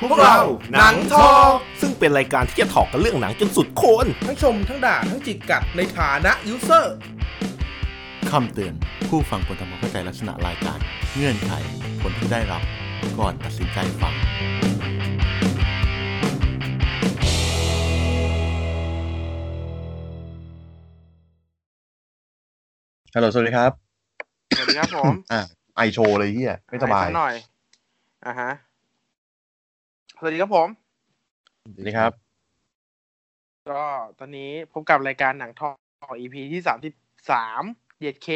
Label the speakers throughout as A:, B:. A: พวกเราหนังทอ
B: ซึ่งเป็นรายการที่จะถอกกันเรื่องหนังจนสุดโคน
A: ทั้งชมทั้งด่าทั้งจิกกัดในฐานะยูเซอร์
C: คำเตือน ผู้ฟังควรทำความเข้าใจลักษณะรายการ เงื่อนไข ผลที่ได้รับ ก่อนตัดสินใจฟัง ฮัลโหลสวัสดีครับ
D: สวัสดีครับผม
C: อ่ะไอโชว์เลยเฮียไม่สบาย
D: หน่อยอ่าฮะ สวัสดีครับผม
C: สวัสดีครับ
D: ก็ตอนนี้พบกับรายการหนังทอง EP ที่สามที่สามเย็ดเค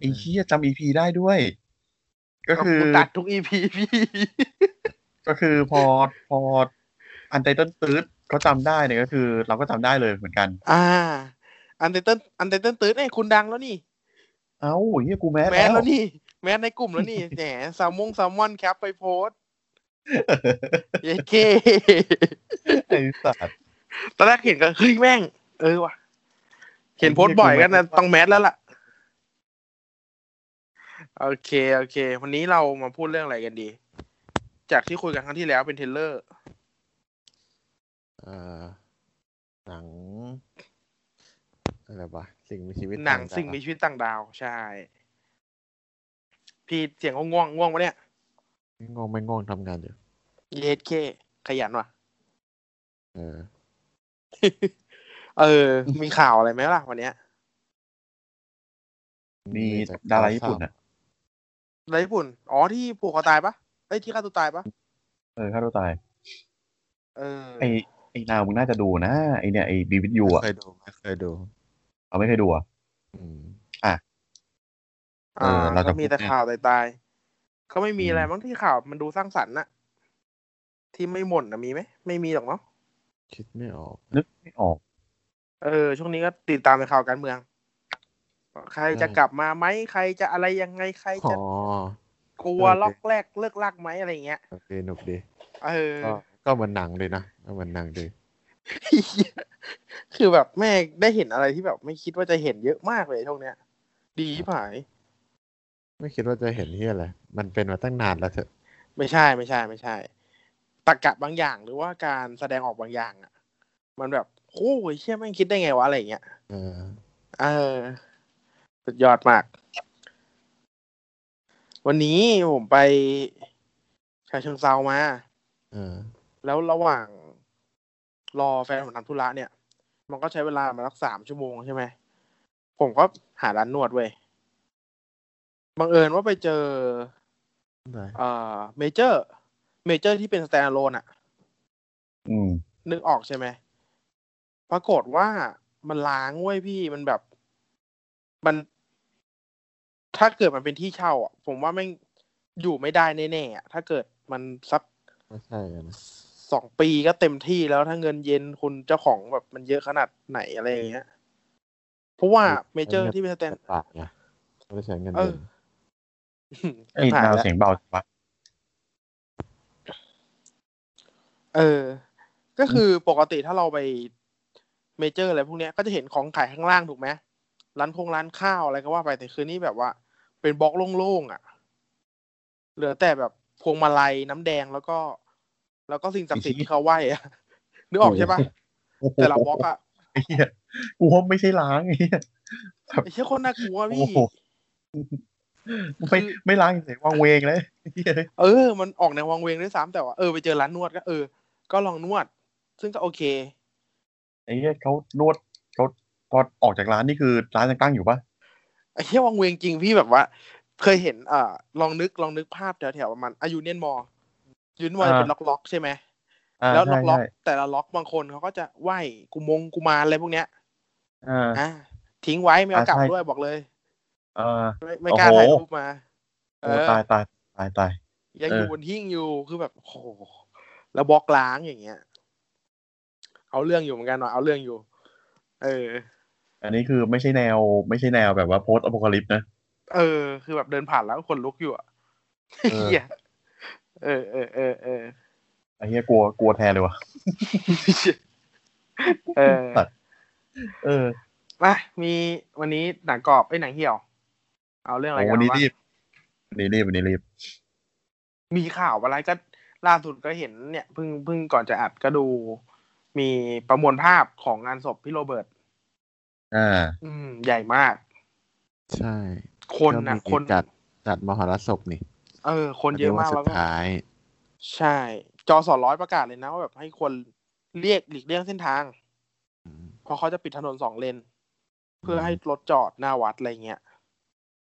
C: ไอเฮียจำอีพีได้ด้วย ก็คือ
D: ตัดทุก EP พี่
C: ก็คือพอพออันไตเติ้ลตืดเขาจำได้เนี่ยก็คือ เราก็จำได้เลยเหมือนกัน
D: อ่า อันเดอร์เติ้ลอันเดอร์เติ้ลตื้นไอ้ยคุณดังแล้วนี่
C: เอ้าเฮียกูแมส
D: แมสแล้วนี่ แมสในกลุ่มแล้วนี่ แหมแซลมงแซลมอนครับไปโพสต์เย็ดเค
C: ไอสัตว์
D: ตอนแรกเห็นก็เฮ้ยแม่ง เออว่ะ เห็นโพสต์บ่อยกันนะต้องแมสแล้วล่ะ โอเค โอเค วันนี้เรามาพูดเรื่องอะไรกันดี จากที่คุยกันครั้งที่แล้วเป็นเทรลเลอร์
A: เอ่อ หนัง อะไรวะสิ่งมีชีวิต
D: หนัง
A: ต่าๆ
D: สิ่งมีชีวิตต่างดาว ใช่ พี่เสียงง่วงๆง่วงวะเนี่ย
A: ไม่ง่วงไม่ง่วงทำงานอยู่
D: เยสเค ขยันว่ะ
A: เออ
D: เออ มีข่าวอะไรไหมล่ะวันเนี้ย
C: มีดาราญี่ปุ่นอ่ะ
D: ในญี่ปุ่น อ๋อที่ผูกคอตายปะเอ้ยที่ฆ่าตัวตายปะ
C: เออฆ่าตัวตาย
D: เออ
C: ไอไอนาวมึงน่าจะดูนะ ไอเนี่ยไอบีวิทยูอ่ะ
A: เคยดูไม่เคยดู
C: เอาไม่เคยดูอ่ะ
A: อืม
C: เออเราจะ
D: ก็มีแต่
C: พูดเนี่ย
D: ข่าวตายตายๆก็ไม่มี
C: อืม
D: อะไรมั้งที่ข่าวมันดูสร้างสรรค์น่ะ ที่ไม่หม่นนะมีไหม ไม่มีหรอกเนาะ
A: คิดไม่ออก
C: ไม่ออก
D: เออ ช่วงนี้ก็ติดตามในข่าวการเมือง ใครจะ
A: ใช่
D: กลับมาไหม ใครจะอะไรยังไง ใคร
A: อ๋
D: จะ
A: อก
D: ลัวล็อกแรกเลิกลากไหมอะไรเงี้ย
A: โอเคหนุกดี
D: เออ
A: ก็ก็เหมือนหนังเลยนะก็เหมือนหนังดี
D: คือแบบแม่ได้เห็นอะไรที่แบบไม่คิดว่าจะเห็นเยอะมากเลยช่วงเนี้ย ดีผาย
A: ไม่คิดว่าจะเห็นที่อะไรมันเป็นมาตั้งนานแล้วเถอะ
D: ไม่ใช่ไม่ใช่ไม่ใช่ตรรกะบางอย่างหรือว่าการแสดงออกบางอย่างอ่ะ มันแบบโอ้ยเชี่ยแม่งคิดได้ไงวะอะไรเงี้ย
A: เออ
D: เออสุดยอดมาก วันนี้ผมไปชาเชิงเซามา
A: เออ
D: แล้วระหว่างรอแฟนผมทำธุระเนี่ย มันก็ใช้เวลามาสักสามชั่วโมงใช่ไหม ผมก็หาร้านนวดเว้ยบังเอิญว่าไปเจอ
A: ได้
D: เอ่อเมเจอร์ เมเจอร์ที่เป็นสแตน d a l โลนอะ
C: อืม
D: นึกออกใช่ไหม ปรากฏว่ามันล้างเว้ยพี่ มันแบบ มัน ถ้าเกิดมันเป็นที่เช่าอ่ะ ผมว่าแม่งอยู่ไม่ได้แน่ๆอะถ้าเกิดมันสัก
A: ไม่ใช่อะนะ
D: สองปีก็เต็มที่แล้วถ้าเงินเย็นคุณเจ้าของแบบมันเยอะขนาดไหนอะไรอย่างเงี้ย เพราะว่าเมเจอร์ที่เป็นสแตน
A: ปากนะไม่ใช่เงิน
D: เอ
A: เดื
D: อ
A: อน
C: ไอนาว เสียงเบาจังวะ
D: เออ ก็คือปกติถ้าเราไปเมเจอร์อะไรพวกเนี้ยก็จะเห็นของขายข้างล่างถูกไหมร้านพงร้านข้าวอะไรก็ว่าไปแต่คืนนี้แบบว่า เป็นบล็อกโล่งๆอ่ะ เหลือแต่แบบพวงมาลัยน้ำแดงแล้วก็ แล้วก็สิ่งศักดิ์สิทธิ์ที่เขาไหว้ อะ นึกออกใช่ปะ
C: โอ้โห
D: แต่ละบล็อกอ่ะ
C: ไอ้เหี้ยกูว่าไม่ใช่ล้างไอ้เหี้ย
D: ไอ้เชี่ยคนน่ากลัว
C: โอ้
D: พี่
C: โหไม่ไม่ล้างเฉยๆวางเวงเลยไอ้เหี้ย
D: เออ มันออกแนววังเวงด้วยซ้ำแต่ว่าเออไปเจอร้านนวดก็เออ ก็ลองนวด ซึ่งก็โอเค
C: ไอ้เหี้ยเขานวดเขาตอนออกจากร้านนี่คือร้านยังตั้งอยู่ปะ
D: ไอ้เหี้ยวังเวงจริงพี่แบบว่า เคยเห็นเอ่อลองนึกลองนึกภาพแถวๆประมาณอายุเนียนมอยูนมอจะเป็นล็อกๆใช่ไหม
C: อ่า
D: แล้ว
C: ใช่
D: ล็อก
C: ใช่
D: ๆแต่ละล็อกบางคนเขาก็จะไหวกุมงกุมารอะไรพวกเนี้ย
C: อ่า
D: อ่ะทิ้งไว้ไม่เอากลับ
C: อ่าใช่
D: ด้วยบอกเลย
C: อ่า
D: ไม่ไม่กล้า
C: โอ้โห
D: ถ่ายรูปมา เอ
C: โอ้
D: อ
C: ตายตายตายตาย
D: ยัง
C: เออ
D: อ
C: อ
D: ยู่บนหิ้งอยู่คือแบบโอ้โห แล้วบล็อกล้างอย่างเงี้ย เอาเรื่องอยู่เหมือนกันหน่อยเอาเรื่องอยู่ เออ
E: อันนี้คือไม่ใช่แนวไม่ใช่แนวแบบว่าโพสต์อพอลิปนะ
D: เออ คือแบบเดินผ่านแล้วคนลุกอยู่อะ
E: เออ
D: เหี้ยเออเออเออเออ
E: ไอ้เหี้ยกลัวกลัวแทนเลยว่ะ
D: เออ
E: ตัด เออ
D: มามีวันนี้หนังกรอบไอ้ยหนังเหี่ยว เอาเรื่องอะไร
E: โอ้
D: กั
E: วันนี้
D: วะ
E: รีบวันนี้รีบวันนี้รีบ
D: มีข่าวอะไรก็ล่าสุดก็เห็นเนี่ยเพิ่งเพิ่งก่อนจะอัดก็ดู มีประมวลภาพของงานศพพี่โรเบิร์ต
E: อ่า
D: อืม ใหญ่มาก
A: ใช่
D: คนนะ
A: ก็มี
D: คน
A: จัดจัดมหรสพนี่
D: เออ คนเยอะมาก
A: วันสุ
D: แล้ว
A: ด
D: ก็
A: ท้าย
D: ใช่ จอสอร้อยประกาศเลยนะว่าแบบให้คนเรียกหลีกเลี่ยงเส้นทาง
A: อืม
D: เพราะเขาจะปิดถนนสองเลน เพื่อให้รถจอดหน้าวัดอะไรเงี้ย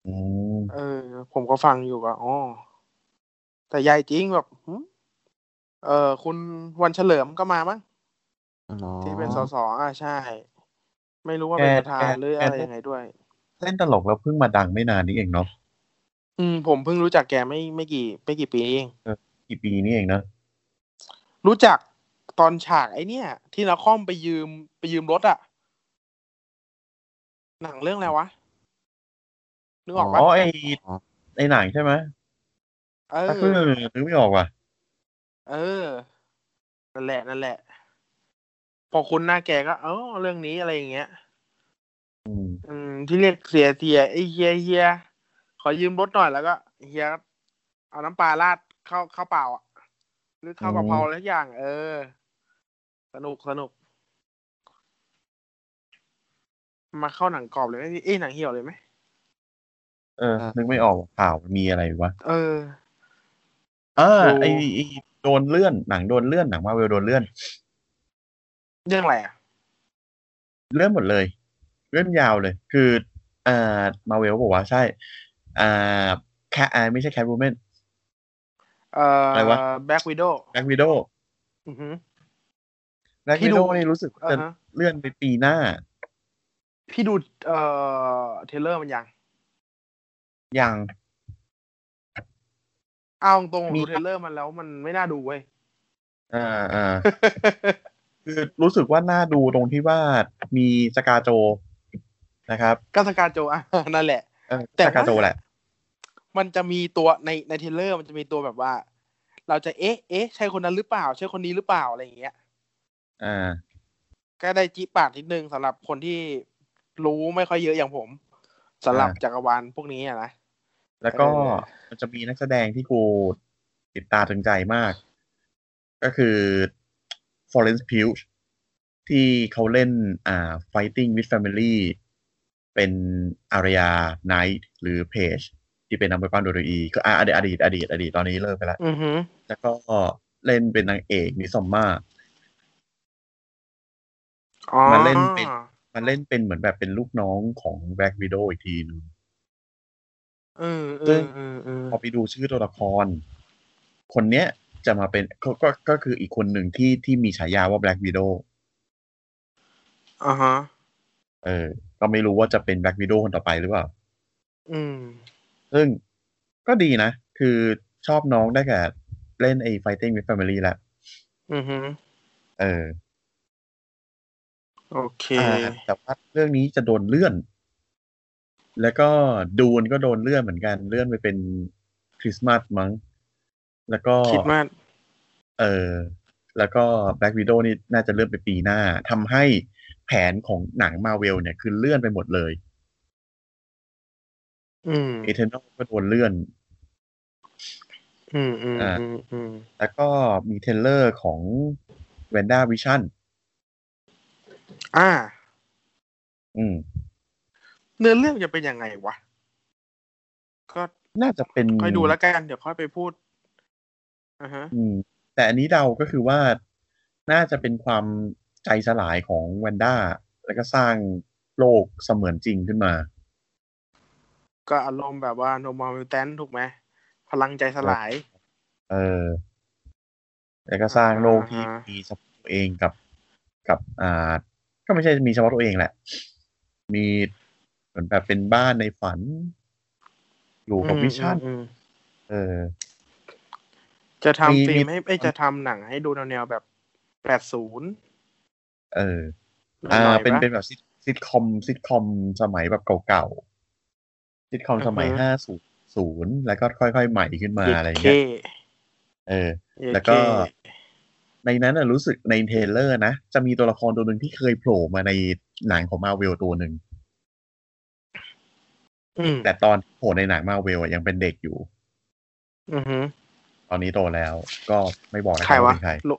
E: อืม
D: เออ ผมก็ฟังอยู่ว่าอ๋อ แต่ใหญ่จริงแบบหึเออคุณวันเฉลิมก็มามั้ง
A: อ๋อ
D: ที่เป็นสสอ่าใช่ ไม่รู้ว่าเป็นประธานหรืออะไรยังไงด้วย
E: เล่นตลกแล้วเพิ่งมาดังไม่นานนี้เองเนาะ
D: อืม ผมเพิ่งรู้จักแกไม่ไม่กี่ ไม่กี่ปีเอง
E: กี่ปีนี่เองนะ
D: รู้จักตอนฉากไอ้เนี่ย ที่นาคอมไปยืมไปยืมรถอะหนังเรื่องอะไรวะ นึกอ
E: อ๋
D: อกปะ
E: อไอไอหนังใช่ไหม
D: เอ
E: ถ้าเพิ่ง
D: อ
E: นึกไม่ออกว่ะ
D: เออ นั่นแหละ นั่นแหละ พอคุณหน้าแกก็ เออเรื่องนี้อะไรอย่างเงี้ย
E: อืม
D: อืม ที่เรียกเสียเสียไอ้เฮียเฮียขอยืมรถหน่อยแล้วก็เฮียเอาน้ำปลาราดเข้าเข้าวเปล่าอ่ะ หรือข้าวกะเพรา
E: อืม
D: อะไรสักอย่าง เออ สนุกสนุก มาเข้าหนังกรอบเลยไหมพี่เอ้ยหนังเหี่ยวเลยไหม
E: เออ นึกไม่ออกข่าวมีอะไรวะ
D: เออ
E: เออ
D: ดู
E: ไอไอ้โดนเลื่อนหนังโดนเลื่อนหนังมาเวลโดนเลื่อน
D: เรื่องอะไรอ่ะ
E: เลื่อนหมดเลยเลื่อนยาวเลย คืออ่ามาเวลบอกว่าใช่อ่าแคทไม่ใช่แคทบูแมน
D: เอ่ออะไร
E: วะ
D: แบ็กวิดโอ
E: แบล็กวิโด
D: อือฮึ
E: แบล็ก
D: ที่
E: วิ
D: ดู
E: โดนี่รู้สึกว่า
D: อ่า
E: จะ
D: ฮะ
E: เลื่อนไปปีหน้า
D: พี่ดูเอ่อเทรลเลอร์มันยัง
E: อย่าง
D: เอาตรงๆผมดูเทรลเลอร์มันแล้วมันไม่น่าดูเว้ย
E: อ่าอ่า คือรู้สึกว่าน่าดูตรงที่ว่ามีสกาโจนะครับ
D: ก็สกาโจอ่ะ นั่นแหละ
E: เออ
D: แต่
E: ส
D: ว่า
E: กาโจแหละ
D: มันจะมีตัวในในเทรลเลอร์มันจะมีตัวแบบว่า เราจะเอ๊ะเอ๊ะใช่คนนั้นหรือเปล่า ใช่คนนี้หรือเปล่าอะไรอย่างเงี้ย
E: อ่า
D: ก็ได้จีปากนิดนึงสำหรับคนที่รู้ไม่ค่อยเยอะอย่างผมสำหรับ
E: อ่า
D: จักรวาลพวกนี้อะนะ
E: แล้วก็
D: เออ
E: มันจะมีนักแสดงที่กูติดตาถึงใจมาก ก็คือ Florence Pugh ที่เขาเล่นอ่า Fighting with Family เป็นอารยา Knight หรือ Page ที่เป็นนักมวยปล้ำ WWE ก็อ่าอดีตอดีตอดีตอดีตตอนนี้เลิกไปแล้ว
D: อือฮึ
E: แล้วก็เล่นเป็นนางเอกมิซอมมา
D: อ๋อ
E: มาเล่นเป็น มันเล่นเป็นเหมือนแบบเป็นลูกน้องของแบล็กวิโดอีกทีหนึง
D: เออเอ
E: ซึ่
D: อง เออเออ
E: พอไปดูชื่อตัวละคร คนเนี้ยจะมาเป็นก็ก็ก็คืออีกคนหนึ่งที่ที่มีฉายาว่าแบล็กวิโด
D: อ่าฮะ
E: เออ ก็ไม่รู้ว่าจะเป็นแบล็กวิโดคนต่อไปหรือเปล่า
D: อืม
E: ซึ่งก็ดีนะ คือชอบน้องได้กับเล่นไอ้ Fighting with Family ละ
D: อือฮึ
E: เออ
D: โอเค
E: อ่าแต่ว่าเรื่องนี้จะโดนเลื่อน แล้วก็ดูนก็โดนเลื่อนเหมือนกัน เลื่อนไปเป็นคริสต์มาสมั้ง แล้วก็
D: คิดมาก
E: เออแล้วก็ Black Widow นี่น่าจะเลื่อนไปปีหน้าทำให้แผนของหนังมาเวลเนี่ยคือเลื่อนไปหมดเลย
D: อืม
E: e t e r n a l ก็โดนเลื่อน
D: อืมอืม
E: อ่า
D: อืมอืม
E: แล้วก็มีเทรลเลอร์ของ w a n d a v i s i o n
D: อ่า
E: อืม
D: เนื้อเรื่องจะเป็นยังไงวะ ก็
E: น่าจะเป็น
D: ค่อยดูแล้วกัน เดี๋ยวค่อยไปพูดอ่าฮะ
E: อืม แต่อันนี้เดาก็คือว่าน่าจะเป็นความใจสลายของ w a n d a แล้วก็สร้างโลกเสมือนจริงขึ้นมา
D: ก็อารมณ์แบบว่าโนมอลมิวแทนถูกไหม พลังใจสลาย
E: เออ แล้วก็สร้างโลก
D: อ่า
E: ที่
D: ฮะ
E: มีเฉพาะตัวเองกับกับอ่า ก็ไม่ใช่มีเฉพาะตัวเองแหละ มีเหมือนแบบเป็นบ้านในฝัน อยู่กับวิชั่น
D: อืมอืม
E: เออ
D: จะ
E: มี
D: ทำฟิล์ม
E: มี
D: ให้เอ้ยจะทำหนังให้ดูแนวๆแบบแปดศูนย์
E: เออ อ่าเป็นเป็นแบบซิทซิทคอมซิทคอมสมัยแบบเก่าๆซิทคอมสมัยห้าศูนย์ศูนย์แล้วก็ค่อยๆใหม่ขึ้นมาอะไร
D: เค
E: เงี้ยเออ แล้วก็ในนั้นน่ะรู้สึกในเทรลเลอร์นะ จะมีตัวละครตัวหนึ่งที่เคยโผล่มาในหนังของมาเวลตัวหนึ่ง
D: อืม
E: แต่ตอนโผล่ในหนังมาเวลยังเป็นเด็กอยู่
D: อือหือ
E: ตอนนี้โตแล้ว ก็ไม่บอกนะ
D: ใครวะ
E: เป็นใคร
D: ลุ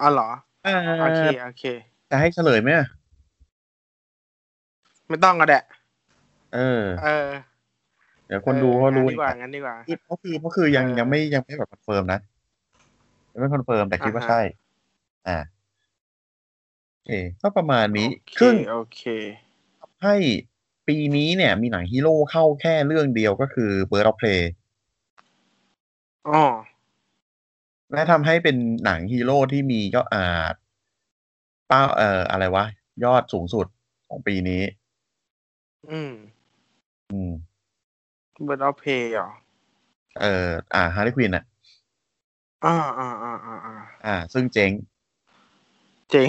D: อ๋อเหรอ
E: อ่า
D: โอเคโอเค
E: จะให้เฉลยไหมอ่ะ
D: ไม่ต้องก็แดะ
E: เออ
D: เออ
E: เดี๋ยวคนดูก็รู้
D: เอองั้นดีกว่างั้นดีกว่า
E: คือก็คือก็คือยัง
D: เออ
E: ยังไม่ยังไม่แบบคอนเฟิร์มนะยังไม่คอนเฟิร์มแต่คิดว่า
D: อ่าฮะ
E: ใช่ อ่าโอเคก็ประมาณนี้
D: โอเค
E: ซึ่ง
D: โอเค
E: ทำให้ปีนี้เนี่ยมีหนังฮีโร่เข้าแค่เรื่องเดียวก็คือ Bird of Prey
D: อ๋อ
E: และทำให้เป็นหนังฮีโร่ที่มียอดอ่าเป้าเอ่ออะไรวะ ยอดสูงสุดของปีนี้
D: อืม
E: อืม
D: เบิร์ดออฟเพย์เหรอ
E: เอ่ออ่าฮาร์ลีควินอ่ะ
D: อ่าอ่าอ่าอ่าอ่า
E: อ่า ซึ่งเจ๊ง
D: เจ๋ง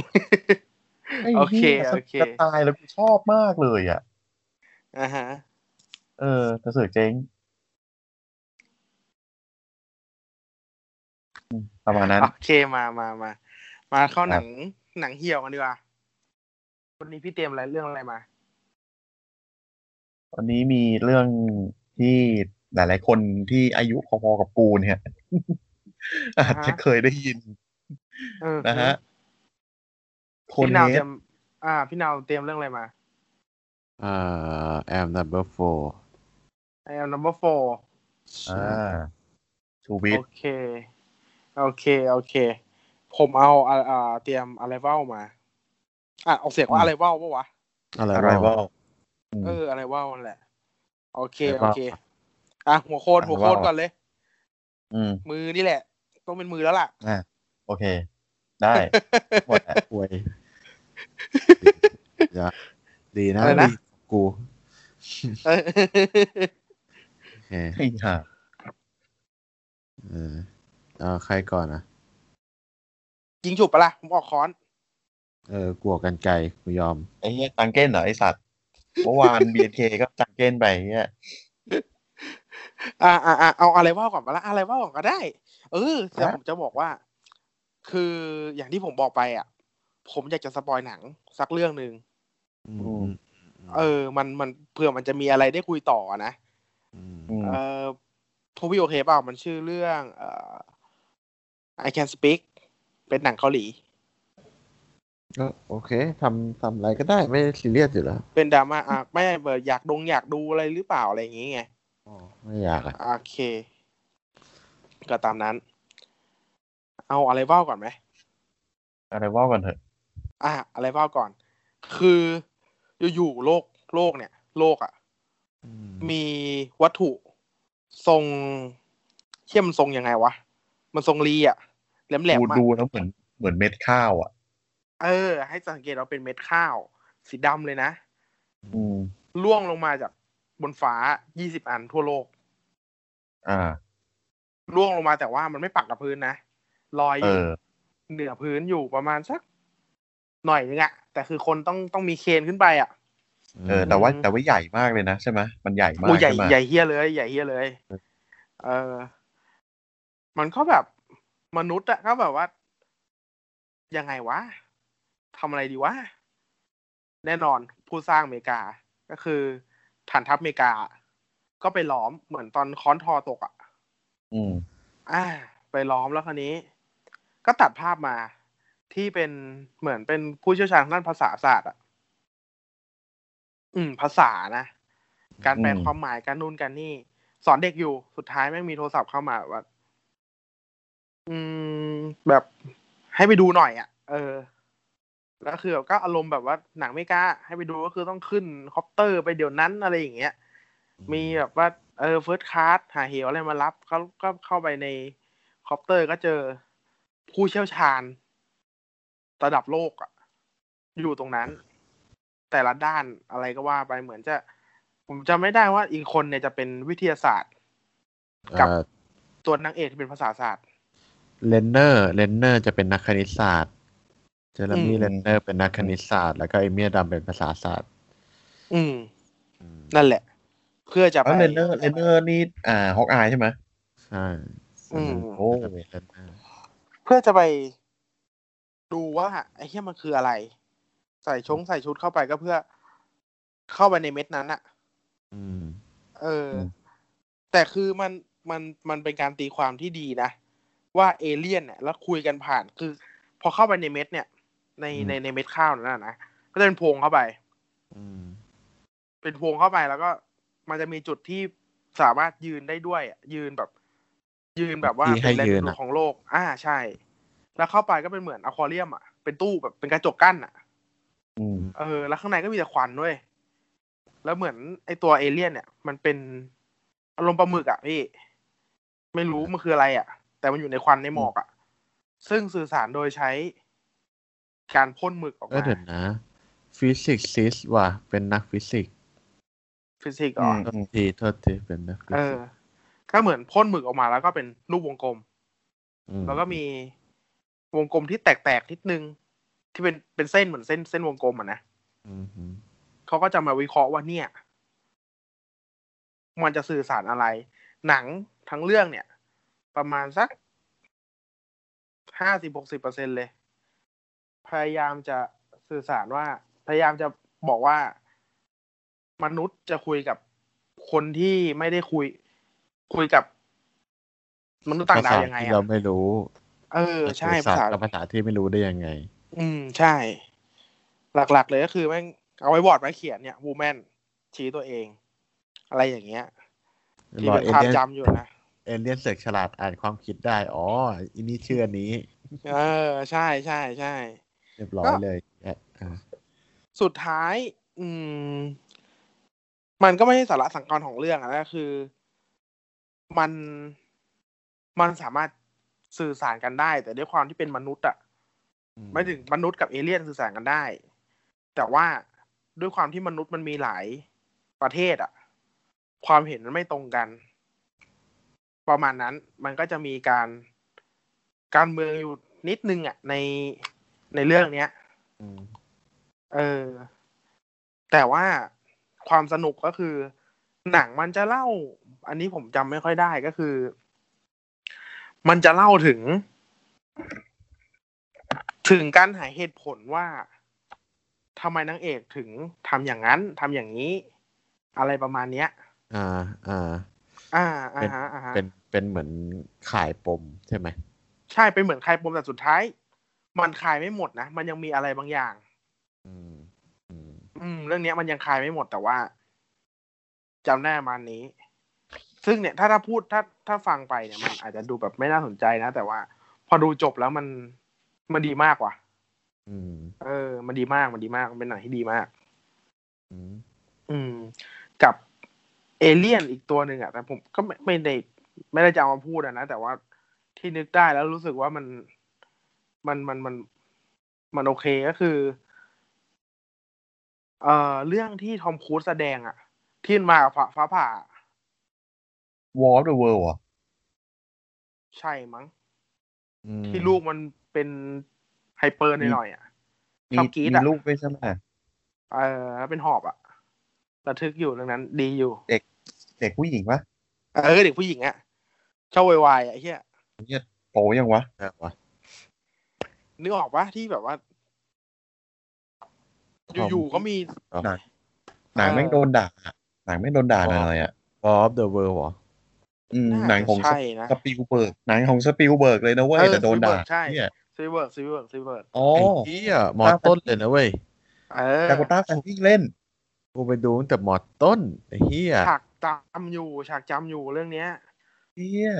D: โอเค
E: ไหี้ย
D: โอเค
E: จะตายแล้วกูชอบมากเลยอ่ะ
D: อ่าฮะ
E: เออแต่เสือกเจ๊งอืมประมาณนั้น
D: โอเคมามามา มาเข้าหนังหนังเหี่ยวกันดีกว่า วันนี้พี่เตรียมอะไรเรื่องอะไรมา
E: วันนี้มีเรื่องที่หลาย ๆ คนที่อายุพอๆกับกูเนี่ย อาจจะเคยได้ยิน
D: เออ
E: นะฮะโคน
D: พี่
E: เน
D: นาวเตรีย
E: ส
D: ม อ่า พี่นาวเตรียมเรื่องอะไรมา
A: อ่า I'm number four
D: ไอเอ number four
E: อ่าชูวิท
D: โอ
E: ย์
D: เค โอเค โอเค ผมเอาอ่าอ่าเตรียมอะไรเว้ามา อ่ะออกเสียงว่าอะไรเว้าปะวะ
A: อะไร
E: อะไรวอ
A: วะ
E: ล
D: เออ อะไรเว้านั่นแหละ โอเค
E: อะไร
D: โอ
E: เว้า
D: เค อ่ะ หัวโคตร
E: อะ
D: หั
E: ไร
D: ว
E: เว้า
D: โคตรก่อนเลย
E: อืม
D: มือนี่แหละ ต้องเป็นมือแล้วล่ะ
E: อ่าโอเค ได้ หมดแหละ
A: ป่วยอย่าดีนะ
D: อะไรนะ
A: ดีกู
D: เออ
A: โอเค
E: ไอ้ห่า
A: เออเอาใครก่อนนะ
D: ยิงฉุบปะล่ะ ผมออกค้อน
A: เออกลัวกันไกลกูยอม
E: ไอ้เหี้ยจังเก้นเหรอไอ้สัตว์เมื่อวาน บีเคก็จังเก้นไปไอ้เนี่ย
D: อ่าอ่าอ่าเอาอะไรว่าก่อนมาละอะไรว่าก่อนก็ได้ เออแต่ผมจะบอกว่า คืออย่างที่ผมบอกไปอ่ะ ผมอยากจะสปอยหนังสักเรื่องหนึ่ง
A: อืม
D: เออ มันมันเผื่อมันจะมีอะไรได้คุยต่อนะ
E: อืม
D: เออพวกพี่โอเคเปล่ามันชื่อเรื่อง เอ่อ I Can Speak เป็นหนังเกาหลี
A: ก็โอเคทำทำอะไรก็ได้ไม่ซีเรียสอยู่แล้ว
D: เป็นดราม่าอ่ะไม่เบออยากดงอยากดูอะไรหรือเปล่าอะไรอย่างงี้ไง
A: ไม่อยากอ่ะ
D: โอเค ก็ตามนั้น เอาอะไรว่าก่อนไหม
E: อะไรวอลกันเถอะ
D: อ่ะอะไรว่าก่อน คือ อยู่ๆโลกโลกเนี่ย โลกอะ่ะ มีวัตถุทรงเชี่ยมันทรงยังไงวะ มันทรงรีอะ่ะแหลมแหลม
E: ดู
D: มา
E: ดูแล้วเหมือนเหมือนเม็ดข้าวอ่ะ
D: เออ ให้สังเกตเราเป็นเม็ดข้าว สีดำเลยนะ
E: อืม
D: ล่วงลงมาจากบนฟ้า 20 อันทั่วโลก
E: อ่า
D: ล่วงลงมาแต่ว่ามันไม่ปักกับพื้นนะลอยอ
E: เอยู่ อ
D: เหนือพื้นอยู่ประมาณสัก หน่อยนึงอะ่ะ แต่คือคนต้องต้องมีเครนขึ้นไปอ่ะ
E: เออ แต่ว่าแต่ว่าใหญ่มากเลยนะใช่ไหมมันใหญ่มาก
D: โอ้ใหญ่
E: ช่ไม
D: ใหญ่เฮี้ยเลยใหญ่เฮี้ยเลย เออ มันก็แบบมนุษย์อะก็แบบว่า ยังไงวะทำอะไรดีวะ แน่นอนผู้สร้างอเมริกา ก็คือฐานทัพอเมริกา ก็ไปล้อมเหมือนตอนค้อนทอตกอะ
E: อืม
D: อ่า ไปล้อมแล้วคราวนี้ ก็ตัดภาพมาที่เป็นเหมือนเป็นผู้เชี่ยวชาญทางด้านภาษาศาสตร์อะอืม ภาษานะ การแปล
E: อืม
D: ความหมายการนู่นการนี่ สอนเด็กอยู่สุดท้ายแม่งมีโทรศัพท์เข้ามาว่า อืม แบบให้ไปดูหน่อยอะ่ะ เออ แล้วคือแบบก็อารมณ์แบบว่าหนังไม่กล้า ให้ไปดูก็คือต้องขึ้นคอปเตอร์ไปเดี๋ยวนั้นอะไรอย่างเงี้ย มีแบบว่า เออเฟิร์สคลาสหาเหวอะไรมารับเขาก็เข้าไปในคอปเตอร์ก็เจอผู้เชี่ยวชาญ ระดับโลกอะอยู่ตรงนั้น แต่ละด้านอะไรก็ว่าไปเหมือนจะ ผมจำไม่ได้ว่าอีกคนเนี่ยจะเป็นวิทยาศาสตร์ กับ
A: เอ่อ
D: ตัวนางเอกที่เป็นภาษาศาสตร์
A: เลนเนอร์เลนเนอร์จะเป็นนักคณิตศาสตร์ เจอร์มี่
D: อืม
A: เลนเนอร์เป็นนักคณิตศาสตร์ แล้วก็เอเมียดัมเป็นภาษาศาสตร์
D: อืม นั่นแหละ เพื่อจะไป
E: แล้วเลนเนอร์เลนเนอร์นี่อ่าฮอกอายใช่ไหม
A: ใช่
D: อืม
A: โอ้เลนเนอร์
D: เพื่อจะไปดูว่าไอ้เหี้ยมันคืออะไร ใส่ชงใส่ชุดเข้าไปก็เพื่อเข้าไปในเม็ดนั้นอะ
A: อืม
D: เอออ
E: ม
D: แต่คือมันมันมันเป็นการตีความที่ดีนะ ว่าเอเลี่ยนเนี่ยแล้วคุยกันผ่านคือ พอเข้าไปในเม็ดเนี่ย ใน
A: อืม
D: ในในเม็ดข้าวนั่นนะนะก็จะเป็นโพรงเข้าไป
A: อืม
D: เป็นโพรงเข้าไปแล้วก็มันจะมีจุดที่สามารถยืนได้ด้วยอะยืนแบบ ยืนแบบว่า
A: ที่ให้
D: เป็นแรง
A: ยื
D: ดึง
A: น
D: ดู
A: อะ
D: ดของโลก อ่าใช่ แล้วเข้าไปก็เป็นเหมือนอะควาเรียมอ่ะเป็นตู้แบบเป็นกระจกกั้นอ่ะ
E: อืม
D: เออแล้วข้างในก็มีแต่ควันด้วย แล้วเหมือนไอตัวเอเลี่ยนเนี่ย มันเป็นอารมณ์ปลาหมึกอ่ะพี่ ไม่รู้มันคืออะไรอ่ะ แต่มันอยู่ในควันในหมอกอ่ะ ซึ่งสื่อสารโดยใช้การพ่นหมึกออก
A: ก็
D: มา
A: เดี๋ยวนะ ฟิสิกส์ซิสว่ะ เป็นนักฟิสิกส์
D: ฟิสิกส์อ่ะ
E: ม
A: โทษทีโทษทีเป็นนักฟิ
D: เอ
A: สิ
D: อ
A: กส์
D: ก็เหมือนพ่นหมึกออกมาแล้วก็เป็นรูปวงกลม
A: ม
D: แล้วก็มีวงกลมที่แตกๆนิดนึง ที่เป็นเป็นเส้นเหมือนเส้นเส้นวงกลมอ่ะนะ
A: อืมอืม
D: เขาก็จะมาวิเคราะห์ว่าเนี่ย มันจะสื่อสารอะไร หนังทั้งเรื่องเนี่ย ประมาณสักห้าสิบหกสิบเปอร์เซ็นเลย พยายามจะสื่อสารว่า พยายามจะบอกว่า มนุษย์จะคุยกับคนที่ไม่ได้คุย คุยกับมนุษย์ต่างดาวยังไง
A: ภษที่
D: อะ
A: เราไม่รู้
D: เออ ใช่ภา
A: ภาษา
D: ษา
A: กับภาษาที่ไม่รู้ได้ยังไง
D: อืม ใช่ หลัก ๆ เลยก็คือแม่งเอาไว้บอร์ดไว้เขียนเนี่ย วูแมนชี้ตัวเอง อะไรอย่างเงี้ยที่
A: รอ
D: เป็น
A: เอ
D: ภาพ
A: เลี่ยน
D: จำอยู่นะ
A: เอเลี่ยนเสอกฉลาดอ่านความคิดได้ อ๋ออินี่เชื่ออนนี้
D: เออ ใช่ใช่ใช่
A: เรียบร้อยเลยแอะอ่ะ
D: สุดท้าย อืม มันก็ไม่ใช่สาระสังกรของเรื่องอะนะคือ มันมันสามารถสื่อสารกันได้ แต่ด้วยความที่เป็นมนุษย์อะไม่ถึงมนุษย์กับเอเลี่ยนสื่อสารกันได้ แต่ว่าด้วยความที่มนุษย์มันมีหลายประเทศอะความเห็นมันไม่ตรงกัน ประมาณนั้น มันก็จะมีการการเมืองอยู่นิดนึงอะในในเรื่องเนี้ย
A: อืม
D: เออ แต่ว่าความสนุกก็คือ หนังมันจะเล่า อันนี้ผมจำไม่ค่อยได้ก็คือ มันจะเล่าถึง ถึงการหาเหตุผลว่าทำไมนางเอกถึงทำอย่างนั้นทำอย่างนี้ อะไรประมาณเนี้ย
A: อ่าอ่า
D: อ่าอ่าฮะอ่าฮะ
A: เป็นเป็นเหมือนขายปมใช่ไหม
D: ใช่เป็นเหมือนคลายปมแต่สุดท้าย มันคลายไม่หมดนะ มันยังมีอะไรบางอย่าง
A: อืมอืม
D: อืมเรื่องเนี้ยมันยังคลายไม่หมดแต่ว่าจำได้ประมาณนี้ ซึ่งเนี่ยถ้าถ้าพูดถ้าถ้าฟังไปเนี่ยมันอาจจะดูแบบไม่น่าสนใจนะ แต่ว่า พอดูจบแล้วมันมันดีมากว่ะ
A: อืม
D: เออ มันดีมากมันดีมากมันเป็นหนังที่ดีมาก
A: อืม
D: อืม กับเอเลี่ยนอีกตัวหนึ่งอะแต่ผมก็ไม่ไม่ได้ไม่ได้จะเอามาพูดอะนะแต่ว่าที่นึกได้แล้วรู้สึกว่ามันมันมันมันมันโอเคก็คือ เอ่อเรื่องที่ทอมครูซแสดงอะที่มันมากับฟ้าฟ้าผ่า
E: วอลเดอะเวิลด์อ่ะ
D: ใช่มั้ง
A: อืม
D: ที่ลูกมันเป็นไฮเปอร์หน่อยๆอะ
E: มี
D: ชอบกรีด
E: มี
D: อะ
E: ลูกด้วยใช่ไหม
D: เออแล้วเป็นหอบอะระทึกอยู่เรื่องนั้นดีอยู่
E: เด็กผู้หญิงปะ
D: เออเด็กผู้หญิงอะชอบวายๆอะไอ้เหี้ย
E: โตยังวะ
A: ได้วะ
D: นึกออกปะที่แบบว่า
A: ผม
D: อยู่ๆก็มี
E: หนังแม่ง
D: เออ
E: โดนด่าอะหนังแม่งโดนด่าหน่อยๆอ่ะ
A: วอฟเดอะเวิลด์เหรอ
E: อืม
D: น่าจะ
E: หนังของ
D: ใช่นะ
E: สปิลเบิร์กหนังของสปิลเบิร์กเลยนะเว้ย
D: เออ
E: แต่โดนด่า
D: Spielberg ใช่
E: เนี่ย
D: ซีเวิร์ดซีเวิร์ดซีเวิร์ด
E: อ๋อ
A: ไอ้เหี้ยมอต้นเลยนะเว้ย
D: เออ
E: ดาโกต้าแฟนติ้งเล่น
A: กูไปดูตั้งแต่มอต้นไอ้เหี้ย
D: ฉากจำอยู่ ฉากจำอยู่เรื่องเนี้ย
E: เนี่ย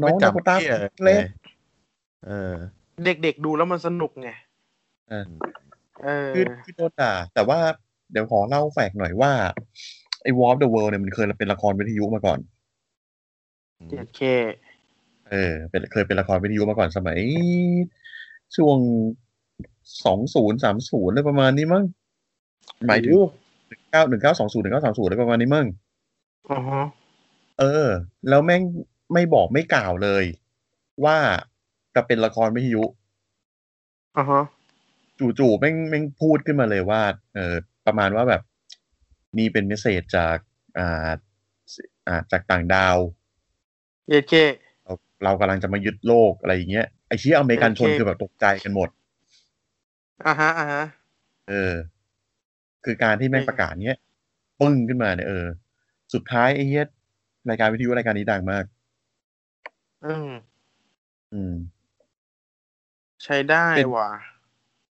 E: น้
A: ไม่
E: องดา
A: จำ
E: โกต้า
A: เหี้ยเล
E: เล่
A: ย
E: น
A: เออ
D: เด็กๆดูแล้วมันสนุกไงเออ
E: คือคือโดนด่า แต่ว่าเดี๋ยวขอเล่าแฝกหน่อยว่า ไอ้วอล์ฟเดอะเวิลด์เนี่ยมันเคยเป็นละครวิทยุมาก่อน
D: เจ็ดเค
E: เออเป็นเคยเป็นละครวิทยุมาก่อนสมัย ช่วงสองศูนย์สามศูนย์อะไรประมาณนี้มั้งหมายถึงเก้าหนึ่งเก้าสองศูนย์หนึ่งเก้าสามศูนย์อะไรประมาณนี้มั้ง
D: อือฮะ
E: เออ แล้วแม่งไม่บอกไม่กล่าวเลย ว่า กับเป็นละครวิทยุ
D: อ่าฮะ
E: จู่ๆแม่งแม่งพูดขึ้นมาเลยว่า เออประมาณว่าแบบนี่เป็นเมสเซจจากอ่าอ่าจากต่างดาว
D: เยเจ
E: เราเรากำลังจะมายึดโลกอะไรอย่างเงี้ยไอ้ที่อเมริกันชน
D: โอเค
E: คือแบบตกใจกันหมด
D: อ่าฮะอ่าฮะ
E: เออ คือการที่แม่ง
D: อืม
E: ประกาศเนี้ยปึ้งขึ้นมาเนี่ยเออ สุดท้ายไอ้เฮียรายการวิทยุรายการนี้ดังมาก
D: อืม
E: อืม
D: ใช้ได้
E: เป็น
D: ว่ะ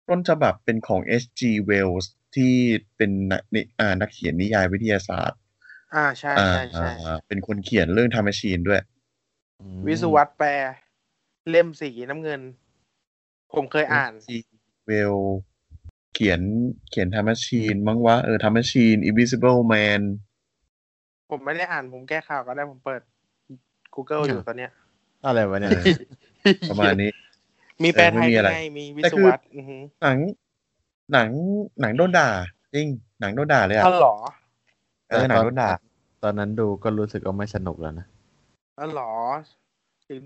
E: ต้นฉบับเป็นของ H.G. Wells ที่เป็นนักนิอ่านักเขียนนิยายวิทยาศาสตร์
D: อ่าใช่
E: อ่า
D: ใช่ใช่
E: อ่าเป็นคนเขียนเรื่องทำแมชชีนด้วย
A: อืม
D: วิศวัตแปล เล่มสีน้ำเงิน ผมเคยอ่าน
E: H.G. Wells เขียนเขียนทำแมชชีนมั้งวะเออทำแมชชีน Invisible Man
D: ผมไม่ได้อ่านผมแก้ข่าวก็ได้ผมเปิด Google อยู่ตอนเนี้ย
A: อะไรวะเนี่ย
E: ประมาณนี้
D: มีแปลไทย
E: เออไม่มีอะไร
D: ไงมีวิศวัตอือฮึ
E: หนัง หนัง หนังโดนด่า จริง หนังโดนด่าเลยอ่ะ
D: อ๋อเหรอ
E: เออหนังโดนด่า
A: ตอนนั้นดูก็รู้สึกว่าไม่สนุกแล้วนะ
D: อ๋อเหรอ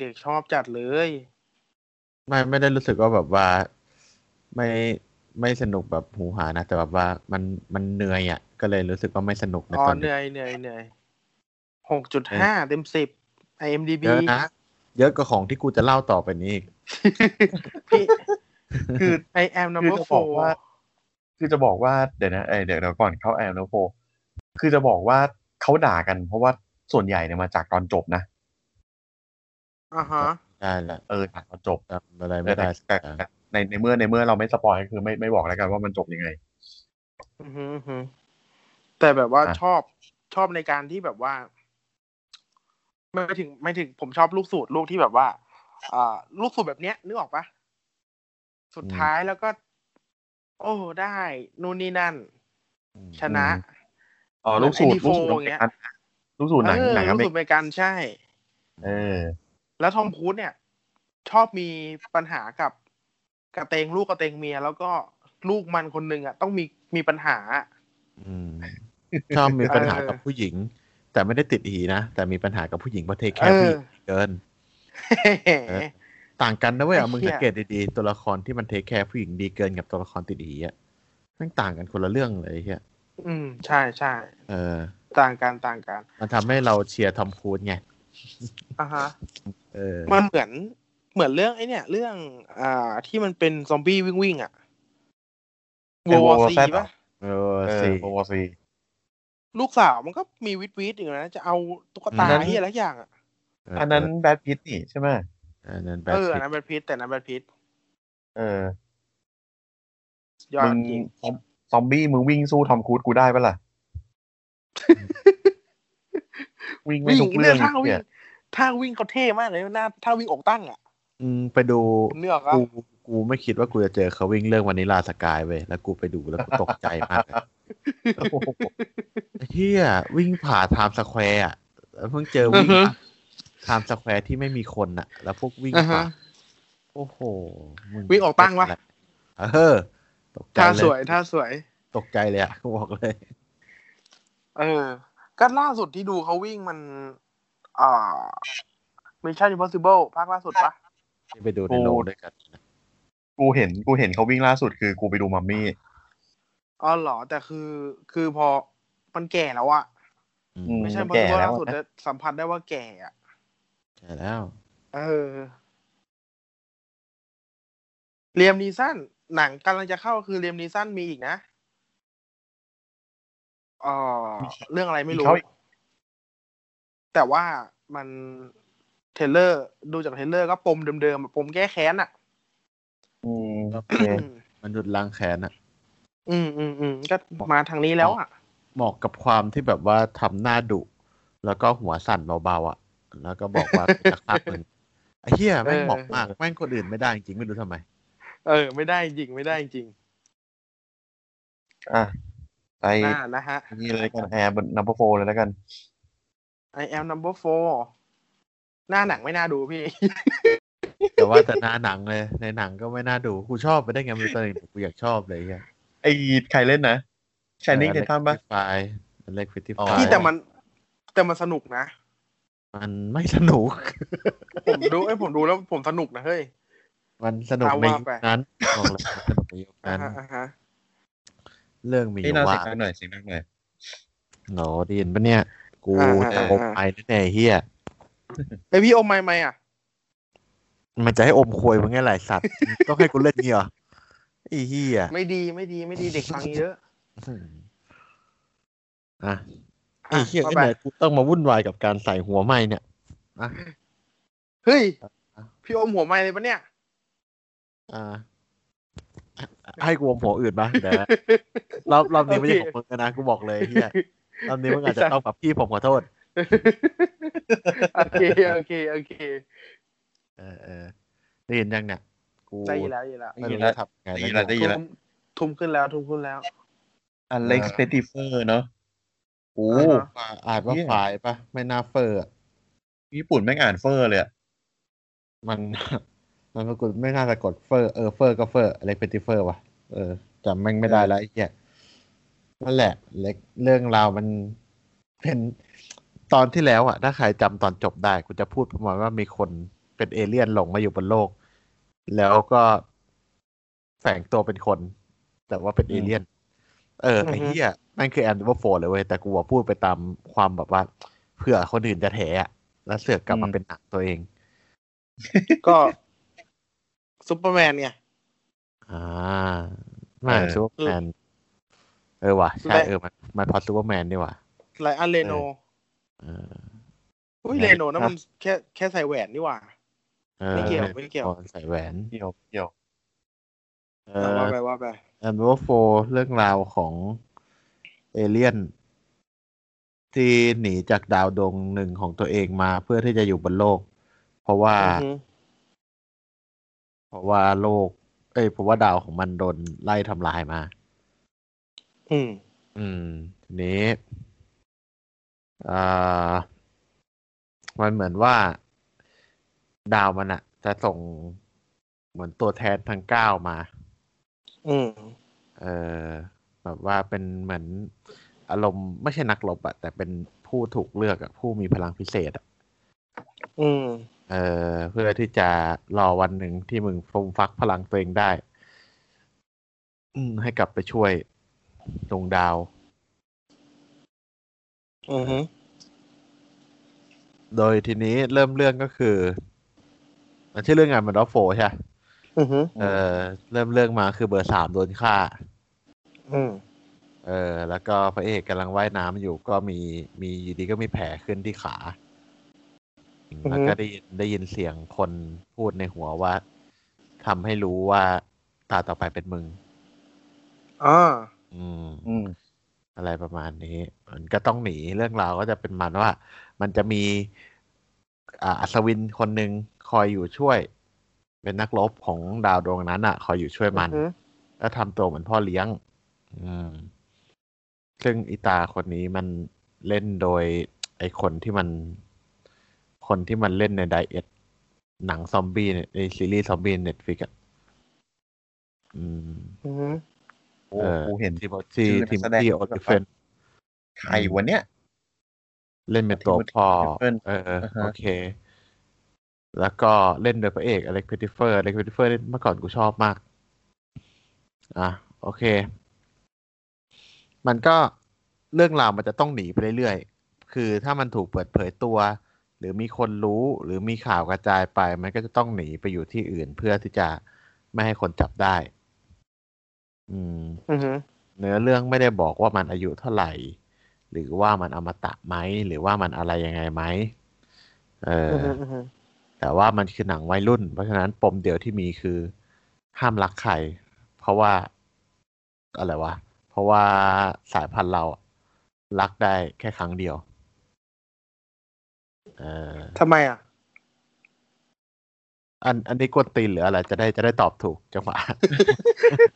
D: เด็กๆชอบจัดเลย
A: ไม่ไม่ได้รู้สึกว่าแบบว่าไม่ไม่สนุกแบบหูหานะ แต่แบบว่ามันมันเหนื่อยอ่ะ ก็เลยรู้สึกว่าไม่สนุกใน
D: อ๋อ
A: ตอน
D: เห
A: นี้
D: นื่อยเหนื่อยเหนื่อยหกจุดห้าเต็มสิบ IMDB
A: เยอะนะ เยอะกว่าของที่กูจะเล่าต่อไปนี้อีก
D: พี่ คือ I am
E: คือ
D: number
E: จะบอก
D: four
E: ว่า คือจะบอกว่า เดี๋ยวนะเอ้ยเดี๋ยวเดี๋ยวก่อนเข้าแอลโนโฟคือจะบอกว่าเขาด่ากัน เพราะว่าส่วนใหญ่เนี่ยมาจากตอนจบนะ
D: อ่าฮะ
A: ได้ละ
E: เออจากตอนจบ
A: จำอะไร
E: แต่
A: ไม่ได้สัก
E: แต่
A: อย่าง
E: แต่ในในเมื่อในเมื่อเราไม่สปอยก็คือไม่ไม่บอกแล้วกันว่ามันจบยังไง
D: อือฮึอือฮึแต่แบบว่า
E: อ่ะ
D: ชอบชอบในการที่แบบว่า ไม่ถึงไม่ถึงผมชอบลูกสูตรลูกที่แบบว่า อ่า ลูกสูตรแบบเนี้ยนึกออกปะสุดท้ายแล้วก็ โอ้ได้นู่นนี่นั่น ชนะ
E: อ๋อ
D: เหมือน
E: ลูกสูตร
D: ND4
E: ลูกสูตร
D: อย่างเงี้ย
E: อันลูกสูตรหนัง
D: เออ
E: หนังอ
D: ลูก
E: เม
D: สู
E: ริ
D: ตร
E: ก
D: อเมริกันใช่
E: เออ
D: แล้วทอมครูซเนี่ย ชอบมีปัญหากับกระเตงลูกกระเตงเมีย แล้วก็ลูกมันคนหนึ่งอ่ะ ต้องมีมีปัญหา
A: อืมชอบมีปัญหา
D: เออ
A: กับผู้หญิง แต่ไม่ได้ติดหีนะ แต่มีปัญหากับผู้หญิงเพราะเทคแค
D: เอ
A: ร์ผู้ห
D: อ
A: ญิงเกิน เออ ต่างกันนะเว้ยเอามึง
D: ไอ้เหี้
A: สั
D: ย
A: งเกตดีๆตัวละครที่มันเทคแคร์ผู้หญิงดีเกินกับตัวละครติดหีอ่ะแมันต่างกันคนละเรื่องเลยไอ้เฮีย
D: อืมใช่ใช่
A: เออ
D: ต่างกันต่างกัน
A: มันทำให้เราเชียร์ทอมครูซไง
D: อ่ะฮะ
A: เออ
D: มันเหมือนเหมือนเรื่องไอ้เนี่ย เรื่อง อ่าที่มันเป็นซอมบี้วิ่งวิ่งๆอ่ะ
E: ไอ้ World
D: วอ
E: War
D: ซี
E: Z เหรอ
D: ป่ะ
A: เออ
E: เออ
A: สิ
E: โอวซี
D: ลูกสาวมันก็มีวิทวิทอยู่นะ จะเอาตุ๊กตาที่อะไรสักอย่างอ่ะ
E: อันนั้นแบทพิทนี่ใช่ไหม
A: อันนั้นแบ
D: เอ
A: ท
D: ออั
A: พิ
D: น
A: ต
D: นั้นเป็นพิษแต่อันนั้นเป็นพิษ
E: เออย
D: อด
E: มึง
D: จริง
E: ซอมซอมบี้มึงวิ่งสู้ทอมครูซกูได้ปะล่ะ วิ่งไม่
D: วิ่ง
E: ทุก
D: เนี่
E: เรื่อย ง
D: ท่าวิ่
E: เนี่
D: ง
E: ย
D: ท่าวิ่งเขาเท่มากเลยหน้าท่าวิ่งอกตั้งอ่ะ
A: อืมไปดู
D: ผมนึกออกปะ
A: กูกูไม่คิดว่ากูจะเจอเขาวิ่งเรื่องวานิลาสกายเว้ยแล้วกูไปดูแล้วกูตกใจมากเลย ไอ้เฮียวิ่งผ่าไทม์สแควร์อ่ะแล้วเพิ่งเจอวิ่งไทม์สแควร์ที่ไม่มีคนอ่ะ แล้วพวกวิ่ง
D: อ่าฮะ
A: ผ่าโอ้โหมึ
D: วิ่งออกตั้งวะ
A: เออตกใจ
D: ท่า
A: เล
D: สวย
A: ย
D: ท่าสวย
A: ตกใจเลยอ่ะกู บอกเลย
D: เออ ก็ล่าสุดที่ดูเขาวิ่งมัน อ่า Mission Impossible ภาคล่าสุดปะ
A: ไปดูในโรงด้วยกันนะ
E: กูเห็นกูเห็นเขาวิ่งล่าสุดคือกูไปดูมัมมี่
D: อ๋อเหรอ แต่คือคือพอมันแก่แล้วอะ
A: อื
E: อื
A: ม
D: ไม่ใช่
E: มั
D: เพ
E: นแก่
D: ราะว่า
E: แล้
D: ล่าว
E: อะ
D: สุดได้สัมผัสได้ว่าแก่อะ
A: ใช่แล้ว
D: เออเรียมนีสันหนังกำลังจะเข้าคือเรียมนีสันมีอีกนะเออเรื่องอะไรไม่รู้
E: มีเข้าอีก
D: แต่ว่ามันเทรลเลอร์ ดูจากเทรลเลอร์ก็ปมเดิมๆอะปมแก้แค้นอ่ะ
E: อืม
A: โอเค มันหยุดล้างแค้นอ่ะ
D: อืมอืมอืมก็มาทางนี้แล้วอ่ะ
A: เหมาะกับความที่แบบว่าทำหน้าดุ แล้วก็หัวสั่นเบาๆอ่ะ แล้วก็บอกว่า กูจะฆ่ามึง ไอ้เหี้ยแม่ง
D: เออ
A: เหมาะมากแม่งคนอื่นไม่ได้จริงๆไม่รู้ทำไม
D: เออ ไม่ได้จริงไม่ได้จริง
E: อ่ะไป
D: น่านะฮะ
E: นี่เลยกันแอร์บนนัมเบอร์โฟเลยแล้วกัน
D: I am number four หน้าหนังไม่น่าดูพี่
A: แต่ว่าแต่หน้าหนังเลย ในหนังก็ไม่น่าดูกูชอบไปได้ไงไมันตอนนี้กูอยากชอบเลยไอ้เหี้ย
E: ไอ้ใครเล่นนะชานิงเดทัมปะ
A: ไฟเล็กฟิติ
E: อ๋อ
A: ฟา
D: พี่แต่มันแต่มันสนุกนะ
A: มันไม่สนุก
D: ผมดูเอ้ยผมดูแล้วผมสนุกนะเฮ้ย
A: มันสนุกในยุ
D: เอาว่า
A: ค
D: ไป
A: นั้นบอกเลยมันสนุกในยุคนั้น
D: อ่าฮะอ่าฮะ
A: เรื่องมีอ
E: นี่
A: ยู่
E: น่าเสีย
A: ว่าง
E: ดังหน่อยเสียงดังหน่อย
A: โหนไดีนปะเนี่ย กูจะอมไอ้แน่แน่ๆเฮีย
D: ไอพี่อมไม่ไม่อ่ะ
A: มันจะให้อมควยมึงไงหลายสัตว์ ต้องให้กูเล่นเงี้ยเหรอไอ้เฮีย
D: ไม่ดีไม่ดีไม่ดีเด็กฟังเยอะ
A: อ่ะไอ้
D: อ่ะ
A: เฮีย
D: ว่า
A: ที่
D: ไป
A: ไหนกูต้องมาวุ่นวายกับการใส่หัวไม้เนี่ยอ่ะ
D: เฮ้ยพี่อมหัวไม่เลยปะเนี่ย
A: อ่าให้กูอมหัวอื่นบ้างเดี๋ยวนะรอบรอบนี้ไม่ใช่ของมึงนะกูบอกเลยเฮี ยรอบนี้มึงอาจจะต้องแบบพี่ผมขอโทษ
D: โอเคโอเคโอเค
A: เออเออได้ยินยังเนี่ยกู
D: ใจเย็นแล้วใจเย็นแล้ว
A: ไม่รู้จะทำไง
E: ได้
A: แล้วเนี่
E: ยินแล้
A: ยว
E: ได้ยินแล้ว
D: ทุ่มทุ่มขึ้นแล้วทุ่มขึ้นแล้ว
E: อเล็กซ์เตติเฟอร์เนาะโอ้
D: อ่าฮะ
A: อ่าอ่านว่า
E: เหี้ย
A: ฝ่ายปะไม่น่าเฟอร์อะ
E: ญี่ปุ่นแม่งอ่านเฟอร์เลยอะ
A: มัน มันปรากฏไม่น่าจะกดเฟอร์เออเฟอร์ก็เฟอร์เล็กเป็นติเฟอร์ว่ะเออจำแม่งไม่ได้แล้วไอ้เหี้ยนั่นแหละ เล็กเรื่องราวมันเป็นตอนที่แล้วอ่ะ ถ้าใครจำตอนจบได้กูจะพูดประมาณว่ามีคนเป็นเอเลี่ยนหลงมาอยู่บนโลก แล้วก็แฝงตัวเป็นคน แต่ว่าเป็นเอเลี่ยน เออไอ้
D: อือฮึ
A: เหี้ยนั่นคือแอนดิวโฟเลยเว้ยแต่กูว่าพูดไปตามความแบบว่าเผื่อคนอื่นจะแถอะแล้วเสือกกลับมาเป็นหนังตัวเอง
D: ก็ซูเปอร์แมนไง
A: อ่าไม่
E: เออ
A: ซูเปอร์แมนเออว่ะ ใช่
D: และ
A: เออมันมันพอซูเปอร์แมนดีว่ะ
D: ไลออนเรโน
A: เออ
D: อุ้ย
A: แมน
D: เรโนนั่น
A: ครับ
D: มันแค่แค่ใส่แหวนนี่หว่า
A: ออ
D: ไม่เกี่ยวไม่เกี่ยว
A: ตอนใส่แหวน
E: เกี่ยวเกี่ยว
A: เอ
D: เอา
A: อ
D: ว่าไปว่าไป
A: แอนด์วอร์โฟเรื่องราวของเอเลี่ยน ที่หนีจากดาวดวงหนึ่งของตัวเองมาเพื่อที่จะอยู่บนโลก เพราะว่า
D: อือฮึ
A: เพราะว่าโลก เอ้ยเพราะว่าดาวของมันโดนไล่ทำลายมา
D: อืม
A: อืมทีนี้อ่ามันเหมือนว่า ดาวมันอะจะส่งเหมือนตัวแทนทั้งเก้ามา
D: อืม
A: เออแบบว่าเป็นเหมือนอารมณ์ไม่ใช่นักรบอะแต่เป็นผู้ถูกเลือกอะผู้มีพลังพิเศษอะ
D: อืม
A: เออ เพื่อที่จะรอวันหนึ่งที่มึงฟงฟักพลังตัวเองได้ อืม ให้กลับไปช่วยดวงดาว
D: อือฮึ
A: โดยทีนี้เริ่มเรื่องก็คือ มันชื่อเรื่องงานมันดอฟโฟใช่ปะ
D: อือฮึ
A: เออ เริ่มเรื่องมาคือเบอร์สามโดนฆ่า
D: อืม
A: เออ แล้วก็พระเอกกำลังว่ายน้ำอยู่ก็มีมีอยู่ดีก็มีแผลขึ้นที่ขา แล้วก็ได้ยินได้ยินเสียงคนพูดในหัวว่าทำให้รู้ว่าตาต่อไปเป็นมึง
D: อ่า
A: อืม
E: อืม
A: อะไรประมาณนี้ มันก็ต้องหนีเรื่องราวก็จะเป็นมันว่า มันจะมีอ่าอัศวินคนหนึ่งคอยอยู่ช่วย เป็นนักรบของดาวดวงนั้นอ่ะ คอยอยู่ช่วย
D: มั
A: มัน แล้วทำตัวเหมือนพ่อเลี้ยง อืม ซึ่งอีตาคนนี้มันเล่นโดย ไอคนที่มัน คนที่มันเล่นในไดเอทหนังซอมบี้เนี่ยในซีรีส์ซอมบี้เน็ตฟิกอ่ะอืม
D: อือฮึ
E: โอ้กูเห็น
A: ทีมที
E: ชื่อนัก
A: ทีม
E: แสดง
A: ที่โอลิเฟน
E: ใครวันเนี้ย
A: เล่นเป็นตัวพ่อ
E: Timothy
A: เออ
E: Olyphant
A: โอเค แล้วก็เล่นโดยพระเอกอเล็กเพติเฟอร์อเล็กเพติเฟอร์เล่นเมื่อก่อนกูชอบมาก อ่ะ โอเค มันก็เรื่องราวมันจะต้องหนีไปเรื่อยๆ คือถ้ามันถูกเปิดเผยตัว หรือมีคนรู้หรือมีข่าวกระจายไป มันก็จะต้องหนีไปอยู่ที่อื่นเพื่อที่จะไม่ให้คนจับได้ อืม
D: อือฮึ
A: เนื้อเรื่องไม่ได้บอกว่ามันอายุเท่าไหร่ หรือว่ามันอมตะไหมหรือว่ามันอะไรยังไงไหมเออ
D: อือฮึ
A: อ
D: อือฮึ
A: แต่ว่ามันคือหนังวัยรุ่น เพราะฉะนั้นปมเดียวที่มีคือห้ามรักใคร เพราะว่าอะไรวะเพราะว่าสายพันธุ์เราอะรักได้แค่ครั้งเดียว เออ
D: ทำไมอ่ะ
A: อันอันนี้กวนตีนหรืออะไรจะได้จะได้ตอบถูกจังหวะ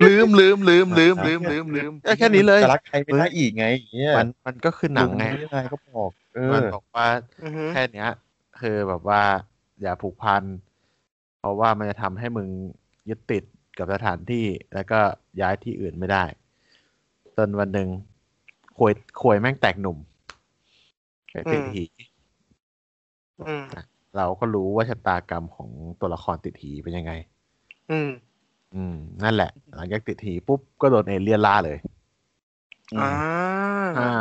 D: ลืมลืมลืมลืมลืมลืมลืม
A: แค่นี้เลย
E: จะรักใครไม่ได้อีกไง เหี้ย
A: มันมันก็คือหนังไง
E: มึม่ด้ก็บอก เออ
A: มันบอกว่า
D: อือฮึ
A: แค่เนี้ยคือแบบว่าอย่าผูกพัน เพราะว่ามันจะทำให้มึงยึดติดกับสถานที่แล้วก็ย้ายที่อื่นไม่ได้จนวันหนึ่งควยควยแม่งแตกหนุ่มไอ้ติดหี
D: อืม
A: เราก็รู้ว่าชะตากรรมของตัวละครติดหีเป็นยังไง
D: อืม
A: อืม นั่นแหละ หลังจากติดหีปุ๊บ ก็โดนเอเลี่ยนล่าเลย
E: อืม
D: อ่า
A: อ่า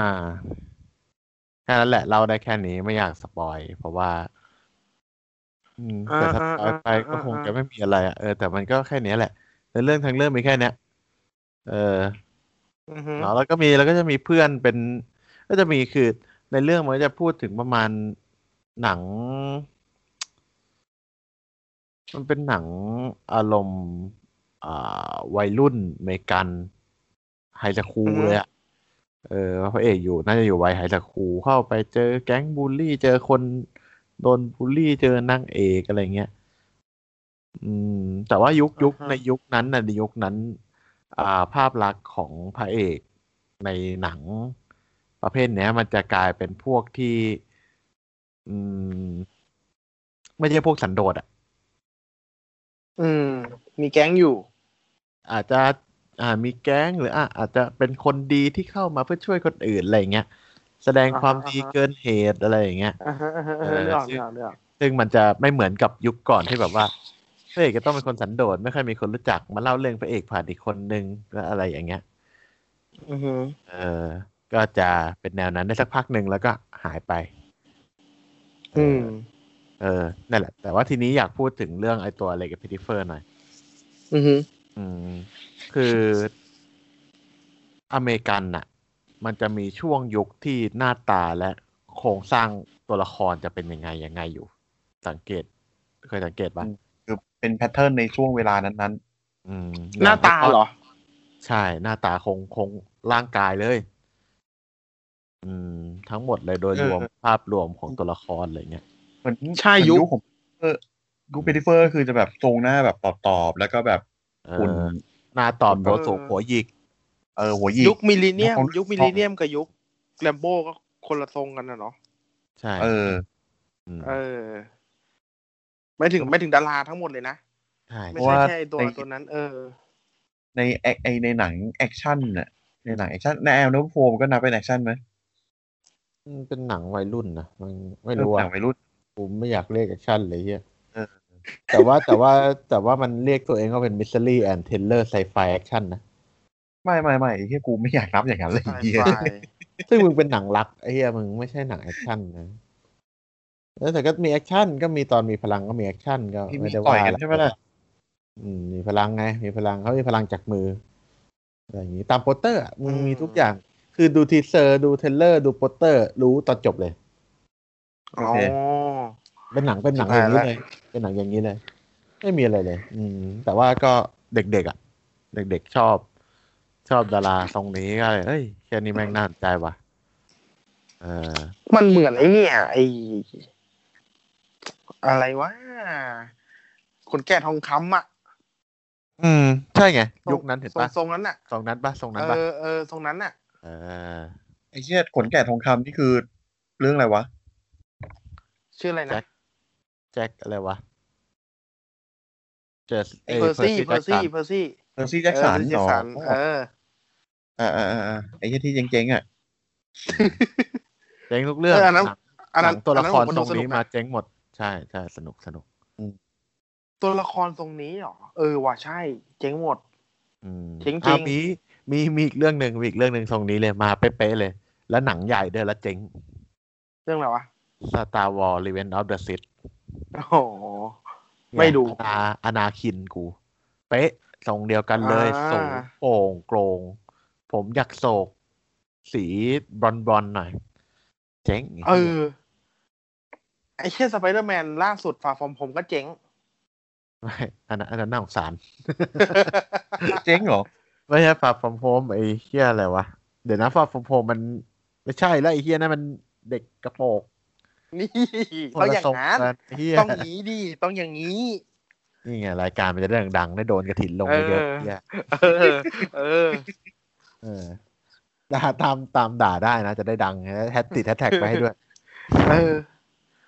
A: แค่นั้นแหละ เราได้แค่นี้ไม่อยากสปอยเพราะว่า อืม
D: อ่า
A: แต่ถ้าสปอยไป
D: อ่าอ่า
A: ก็คง
D: อ่า
A: จะไม่มีอะไรอ่ะเออแต่มันก็แค่เนี้ยแหละในเรื่องทั้งเรื่องมีแค่เนี้ยเออ
D: อือฮึ
A: เนาะแล้วก็มีแล้วก็จะมีเพื่อนเป็น ก็จะมีคือในเรื่องมันก็จะพูดถึงประมาณหนัง มันเป็นหนังอารมณ์อ่าวัยรุ่นอเมริกันไฮสคูล
D: อือฮึ
A: เลยอะเออพระเอกอยู่น่าจะอยู่วัยไฮสคูลเข้าไปเจอแก๊งบูลลี่ เจอคนโดนบูลลี่เจอนางเอกอะไรเงี้ย อืม แต่ว่ายุคยุค
D: อ่าฮะ
A: ในยุคนั้นนะในยุคนั้น อ่าภาพลักษณ์ของพระเอกในหนังประเภทเนี้ย มันจะกลายเป็นพวกที่ อืม ไม่ใช่พวกสันโดษอะ
D: อืม มีแก๊งอยู่
A: อาจจะอ่ามีแก๊งหรืออ่ะอาจจะเป็นคนดีที่เข้ามาเพื่อช่วยคนอื่นอะไรอย่างเงี้ยแสดง
D: อ่าฮะ
A: ความ
D: อ่าฮะ
A: ดีเกินเหตุอะไรอย่างเงี้ย
D: อ่าฮะอ่าฮะอ่า
A: เอ
D: ฮะ
A: อ
D: เลือกเลือกเลือก
A: ซึ่งมันจะไม่เหมือนกับยุคก่อนที่แบบว่าพระเอกจะต้องเป็นคนสันโดษไม่ค่อยมีคนรู้จักมาเล่าเรื่องพระเอกผ่านอีกคนนึงและอะไรอย่างเงี้ย
D: อือฮึ
A: เออ ก็จะเป็นแนวนั้นได้สักพักหนึ่งแล้วก็หายไป
D: อืม
A: เออนั่นแหละ แต่ว่าทีนี้อยากพูดถึงเรื่องไอตัวเลกพิทิเฟอร์หน่อย
D: อือฮึ
A: อืมคืออเมริกันน่ะ มันจะมีช่วงยุคที่หน้าตาและโครงสร้างตัวละครจะเป็นยังไงยังไงอยู่ สังเกต เคยสังเกตปะ
E: คือเป็นแพทเทิร์นในช่วงเวลานั้น
A: อืม
D: หน้าตาเหรอ
A: ใช่ หน้าตาคงคงร่างกายเลย อืม ทั้งหมดเลยโดยรวมภาพรวมของตัวละครอะไรเงี้ย
E: ๆเหมือน
D: ใช่ยุค
E: เหมือนของเออยุคเปติเฟอร์คือจะแบบทรงหน้าแบบตอบๆแล้วก็แบบ
A: เออ
E: หุ่น
A: หน้าตอบโดสูงหัวหยิก
E: เออหัวหยิก
D: ยุคมิลเลนเนียม
E: ของ
D: ยุคมิลเลนเนียมกับยุคแลมโบก็คนละทรงกันนะเนาะ
A: ใช่
E: เออ
A: ม
D: เออไม่ถึงไม่ถึงดาราทั้งหมดเลยนะ
A: ใช่
D: ไม่
E: เพราะ
D: ใช่
E: ว่า
D: แค่ไอ้ตัว
E: ใน
D: ตัวนั้น เออ
E: ในแอคไอในหนังแอคชั่นน่ะในหนังแอคชั่นในแอลโนโฟมก็นับเป็นแอคชั่นไหม
A: มันเป็นหนังวัยรุ่นนะมันไม่รู้
E: ห
A: อะ
E: นังวัยรุ่น
A: ผมไม่อยากเรียกแอคชั่นเลยเฮีย
E: เออ
A: แต่ว่าแต่ว่าแต่ว่ามันเรียกตัวเองว่าเป็นมิสซิลี่แอนเทเลอร์ไซไฟแอคชั่นนะ
E: ไม่ไม่ไม่ไอ้เฮียกูไม่อยากนับอย่างนั้นเลยไอ้เฮีย
D: Sci-fi
A: ซึ่งมึงเป็นหนังรักไอ้เฮียมึงไม่ใช่หนังแอคชั่นนะแล้วแต่ก็มีแอคชั่นก็มีตอนมีพลังก็มีแอคชั่นก็
E: ที่มี
A: ไม่ได้
E: ต่
A: ว่า
E: อยกั
A: อ
E: น
A: ร
E: ใช่ไหมล่ะ
A: อืมมีพลังไง มีพลังเขามีพลังจากมืออะไรอย่างนี้ตามโปสเตอร์อะมึง
D: อืม
A: มีทุกอย่าง คือดูทีเซอร์ดูเทรลเลอร์ดูโปสเตอร์ รู้ตอนจบเลย
D: อ๋อ
E: โอเค
A: เป็นหนังเป็นหนัง
D: ชิ
A: อบ
D: หายละ
A: ย่างนี้เลย เป็นหนังอย่างนี้เลย ไม่มีอะไรเลย อืม แต่ว่าก็เด็กๆอ่ะ เด็กๆชอบ ชอบดาราทรงนี้ก็เลยเอ้ยแค่นี้แม่งน่าสนใจว่ะเออ
D: มันเหมือนไอ้เนี่ยไออะไรวะคนแก่ทองคำอ่ะ
A: อืม ใช่ไง ยุคนั้นเห็น
D: ทรง
A: ปะ
D: ทรงนั้นน่ะ
A: ทรงนั้นปะทรงนั้น
D: เอ
A: ปะ
D: อเออทรงนั้นน่ะ
A: เออ
E: ไอ้เฮียขนแกะทองคำนี่คือเรื่องอะไรวะ
D: ชื่ออะไรนะ
A: แจ็คอะไรวะเจส
D: เออเพอร์ซี่เพอร์ซี่เพอร์ซี่
E: เพอร์ซี่แจ็คสัน
D: เออ Percy
E: หรอ
D: Jackson เออ
E: อ่าอ่าอ่าอ่าไอ้เหี้ยที่เจ๊งๆอ่ะ
A: เจ๊งทุกเรื่อง
D: เอออันนั้น
A: หนัง
D: อัน
A: ห
D: นั้
A: นั
D: น
A: งตัวละคร
D: อัผมก็
A: ทรง
D: ดูสนุ
A: นี้
D: ก
A: มา
D: นะ
A: เจ๊งหมด ใช่ใช่สนุกสนุก
D: ตัวละครทรงนี้เหรอ เออว่ะใช่ เจ๊งหมด
A: อืม
D: จริงๆ
A: อ่ะมีมีมีอีกเรื่องหนึ่งมีอีกเรื่องหนึ่งทรงนี้เลยมาเป๊ะๆเลย แล้วหนังใหญ่ด้วยแล้วเจ๋ง
D: เรื่องอะไรวะ
A: Star Wars Revenge of the Sith
D: โอ้โห ไม่ดู
A: อนาอนาคินกู เป๊ะทรงเดียวกันเลย
D: อ่า
A: สูงโป่งโกรง ผมอยากโศก สีบรอนบรอนๆหน่อย เจ๋ง
D: เออ ไอ้เช่สไปเดอร์แมนล่าสุดฟาฟอมผมก็เจ๊ง
A: ไม่อันนั้นอันนั้นน่าสงสาร
E: เจ๊งเหรอ
A: ไม่ใช่ฟาฟอมโฮมไอ้เฮียอะไรวะ เดี๋ยวนะฟาฟอมโฮมมันไม่ใช่แล้วไอ้เฮียนั่นมันเด็กกระโปรง
D: นี่
A: คน
D: ต้องอ
A: ละ
D: ย่าง
A: ทรง
D: นั้น
A: กันไอ้เฮีย
D: ต้องอย่างนี้ดิต้องอย่างนี้
A: นี่ไง รายการมันจะได้ดังๆได้โดนกระถินลง
D: เออ
A: เยอะๆเนี่ย
D: เออ เออ
A: เออ ด่าตามตามด่าได้นะ จะได้ดังแฮชติดแฮชแท็กไปให้ด้วย
D: เออ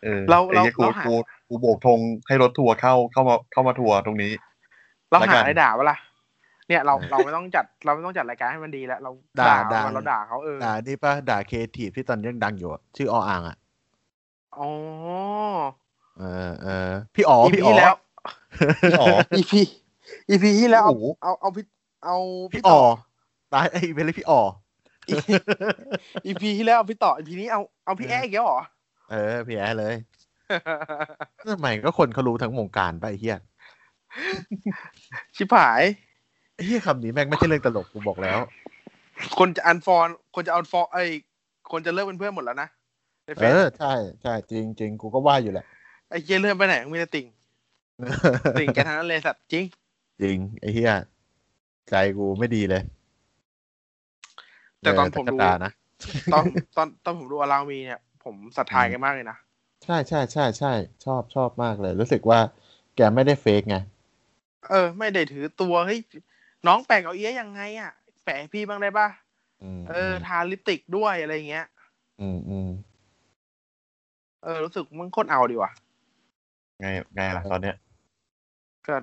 E: เออ
D: เรา
E: ไอ้หี้ย
D: เราเราหา
E: กูกูกูโบกธงให้รถทัวร์เข้าเข้ามาเข้ามาทัวร์ตรงนี้
D: เรา
E: แล้วกั
D: หาน อะไรด่าวะล่ะ เนี่ยเราเราไม่ต้องจัดเราไม่ต้องจัดรายการให้มันดีแล้ว เรา
A: ด่า
D: เอ
A: ด่า
D: เราด่าเขาเออ
A: ด่านี่ป่ะ ด่าเคทีที่ตอนนี้ยังดังอยู่อะชื่อออ่างอ่ะ
D: อ๋อ
A: เออเออพี่อ๋อ
D: อี
A: พี่
D: พี
A: อ๋อ
D: แล้ว
E: พี่อ๋อ
D: อีพี อีพีที่แล้วเอา
A: โอ้โห
D: เอาเอาพี่เอา
A: พี่
D: ต่อ
A: อ่อตายไอ้ เวลลี่พี่อ่อ
D: อีพีที่แล้วเอาพี่ต่ออีพีนี้เอาเอาพี่แอ๊กแล้วเหรอ
A: เออพี่แอ เลยทำไมก็คนเขารู้ทั้งวงการไปะไอ้เฮีย
D: ชิบหาย
A: ไอ้เฮียคำนี้แม่งไม่ใช่เรื่องตลกกูบอกแล้ว
D: คนจะอันฟอนคนจะเอาฟอไอยคนจะเลิกเป็นเพื่อนหมดแล้วนะในเฟ
A: เอ
D: ซ
A: อ ใช่ใช่จริงจริงกูก็ว่าอยู่แหละ
D: ไอ้เหี้ยเลื่อนไปไหนมีแต่ติ่งติ่งแกทั้งนั้นเลยสัตว์จริง
A: จริง ไอ้เฮียใจกูไม่ดีเลย
D: แต่ตอนผมดู
A: เกระตานะ
D: ตอน ตอนตอนผมดูอารามีเนี่ย ผมศรัทธาแกมากเลยนะ
A: ใช่ใช่ใช่ใช่ชอบชอบมากเลย รู้สึกว่าแกไม่ได้เฟกไง
D: เออ ไม่ได้ถือตัวเฮ้ยน้องแปะเกาเอี้ยยังไงอ่ะแปะให้พี่บ้างได้ป่ะ
A: อืม
D: เออ ทาลิปติกด้วยอะไรเงี้ย
A: อืมอืม
D: เออ รู้สึกมันโคตรเอาดีว่ะ
E: ไงไงล่ะตอนเนี้ย
D: ก็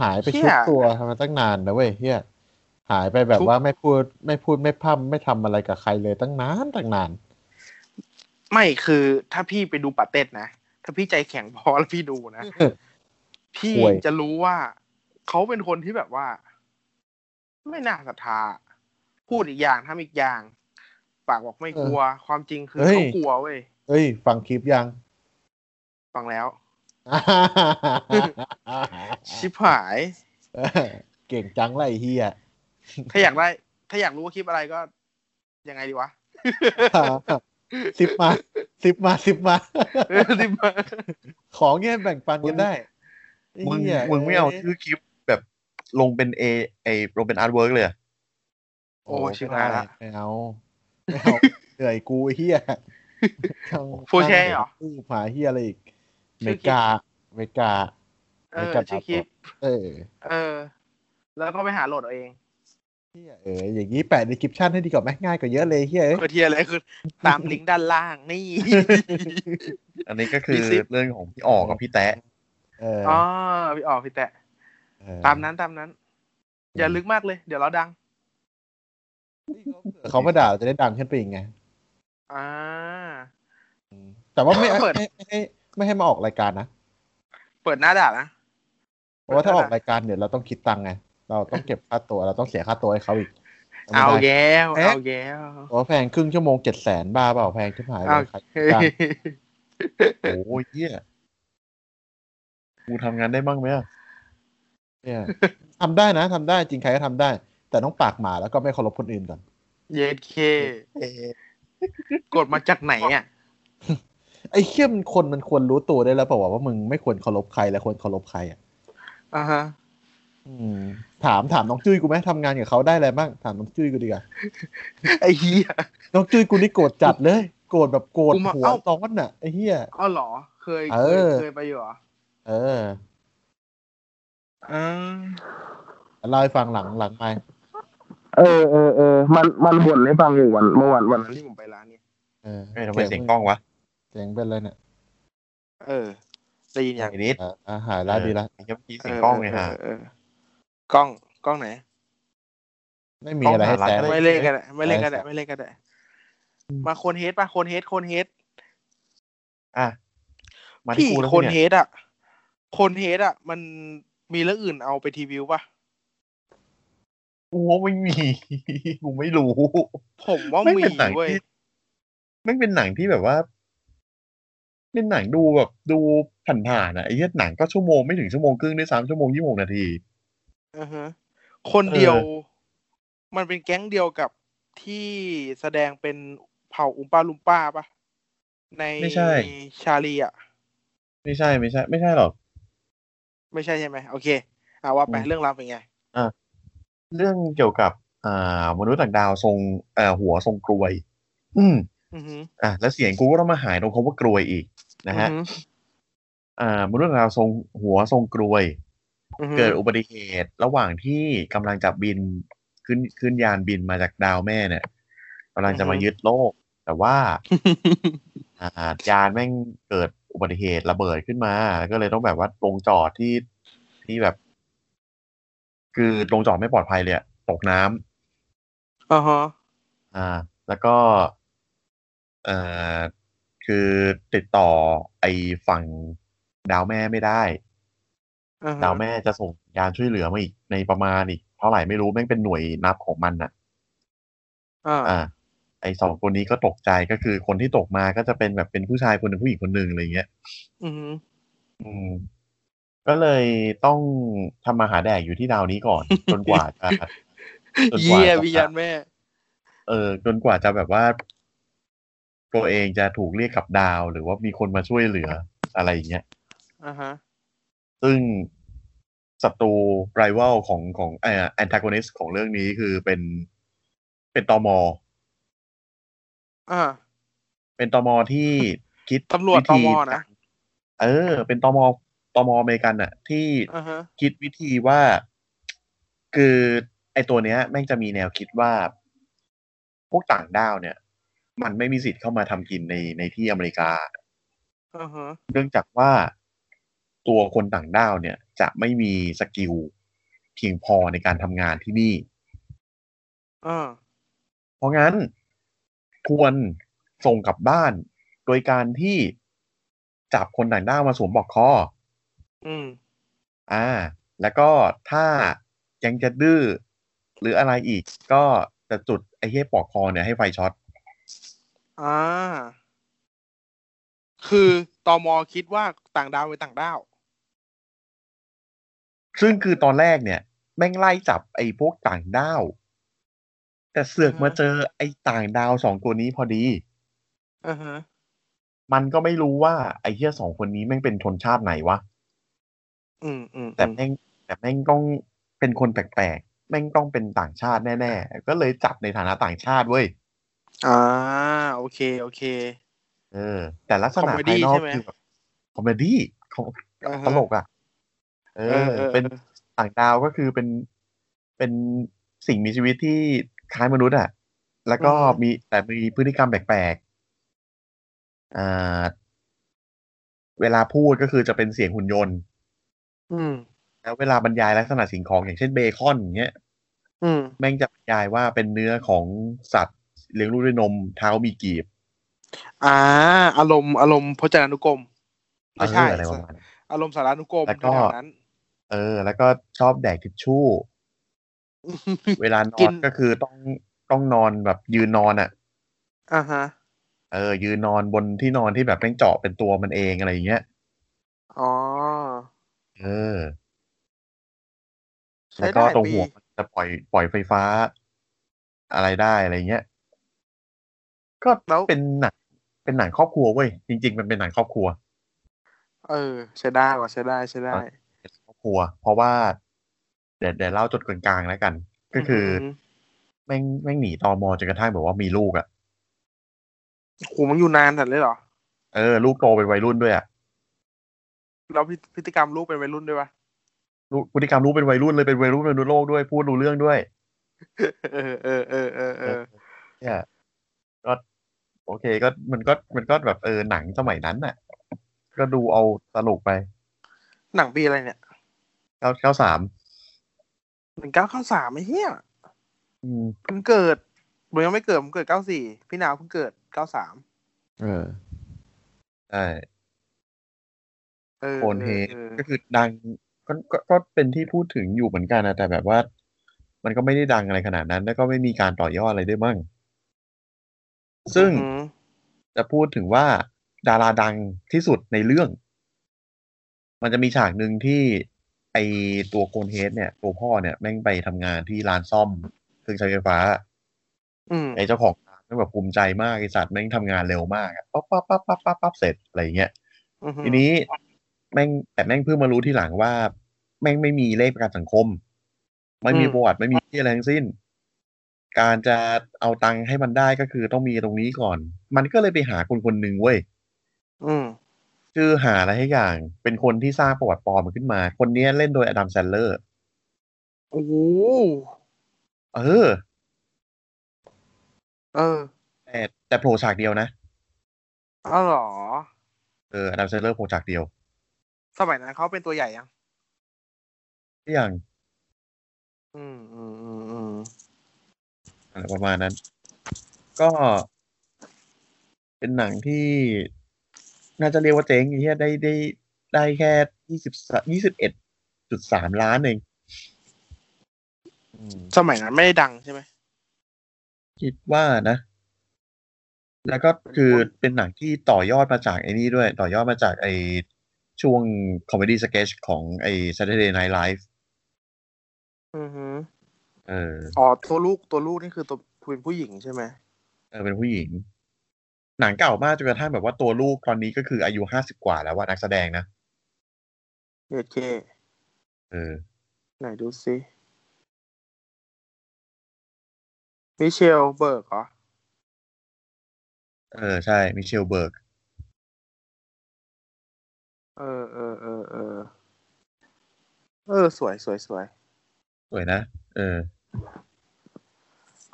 A: หายไป
D: เหี้
A: ชุด
D: ย
A: ตัวทำมาตั้งนานนะเว้ยเฮียหายไปแบบว่าไม่พูดไม่พูดไม่พร่ำไม่ทำอะไรกับใครเลยตั้งนานตั้งนาน
D: ไม่คือถ้าพี่ไปดูปาเต็ดนะ ถ้าพี่ใจแข็งพอแล้วพี่ดู นะ พี่
A: ห่วย
D: จะรู้ว่าเขาเป็นคนที่แบบว่า ไม่น่าศรัทธา พูดอีกอย่างทำอีกอย่าง ปากบอกไม่กลัว ความจริงคือ
A: เฮ้ย
D: เขากลัวเว้ย
A: เอ้ย ฟังคลิป ยัง
D: ฟังแล้ว ชิบหาย
A: เก่งจังไรเฮีย
D: ถ้าอยากได้ ถ้าอยากรู้ว่าคลิปอะไรก็ยังไงดีวะ
A: สิบมาสิบมาสิบมา
D: เอ อสิมา
A: ของเงี้ยแบ่งปันกันได้
E: มึง
A: เหี้ย
E: มึงไม่เอาชื่อคลิปแบบลงเป็นเอไอลงเป็นอาร์ตเวิร์กเลยเหรอ
D: โอ้ชิบหายละ
A: ไม่เอาไม่ เอาเหนื่อยกูไอ้เฮียทั้ง
D: โฟแชร์เหรอ
A: รูปหาเฮียอะไรอีกเมกาเมกา
D: เออ
A: ไม่กลับมา
D: ชื่อคลิป
A: เออ
D: เออ แล้วก็ไปหาโหลดเอาเอง
A: เฮียเอออย่างนี้แปะในคลิปชั่นให้ดีกว่าไหมง่ายกว่าเยอะเลยเฮียเอ้ย
D: เพื่อที่อะไร คือ ตามลิงก์ด้านล่าง นี่
E: อันนี้ก็คือ
D: มีสิบ
E: เรื่องของพี่ออกกับพี่แตะ
A: เออ
D: อ๋อพี่ออกพี่แตะ
A: เออ
D: ตามนั้นตามนั้น อย่าลึกมากเลย เดี๋ยวเราดัง
A: เขามาด่าเราจะได้ดังขึ้นไปอีกไง
D: อ่า
A: แต่ว่าไม่
D: เปิด
A: ไม่ไม่ให้ไม่ให้มาออกรายการนะ
D: เปิดหน้าด่านะ
A: เพราะว่าถ้าออกรายการเนี่ยเราต้องคิดตังค์ไง เราต้องเก็บค่าตัว เราต้องเสียค่าตัวให้เขาอีก
D: เอา
A: ไม่ได้
D: แย้ว
A: เอ๊ะ
D: เอาแย้ว
A: โอ้แพงครึ่งชั่วโมงเจ็ดแสนบ้าเปล่าแพงชิบหายเล
D: เอา
A: ยใครจ้าง
E: โอ้ยเฮียกูทำงานได้บ้างไหมอะ
A: เนี่ย ทำได้นะทำได้จริงใครก็ทำได้ แต่ต้องปากหมาแล้วก็ไม่เคารพคนอื่นก่อน
D: เย็ดเค กดมาจากไหนอ่ะ
A: ไอ้เขี้ยมนคนมันควรรู้ตัวได้แล้วเปล่าวะว่ามึงไม่ควรเคารพใครและควรเคารพใครอ่ะ
D: อ่าฮะ
A: อืม ถามถามน้องจุ้ยกูไหมทำงานกับเขาได้อะไรบ้างถามน้องจุ้ยกูดีกว่า
D: ไอ้เหี้ย
A: น้องจุ้ยกูนี่โกรธจัดเลย โกรธแบบโกรธ
D: กูมา
A: หัว
D: เอ้า
A: ตอนน่ะไอ้เหี้ย
D: เอาเหรอ เคย
A: เอ
D: เคย
A: อ
D: เคยไปอยู่เหรอ
A: เออ
D: อ่า
A: เล่าให้ฟังหลังหลังไป
F: เออเออเออมันมันบ่นให้ฟังอยู่วันเมื่อวันวัน
D: วัน
F: นั้น
D: ที่ผมไปร้านเนี่ย
A: เออ
E: เอ้ยทำไมเสียงกล้องวะ
A: เสียงเป็นเลยเนี่ย
D: เออ ได้ยินยัง
E: ไอ้นิด
A: อ่ะอ่ะหายละดีละ
E: ไอ้เหี้ยเมื่อกี้เสียงกล้องไงฮะ
D: เออเออเออกล้อง กล้องไหน
A: ไม่มีอะไรให้แซะ
E: เออ
D: ไม่เล่นกันแหละไม่เล่นกันแหละไม่เล่นกันแหละมาโคนเฮดป่ะโคนเฮดโคนเฮด
E: อ่ะมาที่
D: พี่
E: กูแล้ว
D: โคน
E: เนี่ย
D: เฮดอ่ะโคนเฮดอ่ะ มันมีเรื่องอื่นเอาไปทีวิวป่ะ
E: กูว่าไม่มี กูไม่รู้
D: ผมว่า
E: ไม่
D: มี
E: เป็นหนัง
D: เว้ย
E: ที่ไม่เป็นหนังที่แบบว่า เป็นหนังดูแบบดูผ่านๆอ่ะไอ้เหี้ยหนังก็ชั่วโมงไม่ถึงชั่วโมงครึ่งด้วยซ้ำชั่วโมงยี่สิบหกนาที
D: อือฮะคนเดียว มันเป็นแก๊งเดียวกับที่แสดงเป็นเผ่าอุมป้าลุมป้าป่ะ ใน
E: ไม่ใช่
D: ชาลีอ่ะ
E: ไม่ใช่ไม่ใช่ ไม่ใช่หรอก
D: ไม่ใช่ใช่ไหมโอเคอ่าว่าไป
E: อืม
D: เรื่องราวเป็นไง
E: เรื่องเกี่ยวกับ อ่ามนุษย์ต่างดาวทรงเอ่อหัวทรงกลวย อืม
D: อือฮึ
E: อ่ะแล้วเสียงกูก็ต้องมาหายตรงคำว่ากลวยอีกนะฮะ
D: อือฮึ
E: อ่ามนุษย์ต่างดาวทรงหัวทรงกลวย
D: อือฮึ
E: เกิดอุบัติเหตุระหว่างที่กำลังจะบินขึ้นขึ้นยานบินมาจากดาวแม่เนี่ยกำลังจะมายึดโลก แต่ว่า อ่ายานแม่งเกิดอุบัติเหตุระเบิดขึ้นมา แล้วก็เลยต้องแบบว่าลงจอดที่ที่แบบ คือลงจอดไม่ปลอดภัยเลยอะตกน้ำ
D: อ่าฮะ
E: อ่า แล้วก็เอ่อคือติดต่อไอ้ฝั่งดาวแม่ไม่ได้
D: อ่าฮะ
E: ดาวแม่จะส่ง การช่วยเหลือมาอีกในประมาณอีกเท่าไหร่ไม่รู้แม่งเป็นหน่วยนับของมันน่ะ
D: อ่า
E: อ่า ไอสองคนนี้ก็ตกใจก็คือคนที่ตกมาก็จะเป็นแบบเป็นผู้ชายคนหนึ่งผู้หญิงคนหนึ่งอะไรเงี้ย
D: อืม
E: อืม ก็เลยต้องทำมาหาแดกอยู่ที่ดาวนี้ก่อน จนกว่าจะจนก
D: เยี่ย
E: จะ
D: วิญญาณแม่
E: เออจนกว่าจะแบบว่า ตัวเองจะถูกเรียกกลับดาว หรือว่ามีคนมาช่วยเหลืออะไรอย่างเงี้ย
D: อ่าฮะ
E: ซึ่งศัตรูไรวัลของของเอ่อแอนตากอนิสของเรื่องนี้คือเป็นเป็นตอมอ
D: อ่า
E: เป็นตอมอที่คิด
D: ตำรวจ
E: ธี
D: ตมนะ
E: เออ เป็นตอมอตมออเมริกันอะที่
D: อ่าฮะ
E: คิดวิธีว่า คือไอตัวเนี้ย แม่งจะมีแนวคิดว่า พวกต่างด้าวเนี่ย มันไม่มีสิทธิ์เข้ามาทำกินในในที่อเมริกา
D: อ่าฮะ
E: เนื่องจากว่าตัวคนต่างด้าวเนี่ย จะไม่มีสกิลเพียงพอในการทำงานที่นี่
D: อ่า
E: เพราะงั้นควรส่งกลับบ้าน โดยการที่จับคนต่างด้าวมาสวมบอกคอ
D: อืม
E: อ่า แล้วก็ถ้ายังจะดื้อหรืออะไรอีก ก็จะจุดไอ้เหี้ยปอกคอเนี่ยให้ไฟช็อต
D: อ่า คือตมคิดว่าต่างดาวเป็นต่างด้าว
E: ซึ่งคือตอนแรกเนี่ย แม่งไล่จับไอ้พวกต่างด้าว แต่เสือก
D: อือฮะ
E: มาเจอไอ้ต่างดาวสองตัวนี้พอดี
D: อ่าฮะ
E: มันก็ไม่รู้ว่าไอ้เหี้ยสองคนนี้แม่งเป็นชนชาติไหนวะ
D: อืมอืม
E: แต่แม่งแต่แม่งต้องเป็นคนแปลกๆ แม่งต้องเป็นต่างชาติแน่ๆ ก็เลยจับในฐานะต่างชาติเว้ย
D: อ่า โอเค โอเค
E: เออ แต่ลักษณะ
D: Comedy
E: ภายนอ
D: ใช่
E: ก
D: ไหม
E: คือแบบคอมเมดี้
D: อ่าฮะ
E: ตลกอ่ะ เอ
D: เออ
E: อ
D: เออ
E: เป็นต่างดาวก็คือเป็นเป็นสิ่งมีชีวิตที่คล้ายมนุษย์อ่ะ แล้วก็
D: อือฮึ
E: มีแต่มีพฤติกรรมแปลกๆ อ่า เวลาพูดก็คือจะเป็นเสียงหุ่นยนต์
D: อืม
E: แล้วเวลาบรรยายลักษณะสิ่งของอย่างเช่นเบคอนอย่างเงี้ย
D: อืม
E: แม่งจะบรรยายว่าเป็นเนื้อของสัตว์เลี้ยงลูกด้วยนมเท้ามีกีบ
D: อ่า อารมณ์ อารมณ์พจนานุกรม ไม่ใช่
E: เอออะไรประมาณนั้น
D: อารมณ์สารานุกรม
E: แล้วก็
D: แถวๆนั้น
E: เออ แล้วก็ชอบแดกทิชชู่ เวลาน
D: กิ
E: อน
D: น
E: ก็คือต้องต้องนอนแบบยืนนอนอะ่ะ
D: อ่าฮะ
E: เออ ยืนนอนบนที่นอนที่แบบแม่งเจาะเป็นตัวมันเองอะไรอย่างเงี้ย
D: อ๋อ
E: เออ
D: ใช้
E: แล้ว
D: ได้
E: ก็ตรง
D: ปี
E: หัวมันจะปล่อยปล่อยไฟฟ้า อะไรได้อะไรเงี้ย ก็
D: แล้ว
E: เป็นหนังเป็นหนังครอบครัวเว้ยจริง ๆ มันเป็นหนังครอบครัว
D: เออ ใช้ได้ว่ะใช้ได้ ใช้ได้
E: ครอบครัว เพราะว่าเดี๋ยวเดี๋ยวเล่าจดกลางๆแล้วกัน ก็คืออ
D: ม
E: แม่งแม่งหนีตอมอจนกระทั่งแบบว่ามีลูกอะ่ะ
D: โหมันอยู่นานถัดเลยเหรอ
E: เออลูกโตเป็นวัยรุ่นด้วยอะ่ะ
D: แล้วพฤพฤติกรรมลูกเป็นวัยรุ่นด้วยปะ
E: ลูกพฤติกรรมลูกเป็นวัยรุ่นเลยเป็นวัยรุ่นเป็นรุ่นโลกด้วยพูดรู้เรื่องด้วย
D: เออเออเออเออเออ
E: เนี่ยก็โอเคก็มันก็มันก็แบบเออหนังสมัยนั้นน่ะ ก็ดูเอาสนุกไป
D: หนังปีอะไรเนี่ย
E: เก้าเก้าสาม
D: หนึ่งเก้าเก้าสามไอ้เหี้ย
E: อืม
D: เพิ่งเกิดผมยังไม่เกิดผมเกิดเก้าสี่พี่นาวเพิ่งเกิดเก้าสาม
A: เออ
E: ใช่
D: เออ
E: โคนเฮ
D: ออ
E: ก็คือดังก็ก็ก็เป็นที่พูดถึงอยู่เหมือนกันนะแต่แบบว่า มันก็ไม่ได้ดังอะไรขนาดนั้น แล้วก็ไม่มีการต่อยอดอะไรด้วยมั้งซึ่ง
D: อืม
E: จะพูดถึงว่าดาราดังที่สุดในเรื่อง มันจะมีฉากหนึ่งที่ไอตัวโกนเฮดเนี่ย ตัวพ่อเนี่ยแม่งไปทำงานที่ร้านซ่อมเครื่องใช้ไฟฟ้า
D: อืม
E: ไอเจ้าของร้านแม่งแบบภูมิใจมากไอสัตว์แม่งทำงานเร็วมากอะปั๊บปั๊บปั๊บปั๊บปั๊บปั๊บเสร็จอะไรอย่างเงี้ย
D: อือฮึ
E: ทีนี้แม่งแต่แม่งเพิ่งมารู้ทีหลังว่า แม่งไม่มีเลขประกันสังคม ไม่มีประวัติไม่มีที่อะไรทั้งสิ้น การจะเอาตังค์ให้มันได้ก็คือต้องมีตรงนี้ก่อน มันก็เลยไปหาคนคนหนึ่งเว้ย
D: อืม
E: ชื่อหาอะไรให้อย่าง เป็นคนที่สร้างประวัติปลอมมันขึ้นมา คนนี้เล่นโดยอดัมแซนเลอร์
D: โอ้โห
E: เออ
D: เออ
E: แต่แต่โผล่ฉากเดียวนะ
D: เอ้าวเหรอ
E: เอออดัมแซนเลอร์โผล่ฉากเดียว
D: สมัยนั้นเขาเป็นตัวใหญ่ยัง
E: อย่าง
D: อืมอืมอืมอืม
E: อะไรประมาณนั้น ก็ เป็นหนังที่ น่าจะเรียกว่าเจ๊งไอ้เหี้ยได้ได้ได้แค่ยี่สิบยี่สิบเอ็ดจุดสามล้านเอง
A: อืม
D: สมัยนั้นไม่ได้ดังใช่ไหม
E: คิดว่านะ แล้วก็คือเป็นหนังที่ต่อยอดมาจากไอ้นี่ด้วย ต่อยอดมาจากไอ้ช่วงคอมเมดี้สเก h ของไอ้ Saturday Night Live
D: อือฮึ
E: เออ
D: อ๋อตัวลูกตัวลูกนี่คือตัวเป็นผู้หญิงใช่ไหม
E: เออเป็นผู้หญิง หนังเก่ามากจนกระทั่งแบบว่าตัวลูกตอนนี้ก็คืออายุห้าสิบกว่าแล้วว่านักแสดงนะ
D: เอเค
E: เออ
D: ไหนดูซิมิเชลเบิร์กเหรอ
E: เออ ใช่ มิเชลเบิร์ก
D: เออเออเออเออเออ สวยสวยสวย
E: สวยนะ เออ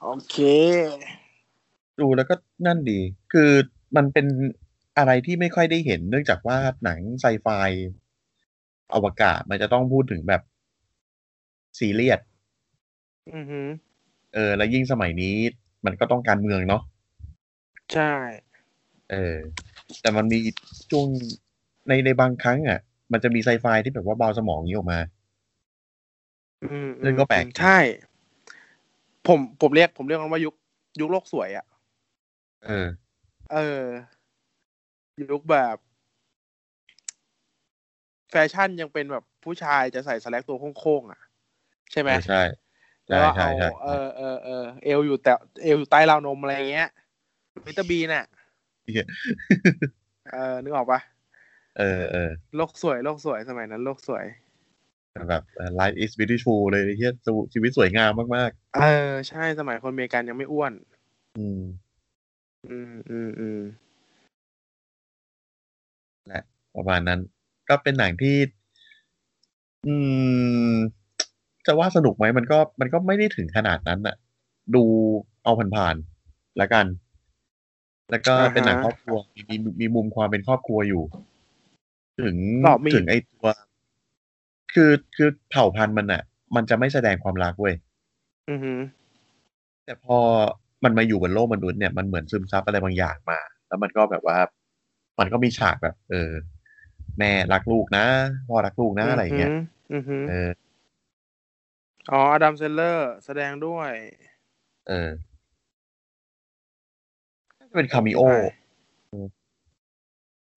D: โอเค
E: ดูแล้วก็นั่นดี คือมันเป็นอะไรที่ไม่ค่อยได้เห็น เนื่องจากว่าหนังไซไฟอวกาศมันจะต้องพูดถึงแบบซีเรียส
D: อือฮึ
E: เออ แล้วยิ่งสมัยนี้มันก็ต้องการเมืองเนาะ
D: ใช่
E: เออ แต่มันมีช่วงในในบางครั้งอ่ะ มันจะมีไซไฟที่แบบว่าเบาสมองนี้ออกมา
D: อืม
E: เรื่องก็แปลก
D: ใช่ ผมผมเรียกผมเรียกมันว่ายุค ยุคโลกสวยอะ่ะ
E: เออ
D: เออ ยุคแบบ แฟชั่นยังเป็นแบบผู้ชายจะใส่สแลกตัวโค้งๆอะ่ะ ใช่ไหม
E: เออใช่ใช่
D: แล้วก็
E: ใช่
D: เอา
E: ใช่
D: เออเออเออเอวอยู่แต่เอวอยู่ใต้ราวนมอะไรเงี้ยมิสเตอร์บีน่ะเออนึกออกปะ
E: เออเออ
D: โลกสวยโลกสวยสมัยนั้น โลกสวย
E: แบบ life is beautiful เลยไอ้เฮียชีวิตสวยงามมาก
D: เออ ใช่สมัยคนอเมริกันยังไม่อ้วน
E: ๆ อืม
D: อืมอืมอืม
E: ประมาณนั้น ก็เป็นหนังที่ อืม จะว่าสนุกไหมมันก็ มันก็ไม่ได้ถึงขนาดนั้นอะดูเอาผ่านๆแล้วกัน แล้วก็เป็นหนังครอบครัวมีมีมีมุมความเป็นครอบครัวอยู่ ถึง
D: หล่อมี
E: ถึงไอตัว คือคือเผ่าพันธุ์มันอะมันจะไม่แสดงความรักเว้ย
D: อือหือ
E: แต่พอมันมาอยู่บนโลกมนุษย์เนี่ยมันเหมือนซึมซับอะไรบางอย่างมา แล้วมันก็แบบว่า มันก็มีฉากแบบ เออ แม่รักลูกนะพ่อรักลูกนะอะไรอย่างเงี้ย
D: อือหือ
E: เออ
D: อ๋ออดัมเซลเลอร์แสดงด้วย
E: เออน่าจะเป็นคาเมิโอ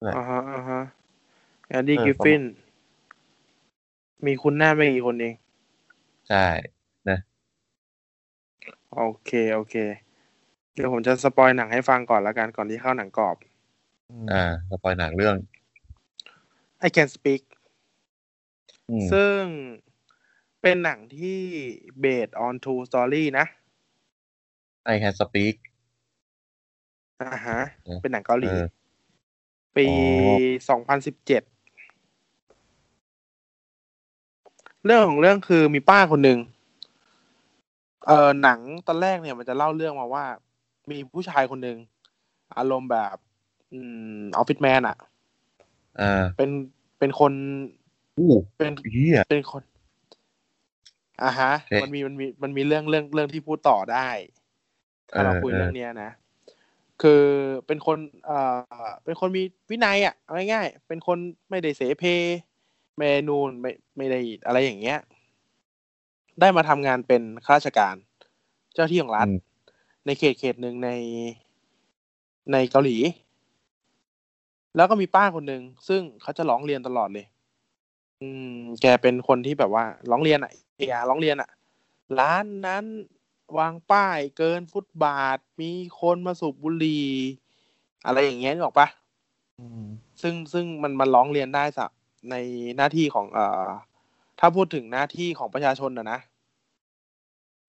E: ใช่
D: อ่าฮะอ่าฮะแอนดี้
E: เออ
D: กิฟฟิน มีคุณหน้าไม่กี่คนเอง
E: ใช่
D: โอเค โอเค เดี๋ยวผมจะสปอยหนังให้ฟังก่อนละกันก่อนที่เข้าหนังกรอบ
E: อ่าสปอยหนังเรื่อง
D: I can speak
E: อืม
D: ซึ่งเป็นหนังที่เบสออนทูสตอรี่นะ
E: ไอแฮสปีก
D: อ่าฮะ
E: เออ
D: เป็นหนังเกาหลี
E: เออ
D: ปี
E: อ๋
D: สองพันสิบเจ็ด เรื่องของเรื่องคือมีป้าคนหนึ่ง เออหนังตอนแรกเนี่ยมันจะเล่าเรื่องมาว่า มีผู้ชายคนหนึ่งอารมณ์แบบ อืมออฟฟิศแมนอะ
E: อ่า
D: เป็นเป็นคน
E: อู้
D: เป็น
E: เฮีย
D: เป็นคนอ่าฮะ
E: โอเค
D: มันมีมันมีมันมีเรื่องเรื่องเรื่องที่พูดต่อได้ ถ้าเรา
E: เออ
D: คุย
E: เออ
D: เรื่องเนี้ยนะ คือเป็นคนเอ่อเป็นคนมีวินัยอ่ะเอาง่ายๆเป็นคนไม่ได้เสเพไม่ได้นูนไม่ไม่ได้อะไรอย่างเงี้ย ได้มาทำงานเป็นข้าราชการ เจ้าที่ของรัฐ ในเขตเขตหนึ่งในในเกาหลี แล้วก็มีป้าคนหนึ่งซึ่งเขาจะร้องเรียนตลอดเลย อืม แกเป็นคนที่แบบว่า ร้องเรียนอ่ะเอยร้องเรียนอ่ะ ร้านนั้น วางป้ายเกินฟุตบาท มีคนมาสูบบุหรี่อะไรอย่างเงี้ยนึกออกปะซึ่งซึ่งมันมันร้องเรียนได้สะในหน้าที่ของเอ่อถ้าพูดถึงหน้าที่ของประชาชนนะนะ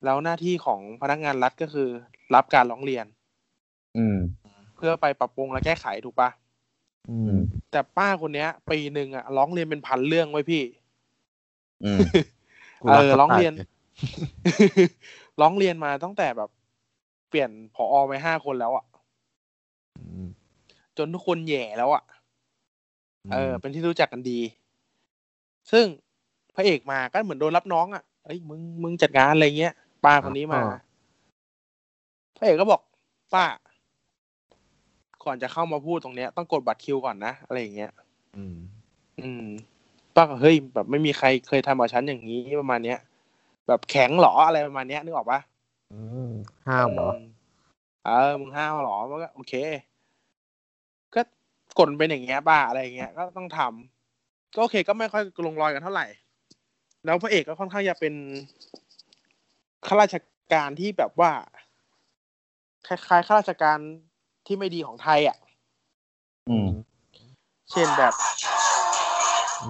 D: แล้วหน้าที่ของพนักงานรัฐก็คือ รับการร้องเรียน
E: อืม
D: เพื่อไปปรับปรุงและแก้ไขถูกปะ
E: อืม
D: แต่ป้าคนเนี้ย ปีหนึ่งอะร้องเรียนเป็นพันเรื่องไว้ยพี่
E: อืม
A: กูรัก
D: เออร้องเรียน
A: สไต ล์
D: ร้องเรียนมาตั้งแต่แบบ เปลี่ยนผอไปห้าคนแล้วอะ
A: อืม
D: จนทุกคนแหย่แล้วอะ่ะ เออ เป็นที่รู้จักกันดี ซึ่งพระเอกมาก็เหมือนโดนรับน้องอะ่ะ เอ้ย มึง มึงจัดงานอะไรเงี้ย ป้าคนนี้มา พระเอกก็บอก ป้า ก่อนจะเข้ามาพูดตรงเนี้ย ต้องกดบัตรคิวก่อนนะ อะไรอย่างเงี้ย
A: อืม
D: อืม ป้าก็เฮ้ย แบบไม่มีใครเคยทำกับฉันอย่างนี้ประมาณเนี้ย แบบแข็งเหรออะไรประมาณเนี้ยนึกออกปะ
A: อืมห้ามเหรอ
D: มเออ มึงห้าวเหรอมันก็โอเค ก็กลเป็นอย่างเงี้ยบ้าอะไรอย่างเงี้ย ก็ต้องทำก็โอเค ก็ไม่ค่อยลงรอยกันเท่าไหร่ แล้วพระเอกก็ค่อนข้างจะเป็นข้าราชการที่แบบว่า คล้ายๆข้าราชการที่ไม่ดีของไทยอ่ะ
E: อืม
D: เช่นแบบ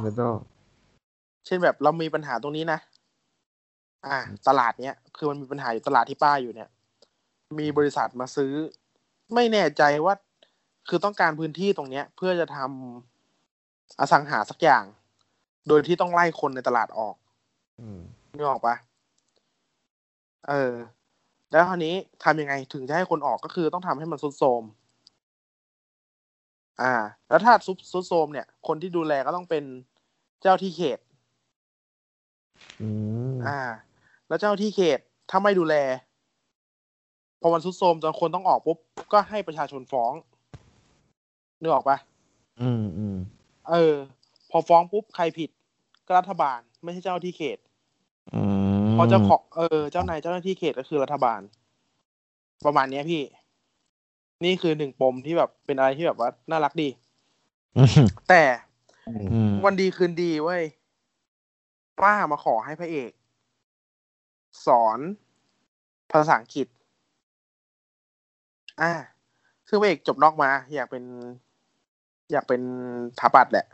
A: ไม่ต้อง
D: เช่นแบบเรามีปัญหาตรงนี้นะ อ่า ตลาดเนี้ย คือมันมีปัญหาอยู่ตลาดที่ป้าอยู่เนี่ย มีบริษัทมาซื้อ ไม่แน่ใจว่า คือต้องการพื้นที่ตรงเนี้ย เพื่อจะทำอสังหาสักอย่าง โดยที่ต้องไล่คนในตลาดออก
A: อืม
D: นึกออกปะเออ แล้วคราวนี้ทำยังไงถึงจะให้คนออกก็คือต้องทำให้มันซุดโทรม อ่า แล้วถ้าซุดซุดโทรมเนี่ย คนที่ดูแลก็ต้องเป็นเจ้าที่เขต
A: อืม
D: อ่า แล้วเจ้าที่เขตถ้าไม่ดูแล พอมันสุดโทรมจนคนต้องออกปุ๊บ ก็ให้ประชาชนฟ้องนึกออกปะ
A: อืมอืม
D: เออ พอฟ้องปุ๊บใครผิด ก็รัฐบาล ไม่ใช่เจ้าที่เขต
A: อืม
D: เพอเจ้าของเออเจ้านายเจ้าหน้าที่เขตก็คือรัฐบาล ประมาณเนี้ยพี่ นี่คือหนึ่งปมที่แบบเป็นอะไรที่แบบว่าน่ารักดี
A: อืม
D: แต่
A: อืม
D: วันดีคืนดีเว้ยป้ามาขอให้พระเอก สอนภาษาอังกฤษ อ่า ซึ่งพระเอกจบนอกมา อยากเป็น อยากเป็นถาปัดแหละ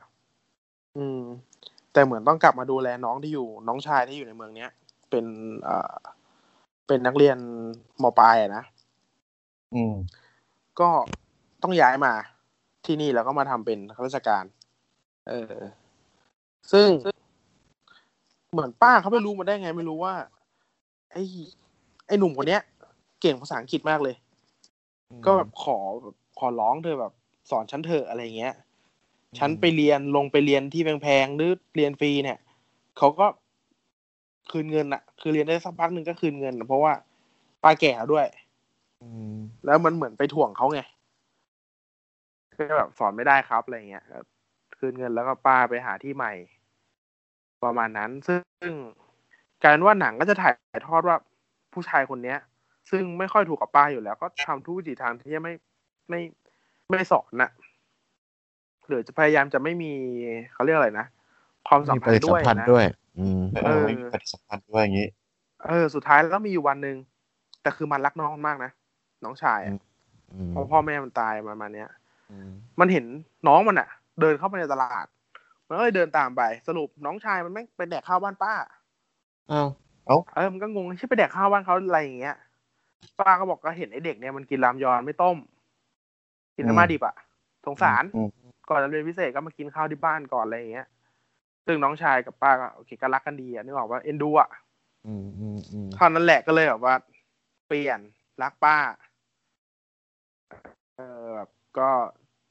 D: อืม แต่เหมือนต้องกลับมาดูแลน้องที่อยู่ น้องชายที่อยู่ในเมืองเนี้ย เป็นเอ่อเป็นนักเรียนมปลายอะนะ
E: อืม
D: ก็ต้องย้ายมาที่นี่แล้วก็มาทำเป็นข้าราชการ เออ ซึ่ง เหมือนป้าเขาไม่รู้มาได้ไง ไม่รู้ว่า ไอ้ไอ้หนุ่มคนเนี้ย เก่งภาษาอังกฤษมากเลย ก็แบบขอแบบขอร้องเธอแบบ สอนฉันเถอะอะไรเงี้ย ฉันไปเรียนลงไปเรียนที่แพงๆหรือเรียนฟรีเนี่ยเขาก็คืนเงินอะคือเรียนได้สักพักหนึ่งก็คืนเงิน เพราะว่าป้าแก่แล้วด้วย
A: อืม
D: แล้วมันเหมือนไปถ่วงเขาไงก็แบบสอนไม่ได้ครับอะไรเงี้ยก็คืนเงินแล้วก็ป้าไปหาที่ใหม่ ประมาณนั้น ซึ่งกลารว่าหนังก็จะถ่ายทอดว่าผู้ชายคนเนี้ย ซึ่งไม่ค่อยถูกกับป้าอยู่แล้ว ก็ทำทุกวิถีทางที่จะไม่ไม่ไม่สอนนะหรือจะพยายามจะไม่มีเขาเรียกอะไรนะความสัม
A: มีป
D: พัน
A: ฏิ
D: ธ์ด้วย
A: สัมพันธ์
D: นะ
A: ด้วย อืม
E: เออไม่มีปฏิสัมพันธ์ด้วยอย่างนี้
D: เออสุดท้ายแล้วมีอยู่วันหนึ่งแต่คือมันรักน้องมันมากนะน้องชายอะ
A: อืม
D: เพราะพ่อแม่มันตายประมาณเนี้ย
A: อืม
D: มันเห็นน้องมันอะเดินเข้าไปในตลาด มันก็เลยเดินตามไปสรุปน้องชายมันแม่งไปแดกข้าวบ้านป้า
A: อ้าว
D: เออมันก็งงใช่ไปแดกข้าวบ้านเขาอะไรอย่างเงี้ยป้าก็บอกก็เห็นไอ้เด็กเนี่ยมันกินรามยอนไม่ต้ม กินน้ำมาดิบอะสงสาร
E: อืม
D: ก่อนจะเรียนพิเศษก็มากินข้าวที่บ้านก่อนอะไรอย่างเงี้ย ซึ่งน้องชายกับป้าก็โอเคก็รักกันดีอะนึกออกว่าเอ็นดูอะ
A: อืมอืมอืม
D: เท่านั้นแหละก็เลยแบบว่าเปลี่ยนรักป้า เออแบบก็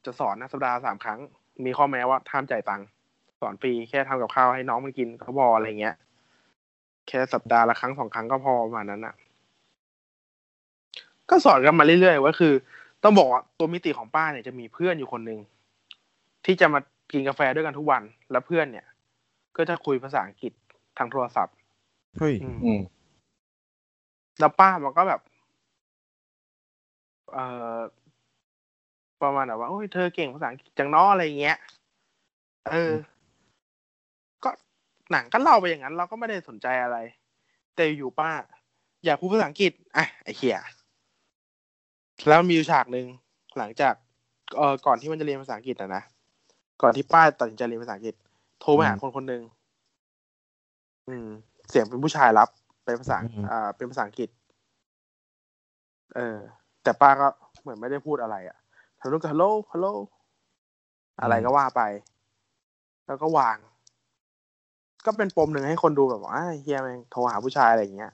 D: จะสอนนะสัปดาห์สามครั้ง มีข้อแม้ว่าห้ามจ่ายตังค์สอนฟรีแค่ทำกับข้าวให้น้องมันกินก็พออะไรเงี้ย แค่สัปดาห์ละครั้งสองครั้งก็พอประมาณนั้นอ่ะ ก็สอนกันมาเรื่อยๆว่าคือ ต้องบอกว่าตัวมิติของป้าเนี่ยจะมีเพื่อนอยู่คนหนึ่งที่จะมากินกาแฟด้วยกันทุกวัน แล้วเพื่อนเนี่ย ก็จะคุยภาษาอังกฤษทางโทรศัพท์
A: เฮ้ย
D: อืม
E: อืม
D: แล้วป้ามันก็แบบ เอ่อ ประมาณแบบว่าโอ้ยเธอเก่งภาษาอังกฤษจังเน้ออะไรอย่างเงี้ย เออ ก็หนังก็เล่าไปอย่างนั้น เราก็ไม่ได้สนใจอะไร แต่อยู่ป้า อยากพูดภาษาอังกฤษ อ่ะไอ้เหี้ยแล้วมีอยู่ฉากหนึ่งหลังจาก เอ่อ ก่อนที่มันจะเรียนภาษาอังกฤษนะนะ ก่อนที่ป้าตัดสินใจเรียนภาษาอังกฤษ โทรไปหาคนคนหนึ่งอืม เสียงเป็นผู้ชายรับ เป็นภาษาอ่า เป็นภาษาอังกฤษ เออ แต่ป้าก็เหมือนไม่ได้พูดอะไรอะ่ะทางนู้นก็ฮัลโหล ฮัลโหล อะไรก็ว่าไป แล้วก็วาง ก็เป็นปมหนึ่งให้คนดูแบบว่าอ้าวเฮียแม่งโทรหาผู้ชายอะไรอย่างเงี้ย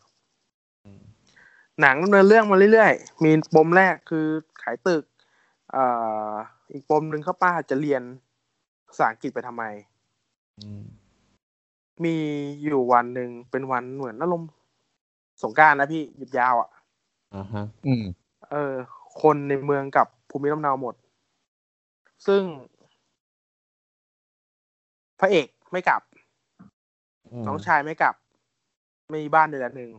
D: หนังดำเนินเรื่องมาเรื่อยๆ มีปมแรกคือขายตึก เอ่อ อีกปมหนึ่งเขาป้าจะเรียนภาษาอังกฤษไปทำไม
A: อืม
D: มีอยู่วันหนึ่งเป็นวันเหมือนอารมณ์สงกรารนะพี่หยุดยาวอะ่ะ
A: อ่าฮะ
E: อืม
D: เออ คนในเมืองกับภูมิลำเนาหมด ซึ่ง พระเอกไม่กลับ
A: ม
D: น้องชายไม่กลับ ไม่มีบ้านเดือนหนึ่ง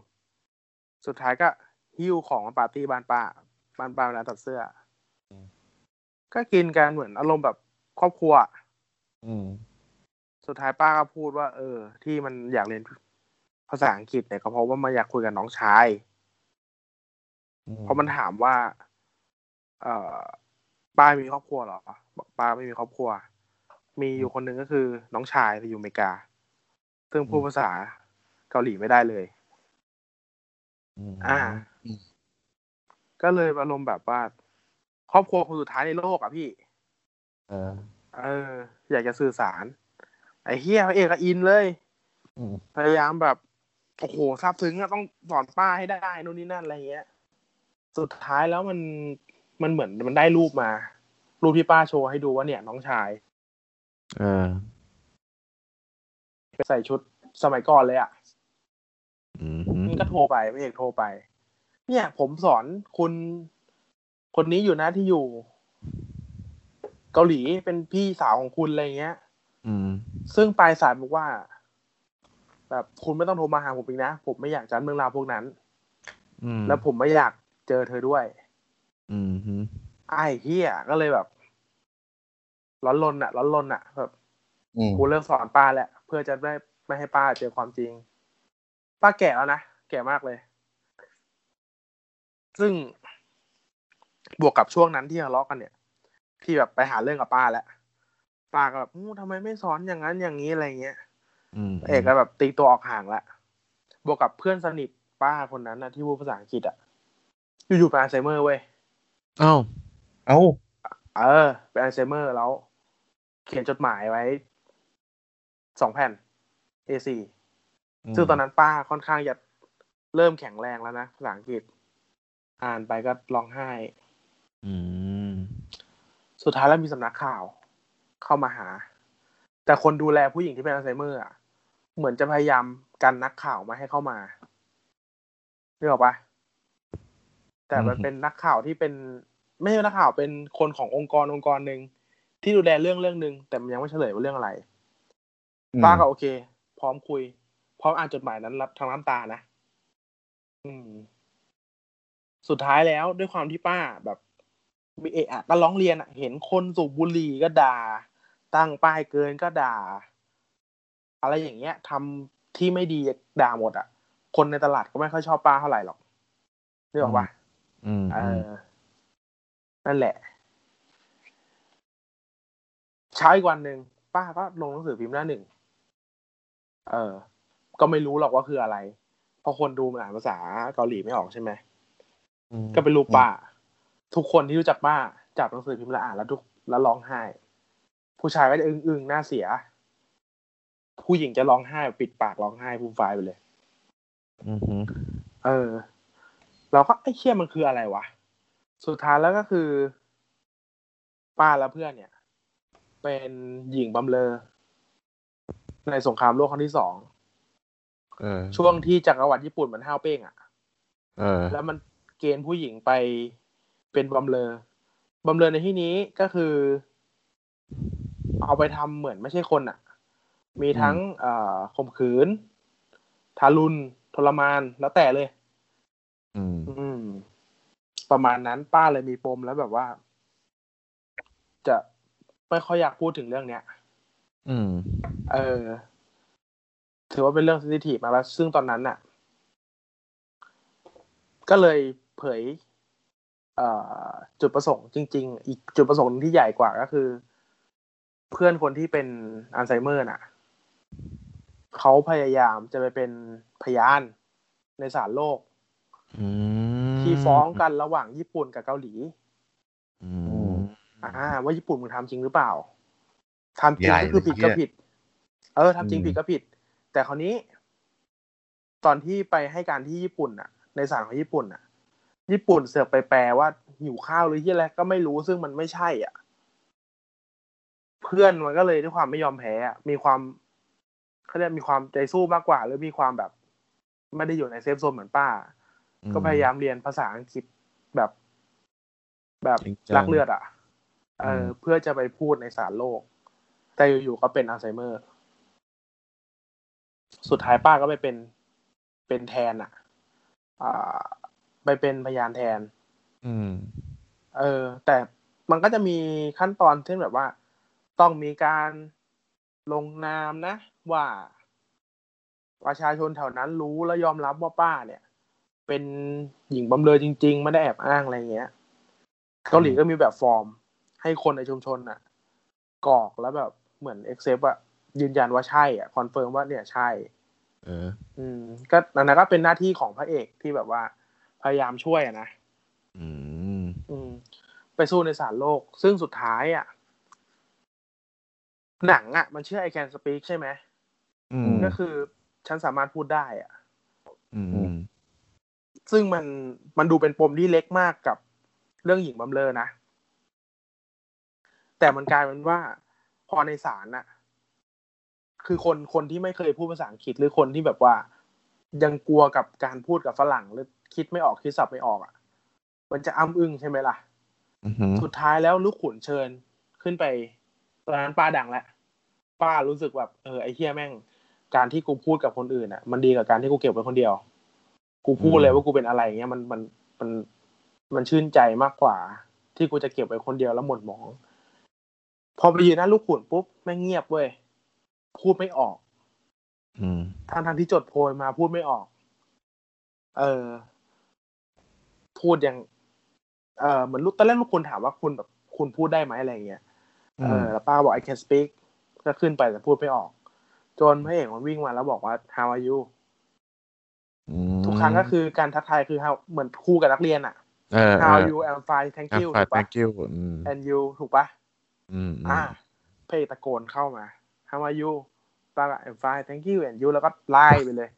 D: สุดท้ายก็หิ้วของมาปาร์ตี้บ้านป้าบ้านป้าร้านตัดเสื้ออก็กินกันเหมือนอารมณ์แบบครอบครัว
A: อืม
D: สุดท้ายป้าก็พูดว่า เออ ที่มันอยากเรียนภาษาอังกฤษเนี่ยก็เพราะว่ามันอยากคุยกับน้องชาย เพราะมันถามว่า เอ่อ ป้ามีครอบครัวเหรอบอกป้าไม่มีครอบครัว มีอยู่คนหนึ่งก็คือน้องชายแต่อยู่อเมริกา ซึ่งพูด
A: อืม
D: ภาษาเกาหลีไม่ได้เลย
A: ม
D: อ่า ก็เลยอารมณ์แบบว่า ครอบครัวคนสุดท้ายในโลกอ่ะพี่
A: เออ
D: เออ อยากจะสื่อสาร ไอ้เฮียพระเอกก็อินเลย
A: อืม
D: พยายามแบบโอ้โหซาบซึ้งอะต้องสอนป้าให้ได้นู่นนี่นั่นอะไรเงี้ย สุดท้ายแล้วมันมันเหมือนมันได้รูปมา รูปที่ป้าโชว์ให้ดูว่าเนี่ย น้องชาย
A: เออ
D: ไปใส่ชุดสมัยก่อนเลยอะ
A: อืม
D: นี่ก็โทรไปพระเอกโทรไป เนี่ย ผมสอนคุณคนนี้อยู่นะที่อยู่ เกาหลีเป็นพี่สาวของคุณอะไรเงี้ย
A: อืม
D: ซึ่งปลายสายบอกว่า แบบคุณไม่ต้องโทรมาหาผมอีกนะ ผมไม่อยากจัดเรื่องราวพวกนั้น
A: อืม
D: แล้วผมไม่อยากเจอเธอด้วย
A: อืมฮึ
D: ไอ้เฮียก็เลยแบบ ร้อนรนอะร้อนรนอะแบบ
E: อืม
D: กูเลิกสอนป้าแหละ เพื่อจะได้ไม่ให้ป้าเจอความจริง ป้าแก่แล้วนะ แก่มากเลย ซึ่งบวกกับช่วงนั้นที่ทะเลาะกันเนี่ย ที่แบบไปหาเรื่องกับป้าแล้วป้าก็แบบอู้ทำไมไม่สอนอย่างนั้นอย่างนี้อะไรเงี้ย
A: อืม
D: เอกก็แบบตีตัวออกห่างละ บวกกับเพื่อนสนิทป้าคนนั้นนะที่พูดภาษาอังกฤษอะอยู่ๆเป็นอัลไซเมอร์เว้ย
A: เอ้า
E: เอ้า
D: เออ เป็นอัลไซเมอร์แล้ว เขียนจดหมายไว้สองแผ่น A4 ซึ่งตอนนั้นป้าค่อนข้างจะเริ่มแข็งแรงแล้วนะภาษาอังกฤษ อ่านไปก็ร้องไห้
A: อืม
D: สุดท้ายแล้วมีสำนักข่าวเข้ามาหา แต่คนดูแลผู้หญิงที่เป็นอัลไซเมอร์อะเหมือนจะพยายามกันนักข่าวไมาให้เข้ามาเรียกออกปะแต่มัน
A: อืม
D: เป็นนักข่าวที่เป็น ไม่ใช่นักข่าวเป็นคนขององค์กรองค์กรหนึ่งที่ดูแลเรื่องเรื่องหนึ่งแต่มันยังไม่เฉลยว่าเรื่องอะไรป้าก็โอเค พร้อมคุย พร้อมอ่านจดหมายนั้นรับทางน้ำตานะอืม สุดท้ายแล้วด้วยความที่ป้าแบบมีเอะอะก็ร้องเรียนอะเห็นคนสูบบุหรี่ก็ด่า ตั้งป้ายเกินก็ด่า อะไรอย่างเงี้ยทำที่ไม่ดีด่าหมดอะคนในตลาดก็ไม่ค่อยชอบป้าเท่าไหร่หรอกนึกออกปะ
A: อืม
D: เออ นั่นแหละ เช้าอีกวันหนึ่งป้าก็ลงหนังสือพิมพ์หน้าหนึ่ง เออ ก็ไม่รู้หรอกว่าคืออะไร เพราะคนดูมันอ่านภาษาเกาหลีไม่ออกใช่ไหม
A: ม
D: ก็เป็นรูปป้า ทุกคนที่รู้จักป้าจับหนังสือพิมพ์และอ่านแล้วทุกแล้วร้องไห้ ผู้ชายก็จะอึ้งๆหน้าเสีย ผู้หญิงจะร้องไห้ปิดปากร้องไห้ฟูมฟายไปเลย
A: อืมฮึ
D: เออ เราก็ไอ้เชี่ยมันคืออะไรวะ สุดท้ายแล้วก็คือ ป้าและเพื่อนเนี่ย เป็นหญิงบำเลอในสงครามโลกครั้งที่สอง
A: เออ
D: ช่วงที่จักรวรรดิญี่ปุ่นมันห้าวเป้งอ่ะ
A: เออ
D: แล้วมันเกณฑ์ผู้หญิงไปเป็นบำเลอบำเลอในที่นี้ก็คือ เอาไปทำเหมือนไม่ใช่คนอะ่ะ มีทั้งเอ่อข่มขืน ทารุณทรมานแล้วแต่เลย
A: อืม
D: อืม ประมาณนั้นป้าเลยมีปมแล้วแบบว่า จะไม่ค่อยอยากพูดถึงเรื่องเนี้ย
A: อืม
D: เออ ถือว่าเป็นเรื่อง e ิ s ิทีฟมากแล้ว ซึ่งตอนนั้นน่ะ ก็เลยเผย เอ่อ จุดประสงค์จริง ๆ อีกจุดประสงค์หนึ่งที่ใหญ่กว่าก็คือ เพื่อนคนที่เป็นอัลไซเมอร์น่ะ เขาพยายามจะไปเป็นพยานในศาลโลก
A: อืม
D: ที่ฟ้องกันระหว่างญี่ปุ่นกับเกาหลี
A: อืม
D: อ่า ว่าญี่ปุ่นมึงทำจริงหรือเปล่าทำจริง
E: ใหญ่
D: ก็คือผิด
E: เลยเนี่
D: ก็
E: ย
D: ผิด เออทำจริง
A: อืม
D: ผิดก็ผิด แต่คราวนี้ ตอนที่ไปให้การที่ญี่ปุ่นน่ะ ในศาลของญี่ปุ่นน่ะ ญี่ปุ่นเสือกไปแปลว่าหิวข้าวหรือที่อะไรก็ไม่รู้ซึ่งมันไม่ใช่ อ่ะ เพื่อนมันก็เลยด้วยความไม่ยอมแพ้อะมีความเขาเรียกมีความใจสู้มากกว่า หรือมีความแบบ ไม่ได้อยู่ในเซฟโซนเหมือนป้า ก็พยายามเรียนภาษาอังกฤษแบบ แบบ
A: จริงจัง
D: รักเลือดอ่ะ เอออ
A: ม
D: เพื่อจะไปพูดในสารโลก แต่อยู่ๆก็เป็นอัลไซเมอร์ สุดท้ายป้าก็ไปเป็น เป็นแทนอะอ่า ไปเป็นพยานแทน
A: อืม
D: เออ แต่มันก็จะมีขั้นตอนเช่นแบบว่า ต้องมีการลงนามนะ ว่า ประชาชนแถวนั้นรู้และยอมรับว่าป้าเนี่ย เป็นหญิงบำเรอจริง ๆ ไม่ได้แอบอ้างอะไรเงี้ยเกาหลีก็มีแบบฟอร์ม ให้คนในชุมชนน่ะกรอกแล้วแบบเหมือนเอ็กเซปอะยืนยันว่าใช่อะคอนเฟิร์มว่าเนี่ยใช่
A: เออ
D: อืม ก็นั่นนะก็เป็นหน้าที่ของพระเอกที่แบบว่าพยายามช่วยอะนะ
A: อืม
D: อืมไปสู้ในศาลโลก ซึ่งสุดท้ายอ่ะ หนังอ่ะ มันชื่อ I Can Speak ใช่ไหม
A: อืม
D: ก็คือฉันสามารถพูดได้อ่ะ
A: อืม
D: ซึ่งมันมันดูเป็นปมที่เล็กมากกับเรื่องหญิงบำเรอนะ แต่มันกลายเป็นว่า พอในศาลน่ะ คือคนคนที่ไม่เคยพูดภาษาอังกฤษหรือคนที่แบบว่า ยังกลัวกับการพูดกับฝรั่ง หรือคิดไม่ออกคิดสับไม่ออกอ่ะ มันจะอ้ำอึ้งใช่ไหมล่ะ
A: อือหือ
D: สุดท้ายแล้วลูกขุนเชิญขึ้นไปตอนนั้นป้าดังแล้วป้ารู้สึกแบบเออไอ้เฮียแม่ง การที่กูพูดกับคนอื่นอ่ะ มันดีกับการที่กูเก็บไว้คนเดียว กูพูดเลยว่ากูเป็นอะไรเงี้ยมันมันมันมันชื่นใจมากกว่า ที่กูจะเก็บไว้คนเดียวแล้วหมดหมอง พอไปยืนหน้าลูกขุนปุ๊บแม่งเงียบเว้ยพูดไม่ออก
A: อืม
D: ทางทางๆที่จดโพยมาพูดไม่ออก เออ พูดอย่าง เออเหมือนลูกตอนแรกลูกคุณถามว่าคุณแบบคุณพูดได้ไหมอะไรอย่างเงี้ย เออ แล้วป้าบอก I can speak ก็ขึ้นไปแต่พูดไม่ออก จนพระเอกมันวิ่งมาแล้วบอกว่า how are you ทุกครั้งก็คือการทักทายคือ how เหมือนครูกับนักเรียนอะ
A: เออ
D: how are you I'm fine thank you ถูกปะ
A: thank you อืม
D: and you ถูกปะ
A: อืม
D: อ่าเพจตะโกนเข้ามา how are you ป้าก็ I'm fine thank you and you แล้วก็ไล่ไปเลย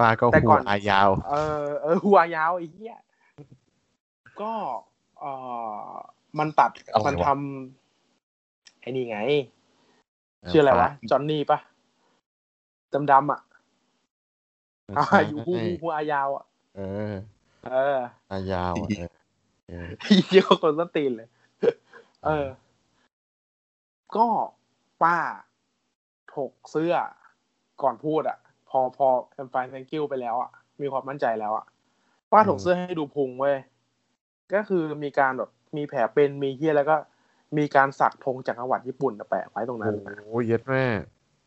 A: ป้าก็
D: แต่ก่
A: หั
D: อ
A: ว
D: น
A: อายาว
D: เออเออหัวยาวไอ้เหี้ยก็เออมันตัด
A: อะไรวะ
D: มันทำไอ้นี่ไง ชื่ออะไรวะ จอนนี่ปะดำดำๆอ่ะ
A: ไม่
D: อ่า
A: ใช่
D: อยู่หัวหัวยาวอ่ะ
A: เออ
D: เออ
A: อายาวอะเออเออ
D: ไอ้ เหี้ยอะคนต้นตีนเลย เออ ก็ป้าถกเสื้อก่อนพูดอ่ะ พอพอแอมไฟแซงกิวไปแล้วอ่ะ มีความมั่นใจแล้วอ่ะ ป้าถกเสื้อให้ดูพุงเว้ย ก็คือมีการแบบมีแผลเป็นมีเฮียแล้วก็ มีการสักธงจากจักรวรรดิญี่ปุ่นอะแปะไว้ตรงนั้น
A: โอ้ยเย็ดแม่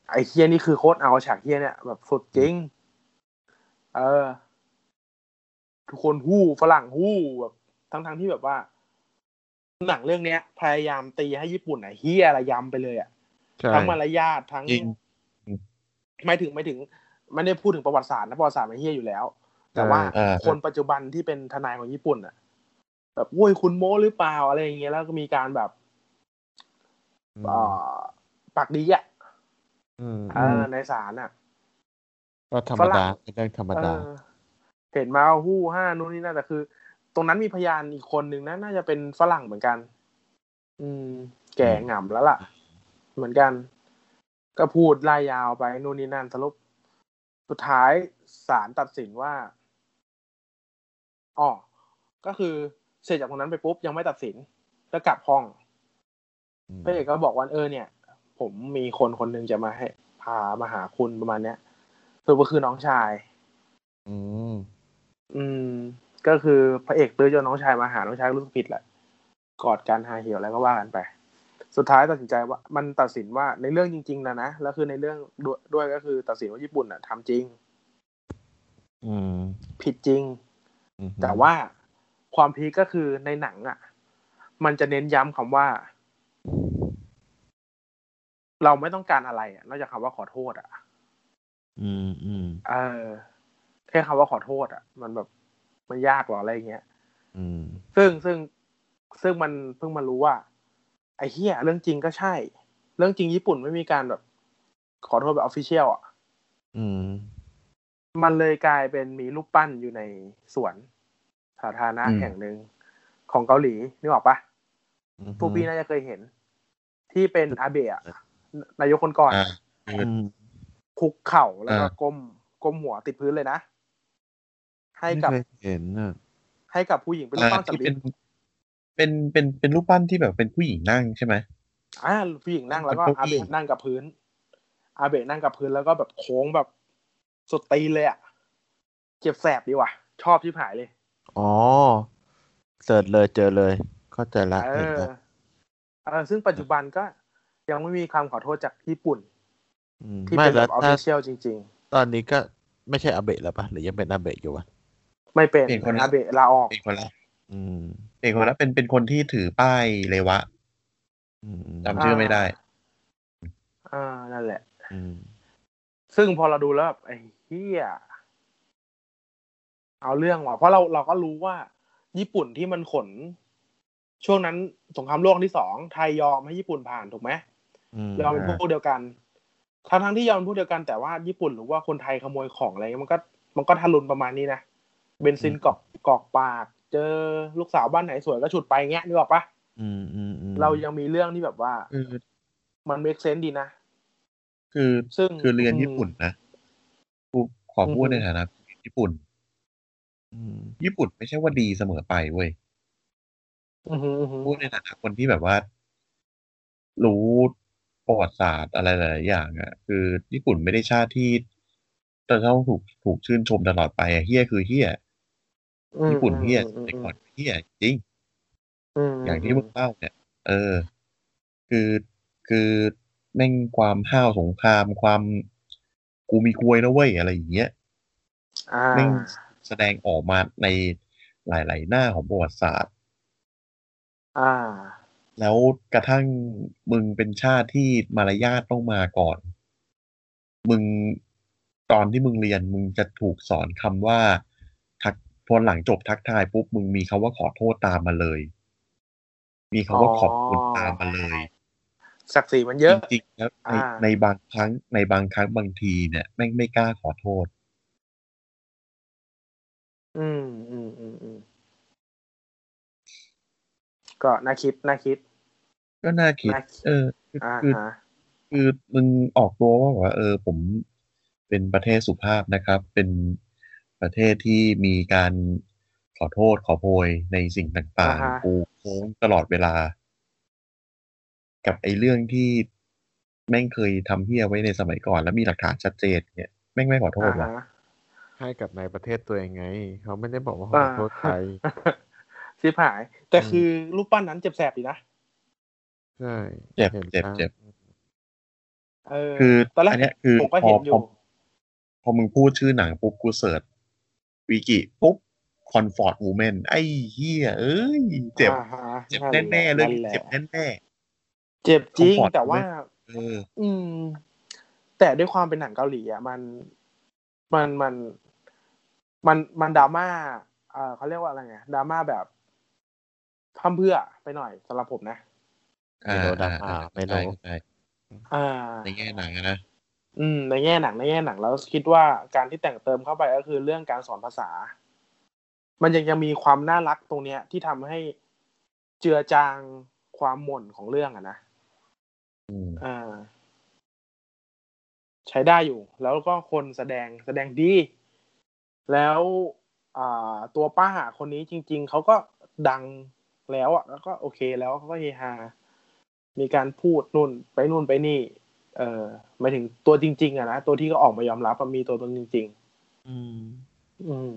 D: ไอ้เฮียนี่คือโคตรเอาฉากเฮียเนี่ยแบบสุดจริง เออ ทุกคนฮู้ฝรั่งฮู้แบบทั้งทั้งๆที่แบบว่า หนังเรื่องเนี้ย พยายามตีให้ญี่ปุ่นอ่ะเฮียอะไระยำไปเลยอ่ะ
A: ใช่
D: ทั้งมารยาททั้ง
E: จริง
D: ไม่ถึงไม่ถึงไม่ได้พูดถึงประวัติศาสตร์นะประวัติศาสตร์มันเฮี้ยอยู่แล้ว แต่ว่า
E: เออ
D: คนปัจจุบันที่เป็นทนายของญี่ปุ่นอ่ะ แบบโว้ยคุณโม้หรือเปล่าอะไรอย่างเงี้ยแล้วก็มีการแบบเอ่อปากดีอ่ะ
A: อืม
D: เออในศาลอ่ะ
A: ก็ธรรม
D: ฝรั่
A: ดาง เป็นเรื่องธรรมดา
D: เออเห็นมาว่าหู้ห้านู่นนี่นั่นแต่คือ ตรงนั้นมีพยานอีกคนหนึ่งนะน่าจะเป็นฝรั่งเหมือนกัน อืม แก่หง่ำแล้วล่ะ เหมือนกัน ก็พูดลายยาวไปนู่นนี่นั่นสรุปสุดท้ายศาลตัดสินว่าอ๋อก็คือเสร็จจากตรงนั้นไปปุ๊บยังไม่ตัดสินก็กลับห้อง
A: อืม
D: พระเอกก็บอกว่าเออเนี่ย ผมมีคนคนหนึ่งจะมาให้ พามาหาคุณประมาณเนี้ยสรุปก็คือน้องชาย
A: อืม
D: อืม ก็คือพระเอกตื้อจนน้องชายมาหาน้องชายรู้สึกผิดแหละกอดกันหาเหี่ยวแล้วก็ว่ากันไป สุดท้ายตัดสินใจว่า มันตัดสินว่าในเรื่องจริงๆนะนะแล้วคือในเรื่องด้วยด้วยก็คือตัดสินว่าญี่ปุ่นอ่ะทำจริง
A: อืม
D: ผิดจริง
A: อืม
D: แต่ว่าความพีคก็คือในหนังอ่ะ มันจะเน้นย้ำคำว่า เราไม่ต้องการอะไรอะนอกจากคำว่าขอโทษอ่ะ
A: อืมอืม
D: เออแค่คำว่าขอโทษ อ่ะ มันแบบมันยากหรออะไรอย่างเงี้ย
A: อืม
D: ซึ่งซึ่งซึ่งมันเพิ่งมารู้ว่า ไอ้เหี้ยเรื่องจริงก็ใช่ เรื่องจริงญี่ปุ่นไม่มีการแบบ ขอโทษแบบออฟฟิเชียลอ่ะ
A: อืม
D: มันเลยกลายเป็นมีรูปปั้นอยู่ในสวนสาธารณะ
E: อืม
D: แห่งหนึ่งของเกาหลีนึกออกปะพวกพี่น่าจะเคยเห็น ที่เป็นอาเบะอะนายกคนก่อน
E: อ่า
A: อืม
D: คุกเข่าแล้วก็
E: อ่า
D: ก้มก้มหัวติดพื้นเลยนะ ให้กับ
A: ไม่เคยเห็นน่ะ
D: ให้กับผู้หญิงเป็นรูปปั้นส
E: ที่
D: ลิ
E: เป็น
D: ป
E: เป็นเป็นเป็นรูปปั้นที่แบบเป็นผู้หญิงนั่งใช่ไหม
D: อ่าผู้หญิงนั่งแล้วก็
E: เป็นเก้า
D: อา
E: อี้
D: เบะนั่งกับพื้น อาเบะนั่งกับพื้นแล้วก็แบบโค้งแบบสุดตีนเลยอ่ะ เจ็บแสบดีว่ะ ชอบที่ผายเลย
A: อ๋อเสิร์ชเลยเจอเลย เข้าใจละ
D: เอ
A: เห็น
D: อ
A: ละ
D: เออซึ่งปัจจุบันก็ยังไม่มีคำขอโทษจากญี่ปุ่น
A: อืม
D: ที่
A: ไม่
D: เป็น
A: แล้
D: แบ
A: ว
D: บออฟ
A: ถ้า
D: ฟิเชียลจริง
A: ตอนนี้ก็ไม่ใช่อาเบะแล้วปะหรือยังเป็นอาเบะอยู่วะ
D: ๆ ไม่เป็น
E: เปลี่ยนคนละ
D: อาเบะลาออก
E: เอกคนละ
A: อืม
E: เอกคนละเป็นเป็นคนที่ถือป้ายเลวะ
A: อืม
E: จำชื่อไม่ได้
D: อ่านั่นแหละ
A: อืม
D: ซึ่งพอเราดูแล้วแบบไอ้เฮียเอาเรื่องว่ะเพราะเราเราก็รู้ว่า ญี่ปุ่นที่มันขน ช่วงนั้นสงครามโลกครั้งที่สองไทยยอมให้ญี่ปุ่นผ่านถูกไหม
A: อืม
D: ยอมเป็นพวกเดียวกันทั้งทั้งๆที่ยอมเป็นพวกเดียวกันแต่ว่าญี่ปุ่นรู้ว่าคนไทยขโมยของอะไรเงี้ยมันก็ มันก็ทารุณประมาณนี้นะเบนซินกอกกอกปาก เจอลูกสาวบ้านไหนสวยก็ฉุดไปเงี้ยนึกออกปะ
A: อืมอืมอืม
D: เรายังมีเรื่องที่แบบว่า
E: คือ
D: มันเมคเซนดีนะ
E: คือ
D: ซึ่ง
E: คือเรียนญี่ปุ่นนะกูขอพูด
D: อือฮึ
E: ในฐานะญี่ปุ่น
A: อืม
E: ญี่ปุ่นไม่ใช่ว่าดีเสมอไปเว้ย
D: อืมอืมอืม
E: พูดในฐานะคนที่แบบว่า รู้ประวัติศาสตร์อะไรหลายๆอย่างอะ่ะ คือญี่ปุ่นไม่ได้ชาติที่จะต้องถูกถูกชื่นชมตลอดไปอะเฮี้ยคือเฮี้ย
D: อืม
E: ญี่ปุ่นเฮี้ย
D: อืม
E: แต่ก่อนเฮี้ยจริง
D: ม
E: อย่างที่มึงเล่าเนี่ย เออ คือคือแม่งความห้าวสงครามความกูมีกลวยนะเว้ยอะไรอย่างเงี้ย
D: อ่า
E: แม่งแสดงออกมาในหลาย ๆ หน้าของประวัติศาสตร์
D: อ่า
E: แล้วกระทั่งมึงเป็นชาติที่มารยาทต้องมาก่อน มึงตอนที่มึงเรียนมึงจะถูกสอนคำว่า ทักพอหลังจบทักทายปุ๊บมึงมีคำว่าขอโทษตามมาเลย มีคำว่าขอบคุณตามมาเลย
D: ศักดิ์ศรีมันเยอะ
E: จริงๆแล้วใน
D: อ่า
E: ในบางครั้งในบางครั้งบางทีเนี่ยแม่งไม่กล้าขอโทษ
D: อืมอืมอืมอืมก็น่าคิดน่าคิด
E: ก็น่าคิด
D: น่าคิด
E: เออคือ
D: อ่า
E: คือ
D: ฮะ
E: คือมึงออกตัวว่าแบบว่า เออ ผมเป็นประเทศสุภาพนะครับ เป็นประเทศที่มีการขอโทษขอโพยในสิ่งต่างๆ กูโค้งตลอดเวลา กับไอ้เรื่องที่แม่งเคยทำเฮียไว้ในสมัยก่อน แล้วมีหลักฐานชัดเจนเนี่ย แม่งไม่ขอโทษ
D: อ่า
E: ว่ะ
D: ฮะ
A: ให้กับในประเทศตัวเองไง เขาไม่ได้บอกว่าข
D: อ่า
A: อโทษใคร
D: สิบหาย แต่คือรูปปั้นนั้นเจ็บแสบดีนะ
A: ใช่
E: เจ็บ
A: ห็น
E: เจ็บ
A: ตาม
E: เจ็บ
D: เออ
E: คือ
D: ตอนแรก
E: อันเนี้ยคือ
D: ผมก็เห็นอยู่
E: พอพอพอมึงพูดชื่อหนังปุ๊บกูเสิร์ชวิกิปุ๊บคอนฟอร์ตวูแมนไอ้เฮียเอ้ย เจ็บ
D: อ่าฮะ
E: เจ็บแน่ๆเรื่องนี้
D: หะ
E: เจ็บแน่
D: เจ็บจริงแต่ว่า
E: ๆเออ
D: อืม แต่ด้วยความเป็นหนังเกาหลีอ่ะมันมันมันมันมันดราม่าเออเขาเรียกว่าอะไรไงดราม่าแบบพร่ำเพรื่อไปหน่อยสำหรับผมนะ
A: ไม่รู้ดราม่าไม่รู้
E: ใช่
D: อ่า
E: ในแง่หนังอะนะ
D: อืม ในแง่หนังในแง่หนังแล้วคิดว่าการที่แต่งเติมเข้าไปก็คือเรื่องการสอนภาษา มันยังยังมีความน่ารักตรงเนี้ย ที่ทำให้เจือจางความหม่นของเรื่องอะนะ
E: อืม
D: อ่า ใช้ได้อยู่ แล้วก็คนแสดงแสดงดี แล้วอ่าตัวป้าคนนี้จริง ๆ เขาก็ดังแล้วอ่ะ แล้วก็โอเคแล้วเขาก็เฮฮา มีการพูดนู่นไปนู่นไปนี่ เออหมายถึงตัวจริง ๆอะนะ ตัวที่ก็ออกมายอมรับอะมีตัวตนจริง
A: อืม
D: ๆ อืม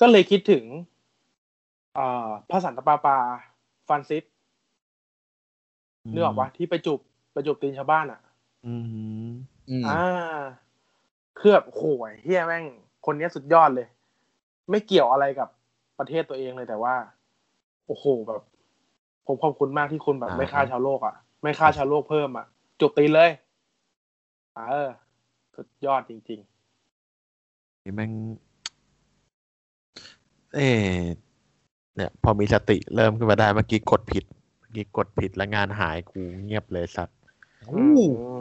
D: ก็เลยคิดถึงอ่าพระสันตะปาปาฟรานซิส นึกออกปะที่ไปจูบไปจูบตีนชาวบ้านอ่ะ
A: อืม
E: อืม
D: อ่า เครือบโหยเฮียแม่ง คนเนี้ยสุดยอดเลย ไม่เกี่ยวอะไรกับประเทศตัวเองเลยแต่ว่า โอ้โหแบบ ผมขอบคุณมากที่คุณแบบ
A: อ่า
D: ไม่ฆ่าชาวโลกอ่ะ ไม่ฆ่าชาวโลกเพิ่มอ่ะจูบตีนเลย เออ สุดยอดจริง
A: นี่แม่ง เอ๊ะเนี่ย พอมีสติเริ่มขึ้นมาได้เมื่อกี้กดผิด เมื่อกี้กดผิดแล้วงานหายกูเงียบเลยสัตว์
D: ๆ
E: อื
D: อื
E: ม
D: ม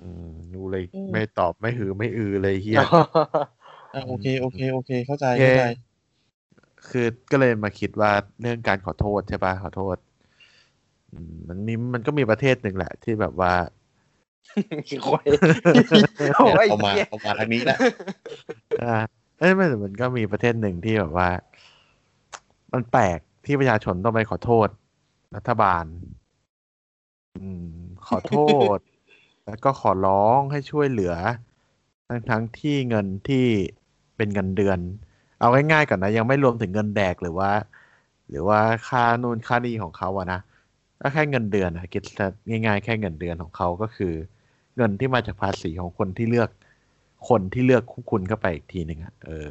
A: อืมดูเลย
E: อืม
A: ไม่ตอบไม่หือไม่อือเลยเฮีย
E: อ่ะโอเคโอเคโอเค เข้าใจ
A: โอเค
E: เข้าใจ
A: คือก็เลยมาคิดว่าเรื่องการขอโทษใช่ปะขอโทษอืมมันมีมันก็มีประเทศหนึ่งแหละ ที่แบบว่า
D: ขี้โควยโอ้ย
E: เอามา
D: เหี้ย
E: เอามาทางนี้แหละ
A: อ่าเอ้ยไม่แต่มันก็มีประเทศหนึ่งที่แบบว่า มันแปลกที่ประชาชนต้องไปขอโทษ รัฐบาล อืม ขอโทษ แล้วก็ขอร้องให้ช่วยเหลือ ทั้งทั้งที่เงินที่เป็นเงินเดือน เอาง่ายๆก่อนนะ ยังไม่รวมถึงเงินแดกหรือว่า หรือว่าค่านู่นค่านี่ของเขาอะนะก็แค่เงินเดือนอะคิดซะง่ายๆ แค่เงินเดือนของเขาก็คือ เงินที่มาจากภาษีของคนที่เลือก คนที่เลือกคุคุณเข้าไปอีกทีหนึ่งอะเออ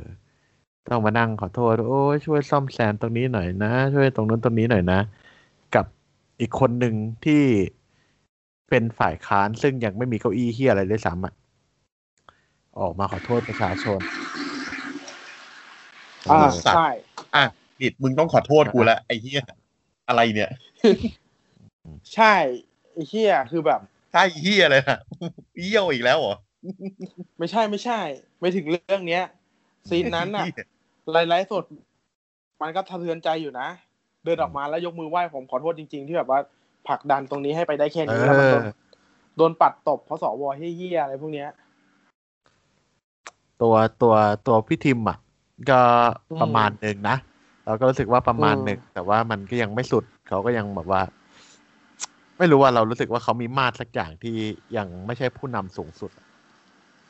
A: ต้องมานั่งขอโทษ โอ้ยช่วยซ่อมแซมตรงนี้หน่อยนะ ช่วยตรงนู้นตรงนี้หน่อยนะ กับอีกคนหนึ่งที่เป็นฝ่ายค้านซึ่งยังไม่มีเก้าอี้เฮียอะไรด้วยซ้ำอะออกมาขอโทษประชาชน
D: อ่า
E: สัตว์
D: ใช่
E: อ่ะบิดมึงต้องขอโทษกูละไอ้เหี้ยอะไรเนี่ย
D: ใช่ไอ้เหี้ยคือแบบ
E: ใช่เหี้ยเลยฮะ เยี่ยวอีกแล้วเหรอ
D: ไม่ใช่ไม่ใช่ ไม่ถึงเรื่องเนี้ย ซีนนั้น น่ะ
E: เหี้ย
D: ไลฟ์สด มันก็สะเทือนใจอยู่นะ เดินออกมาแล้วยกมือไหว้ผมขอโทษจริง ๆ ที่แบบว่าผลักดันตรงนี้ให้ไปได้แค่นี้แล้วมันโดน
A: เออ
D: โดนปัดตบเพราะสวเฮี้ยๆอะไรพวกเนี้ย
A: ตัวตัวตัวพี่ทิมอ่ะ ก็ประมาณหนึ่งนะเราก็รู้สึกว่าประมาณ
D: อืม
A: หนึ่งแต่ว่ามันก็ยังไม่สุดเขาก็ยังแบบว่า ไม่รู้ว่าเรารู้สึกว่าเขามีมาตรสักอย่างที่ยังไม่ใช่ผู้นำสูงสุด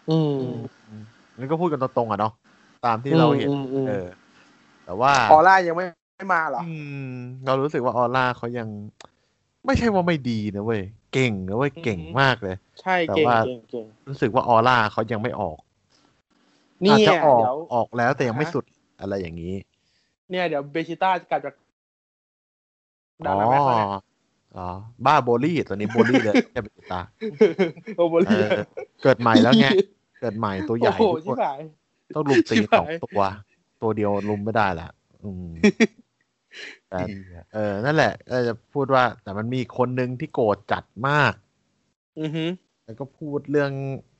D: อืม
A: นั่นก็พูดกันตรงๆอ่ะเนาะตามที่เราเห็น เออ แต่ว่า
D: ออร่ายังไม่ไม่มาเหรอ
A: อืมเรารู้สึกว่าออร่าเขายัง ไม่ใช่ว่าไม่ดีนะเว้ยเก่งนะเว้ยเก่ง
D: อืม
A: มากเลย
D: ใช่
A: แต่
D: เก่ง
A: ว่า
D: เก่งเก่ง
A: รู้สึกว่าออร่าเขายังไม่ออก
D: เนี่
A: อาจ
D: ย
A: จะออก
D: เดี๋ยว
A: ออกแล้วแต่ยังไม่
D: ฮะ
A: สุดอะไรอย่างนี้
D: เนี่ยเดี๋ยวเบชิต้าจะกลับจากดั
A: อ๋
D: ง
A: อ
D: นะแม่เขาเนี่ย
A: อ๋อ บ้าโบลี่ตัวนี้โบลี่เลย แค่เป็นตา
D: โอโบ
A: เอ
D: ลี
A: อเกิดใหม่แล้วไง เกิดใหม่ตัวใหญ่
D: โอ้โห
A: ทุ
D: ชิ
A: กค
D: บ
A: น
D: หาย
A: ต้องลุมตี
D: ชิบ
A: ส
D: หาย
A: องตัว ตัวเดียวลุมไม่ได้ละอืม แต่ เออ นั่นแหละเออจะพูดว่า แต่มันมีอีกคนหนึ่งที่โกรธจัดมาก
D: อือฮึ
A: แล้วก็พูดเรื่อง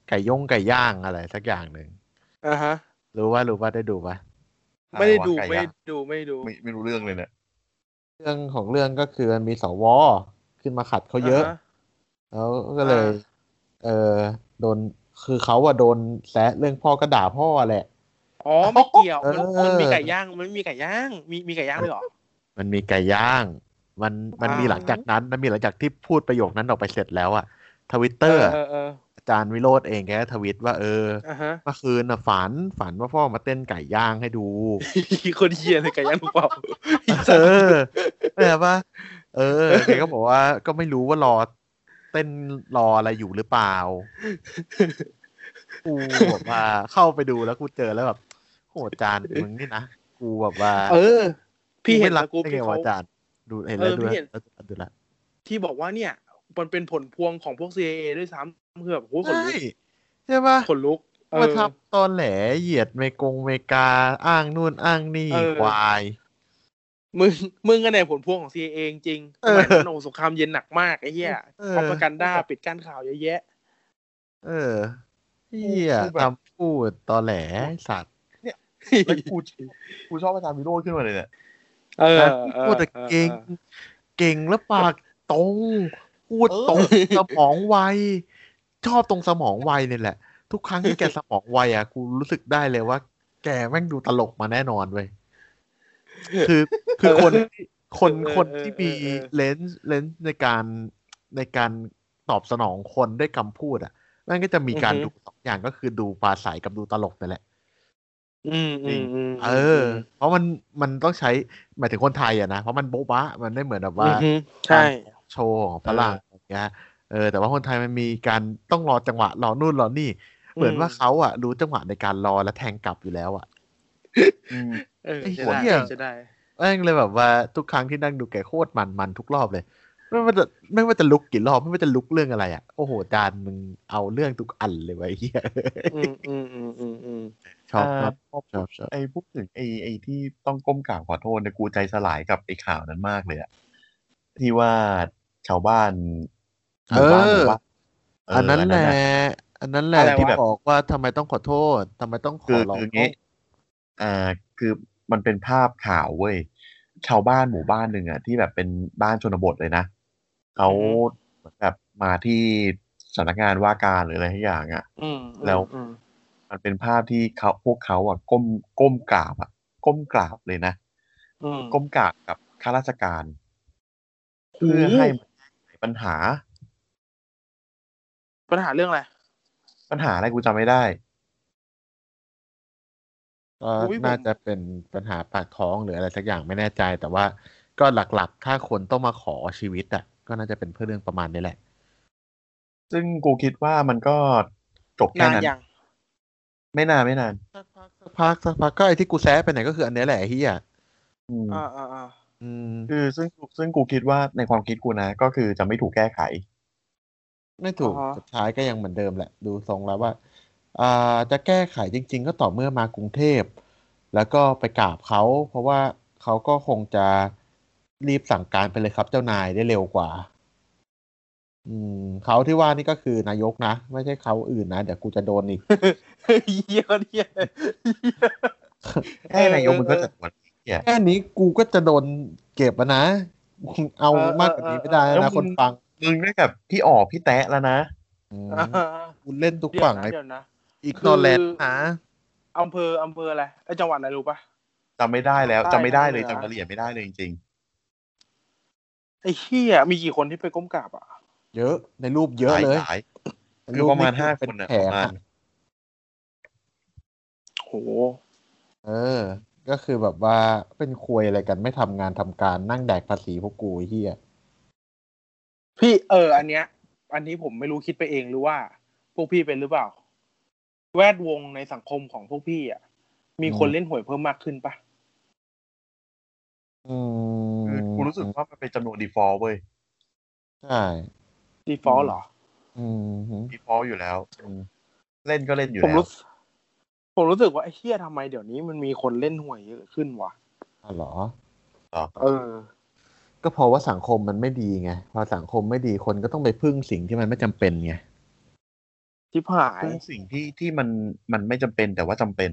A: ไก่ย่งไก่ย่างอะไรสักอย่างหนึ่ง
D: อ่าฮะ
A: รู้ว่ารู้ว่าได้ดูปะ
D: ไม่ได้ดู
E: อะร
D: ไม่
E: วะ
D: ได้ดูไม่ได้ดู
E: ไม่ไม่รู้เรื่องเลยเนี่ย
A: เรื่องของเรื่องก็คือมันมีสวขึ้นมาขัดเขาเยอะ แล้วก็เลย
D: อ่า
A: เออโดน คือเขาอะโดนแซะเรื่องพ่อก็ด่าพ่อแหละ
D: อ๋อไม่เกี่ยวมัน
A: เออ
D: มันมีไก่ย่างมันไม่มีไก่ย่าง มีมีไก่ย่างด้วยเหรอ
A: มันมีไก่ย่าง มันมัน
D: อ่ามี
A: มีหลังจากนั้นมันมีหลังจากที่พูดประโยคนั้นออกไปเสร็จแล้วอะทวิตเตอร์
D: เออเออ
A: อาจารย์วิโรธเองแกก็ทวิตว่าเออ
D: อ่ะฮะ
A: เมื่อคืนน่ะฝันฝันว่าพ่อมาเต้นไก่ย่างให้ดู
D: คนเฮียเลยไก่ย่างลูกเป่า
A: เออแต่ว่าเออแกก็บอกว่าก็ไม่รู้ว่ารอเต้นรออะไรอยู่หรือเปล่ากูแบบว่าเข้าไปดูแล้วกูเจอแล้วแบบโหอาจารย์มึงนี่นะกูแบบว่า
D: เออ พี่เห็น
A: ไม่รั
D: ส
A: ก
D: กู๊ป
A: ได้ไง
D: ที่เขา
A: วะอาจารย์ดูเห็นแล้ว
D: เออ
A: ดู
D: พี่เห็น
A: แล้วดูแล้ว
D: ที่บอกว่าเนี่ย มันเป็นผลพวงของพวก CIA ด้วยซ้ำคือแบบโหขนลุก
A: ใช่ใช่ปะ
D: ขนลุก เอ
A: มา
D: อ
A: ทำตอนแหลเหยียดเมกงเมกาอ้างนู่นอ้างนี่
D: เออ
A: ควาย
D: มึงมึงก็ในผลพวงของ CIA จริง
A: เอ
D: ส
A: อ
D: มัยนั้นโอ้โหสงครามเย็นหนักมากไอ้เหี้ย
A: เออ
D: พอประกันด้าปิดกั้นข่าวเยอะแยะ
A: เออเฮียทำพูดตอนแหลไอ้สัตว์
E: แล้วกูกูชอบอาจารย์วิโรจน์ขึ้นมาเลยเนี่ย
D: เออ
A: พูดแต่เก่งเก่งแล้วปากตรง พูดตรงสมองไวชอบตรงสมองไวเนี่ยแหละ ทุกครั้งที่แกสมองไวอ่ะกูรู้สึกได้เลยว่า แกแม่งดูตลกมาแน่นอนเว้ยคือคือคนคนคนที่มีเลนส์เลนส์ในการในการตอบสนองคนด้วยคำพูดอ่ะแม่งก็จะมีการดูสองอย่างก็คือดูปลาใสกับดูตลกนั่นแหละ
D: อืมอืมอืม
A: เออ เพราะมันมันต้องใช้หมายถึงคนไทยอะนะ เพราะมันโบ๊ะบะมันไม่เหมือนแบบว่า
D: อือฮึใช่
A: โชว์ของฝรั่งอย่างเงี้ยเออ แต่ว่าคนไทยมันมีการต้องรอจังหวะรอนู่นรอนี่ เหมือนว่าเขาอะรู้จังหวะในการรอและแทงกลับอยู่แล้วอะ
E: อืม
D: เออ
A: ไอ้
D: ใช่
A: หัว
D: ได้
A: เหี้ย
D: ใช่ได้
A: แม่งเลยแบบว่าทุกครั้งที่นั่งดูแกโคตรมันมันทุกรอบเลย ไม่ว่าจะไม่ว่าจะลุกกี่รอบไม่ว่าจะลุกเรื่องอะไรอะโอ้โหจานมึงเอาเรื่องทุกอันเลยไวะไอ้เฮีย
D: อืมอืมอืมอืมอืม
A: ชอบ
E: อ่า
A: ชอบชอบชอบ
E: ไอ้พูดถึงไอ้ไอ้ที่ต้องก้มกราบขอโทษเนี่ยกูใจสลายกับไอ้ข่าวนั้นมากเลยอะที่ว่าชาวบ้านห
A: เอ
E: มู่บ้านห
A: อ
E: มู่บ้านเ
A: อันนั้นแหละ อันนั้นแหละ
D: อะไรวะ
A: ที่บอกว่าทำไมต้องขอโทษทำไมต้องข
E: คืออ
A: ร้อง
E: คืองี้อ่าคือมันเป็นภาพข่าวเว้ย ชาวบ้านหมู่บ้านหนึ่งอะที่แบบเป็นบ้านชนบทเลยนะเขาเหมือนแบบมาที่สำนักงานว่าการหรืออะไรทุกอย่างอะ
D: อืม
E: แล้ว
D: อืม
E: มันเป็นภาพที่เขาพวกเขาอะก้มก้มกราบอะก้มกราบเลยนะ
D: อืม
E: ก้มกราบกับข้าราชการ
D: โอ้โห
E: เพื่อให้มันแก้ไขปัญหา
D: ปัญหาเรื่องอะไร
E: ปัญหาอะไรกูจำไม่ได้
A: ก็
D: อุ๊ยผม
A: น่าจะเป็นปัญหาปากท้องหรืออะไรสักอย่างไม่แน่ใจ แต่ว่าก็หลักๆ ถ้าคนต้องมาขอชีวิตอ่ะ ก็น่าจะเป็นเพื่อเรื่องประมาณนี้แหละ
E: ซึ่งกูคิดว่ามันก็จบแค่
D: นาน
E: นั้น
D: ยัง
E: ไม่นานไม่นาน
A: สักพักสักพักสักพักก็ไอ้ที่กูแซะไปไหนก็คืออันเนี้ยแหละไอ้เฮีย
E: อืม
D: อ่าอ่าอ่า
A: อืม
E: คือซึ่งซึ่งกูคิดว่าในความคิดกูนะ ก็คือจะไม่ถูกแก้ไข
A: ไม่ถูกสุดท้ายก็ยังเหมือนเดิมแหละ ดูทรงแล้วว่าอ่าจะแก้ไขจริง ๆ ก็ต่อเมื่อมากรุงเทพ แล้วก็ไปกราบเขา เพราะว่าเขาก็คงจะรีบสั่งการไปเลยครับเจ้านายได้เร็วกว่า อืมเขาที่ว่านี่ก็คือนายกนะ ไม่ใช่เขาอื่นนะ เดี๋ยวกูจะโดนอีก
D: เฮ้ยเหี้ยคนเหี้ย
E: แค่นายกมึงก็
D: เออ
E: จัดหมด
A: แค่นี้กูก็จะโดนเก็บอะนะ มึงเอามากกว่านี้ไม่ได้แล้วนะคนฟัง
E: มึงได้กับพี่ออกพี่แตะแล้วนะ
A: อืม
D: อ่า
A: คุณเล่นทุก
D: เดี๋ย
A: ฝั่
D: ว
A: ง
D: นะ
A: ไอ้
D: เดี๋ยวนะ
A: อีกนอร์แลนด์นะ
D: อำเภออำเภออะไรไอ้จังหวัดอะไรรู้ปะ
E: จำไม่ได้แล้วจำไม่ได้เลย
D: ได้
E: จำรายละเอียดไม่ได้เลยจริง
D: ไอ้เหี้ยมีกี่คนที่ไปก้มกราบอ่ะ
A: เยอะในรูป
E: ๆ
A: เยอะเลย
E: หาๆคือประมาณห้าคนนะ
A: แผ
E: ประ
A: ง
E: มาณ
D: โห
A: เออ ก็คือแบบว่าเป็นควยอะไรกันไม่ทำงานทำการนั่งแดกภาษีพวกกูไอ้เฮีย
D: พี่เออ อันเนี้ย อันนี้ผมไม่รู้คิดไปเองหรือว่า พวกพี่เป็นหรือเปล่า แวดวงในสังคมของพวกพี่อ่ะ มีคนเล่นหวยเพิ่มมากขึ้นปะ
A: อืม
E: คือกูรู้สึกว่ามันเป็นจำนวน default เว้ย
A: ใช่
D: ดีฟอลเหรอ
A: อืม
E: default อยู่แล้วอืมเล่นก็เล่นอยู่
D: ผม
E: แล้
D: รู้
E: ว
D: สึกผมรู้สึกว่าไอ้เชี่ยทำไมเดี๋ยวนี้มันมีคนเล่นหวยเยอะขึ้นวะ
A: อ๋อเหรอ
D: เออ
A: ก็เพราะว่าสังคมมันไม่ดีไง พอสังคมไม่ดีคนก็ต้องไปพึ่งสิ่งที่มันไม่จำเป็นไง
D: ชิบหาย
E: ซึ่งสิ่งที่ที่มันมันไม่จำเป็นแต่ว่าจำเป็น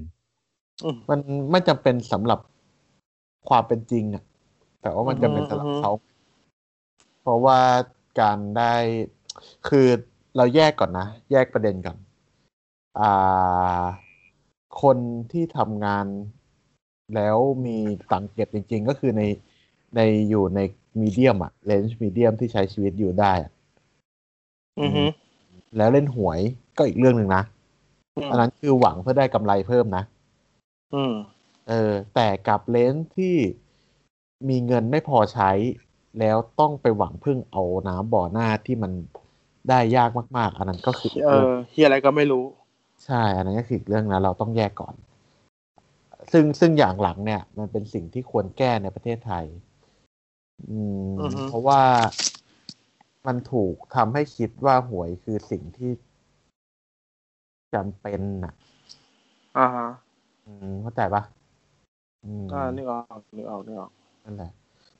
D: อืม
A: มันไม่จำเป็นสำหรับความเป็นจริงอะแต่ว่ามันจำเป็นสำหรับ
D: อือฮึ
A: เขา เพราะว่าการได้ คือเราแยกก่อนนะ แยกประเด็นก่อน อ่า คนที่ทำงานแล้วมีตังค์เก็บจริง ๆ ก็คือในในอยู่ในมีเดียมอะเลนส์มีเดียมที่ใช้ชีวิตอยู่ได้อะ
D: อือฮึ
A: แล้วเล่นหวยก็อีกเรื่องหนึ่งนะ
D: อืม
A: อันนั้นคือหวังเพื่อได้กำไรเพิ่มนะ
D: อืม
A: เออแต่กับเลนส์ที่มีเงินไม่พอใช้ แล้วต้องไปหวังพึ่งเอาน้ำบ่อหน้าที่มันได้ยากมากๆ อันนั้นก็คืออีก
D: เอ
A: เรื่อง
D: อเฮียอะไรก็ไม่รู้
A: ใช่ อันนั้นก็คืออีกเรื่องนะเราต้องแยกก่อน ซึ่งซึ่งอย่างหลังเนี่ย มันเป็นสิ่งที่ควรแก้ในประเทศไทย อืม
D: อือฮึ
A: เพราะว่ามันถูกทำให้คิดว่าหวยคือสิ่งที่จำเป็นน่ะ
D: อ่าฮะ
A: อืมเข้าใจปะอืม
D: อ่านึกออกนึกออกนึกออก
A: นั่นแหละ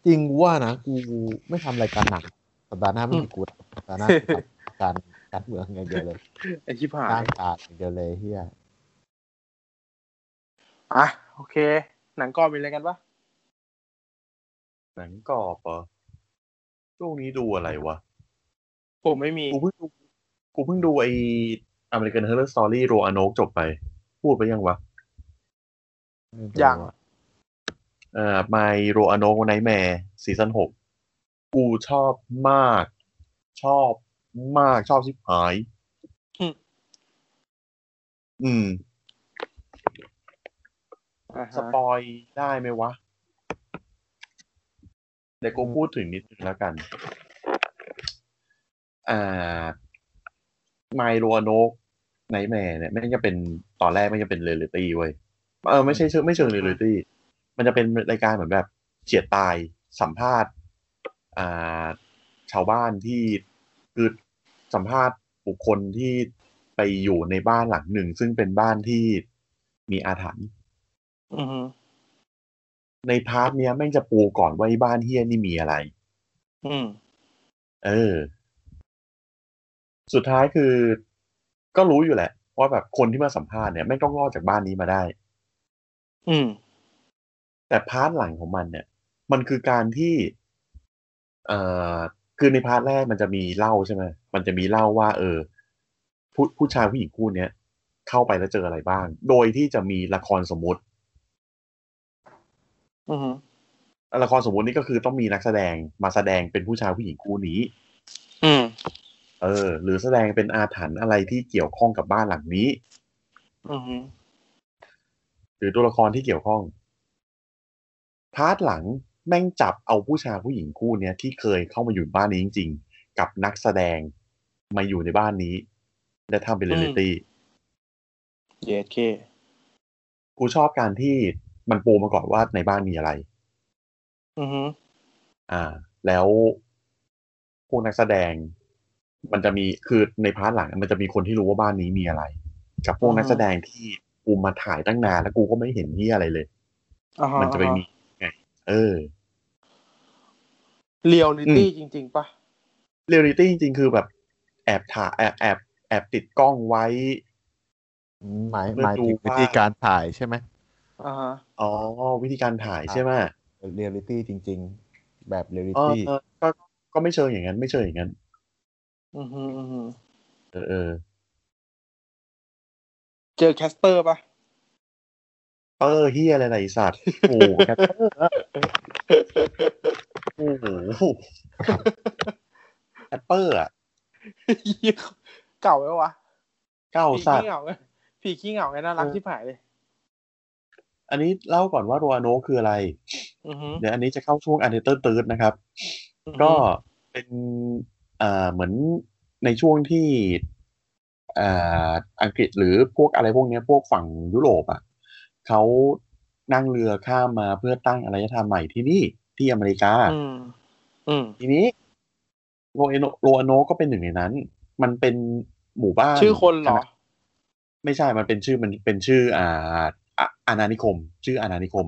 A: จริงว่านะกูไม่ทำรายการหนักสัปดาห์หน้าไม่มีกูสัปดาห์หน้ากูทำการการเมืองอย่างเดียวเลย
D: ไอ้ชิบหา
A: ด้าย นการอย่างเดียวเลยเฮีย
D: อ่ะ โอเค หนังกอมีอะไรกันปะ
E: หนังกรอบเหรอช่วงนี้ดูอะไรวะ
D: ผมไม่มี
E: กูเพิ่งดูกูเพิ่งดูไออเมริกันเฮอร์เรอร์สตอรี่โรอานกจบไป พูดไปยังวะ
D: ยัง
E: เอ่อไมโรอานกไนแมร์ซีซั่นหกกูชอบมาก ชอบมากชอบชิบหาย
D: อืม
E: อืม
D: อ่า
E: ส
D: ฮะ
E: ปอยได้ไหมวะ เดี๋ยวกูพูดถึงนิดนึงแล้วกัน อ่าไมโรโนกไนแมร์เนี่ยไม่จะเป็นตอนแรกไม่จะเป็นเร a l ลิตี้เว้ย เออไม่ใช่เชิงไม่เชิงเร a l ลิตี้ มันจะเป็นรายการเหมือนแบบเฉียดตายสัมภาษณ์ อ่า ชาวบ้านที่คือสัมภาษณ์บุคคลที่ไปอยู่ในบ้านหลังหนึ่ง ซึ่งเป็นบ้านที่มีอาถรรพ์
D: อือฮึ
E: ในพาร์ทเนี้ยแม่งจะปูก่อนว่าไอ้บ้านเฮียนี่มีอะไร
D: อืม
E: เออ สุดท้ายคือ ก็รู้อยู่แหละ ว่าแบบคนที่มาสัมภาษณ์เนี่ยแม่งต้องรอดจากบ้านนี้มาได้
D: อืม
E: แต่พาร์ทหลังของมันเนี่ย มันคือการที่ เอ่อ คือในพาร์ทแรกมันจะมีเล่าใช่ไหมมันจะมีเล่าว่า เออ ผู้ผู้ชายผู้หญิงคู่เนี้ยเข้าไปแล้วเจออะไรบ้าง โดยที่จะมีละครสมมติ
D: อือฮึ
E: ละครสมมตินี่ก็คือต้องมีนักแสดงมาแสดงเป็นผู้ชายผู้หญิงคู่นี้
D: อืม
E: เออ หรือแสดงเป็นอาถรรพ์อะไรที่เกี่ยวข้องกับบ้านหลังนี้
D: อือฮึ
E: หรือตัวละครที่เกี่ยวข้อง พาร์ทหลังแม่งจับเอาผู้ชายผู้หญิงคู่เนี้ยที่เคยเข้ามาอยู่บ้านนี้จริง ๆ กับนักแสดงมาอยู่ในบ้านนี้ และทำเป็นเรียลลิตี้
D: เย็ดเค
E: กูชอบการที่มันปูมาก่อนว่าในบ้านมีอะไร
D: อือฮึ
E: อ่า แล้วพวกนักแสดง มันจะมีคือในพาร์ทหลังมันจะมีคนที่รู้ว่าบ้านนี้มีอะไร กับพวก
D: อ่าฮะ
E: นักแสดงที่กูมาถ่ายตั้งนานแล้วกูก็ไม่เห็นที่อะไรเลย
D: อ่าฮ
E: มันจะไปมีไงเออ
D: เรียลลิตี้จริง ๆปะ
E: เรียลิตี้จริงๆ คือแบบแอบถ่ายแอบแอบแอบติดกล้องไว้
A: หมาย
E: เพื่อ
A: หมายถึง
E: ดูว่า
A: วิธีการถ่ายใช่ไหม
D: อ่าฮะ
E: อ๋อ วิธีการถ่ายใช่ไหม
A: เรียลลิตี้จริง ๆ แบบเรียลลิ
E: เออ
A: ตี้
E: เออก็ก็ไม่เชิงอย่างนั้น ไม่เชิงอย่างนั้น
D: อือฮึอือฮึ
E: เออเออ
D: เจอแคสเปอร์ปะ
E: เปอร์เฮียอะไรไหนสัตว์โอ้โหแคทโอ้โหแอปเปอร์อ่ะ
D: เหี้ยเก่าแล้ววะ
E: เก้า
D: ผี
E: สั
D: ขี้
E: ตว์
D: เหงาไงผีขี้เหงาไงน่ารักที่ผายเลย
E: อันนี้เล่าก่อนว่าโรอาโนคืออะไร
D: อือฮึ
E: เดี๋ยวอันนี้จะเข้าช่วงอันเดอร์ตืดนะครับ ก็เป็นอ่าเหมือนในช่วงที่อ่าอังกฤษหรือพวกอะไรพวกเนี้ยพวกฝั่งยุโรปอ่ะเขานั่งเรือข้ามมาเพื่อตั้งอารยธรรมใหม่ที่นี่ที่อเมริกา
D: อืมอืม
E: ทีนี้โรเอโนโรอาโนก็เป็นหนึ่งในนั้น มันเป็นหมู่บ้าน
D: ชื่อคนเหรอ
E: ขดไม่ใช่มันเป็นชื่อมันเป็นชื่ออ่าอ่ะอาณานิคม ชื่ออาณานิคม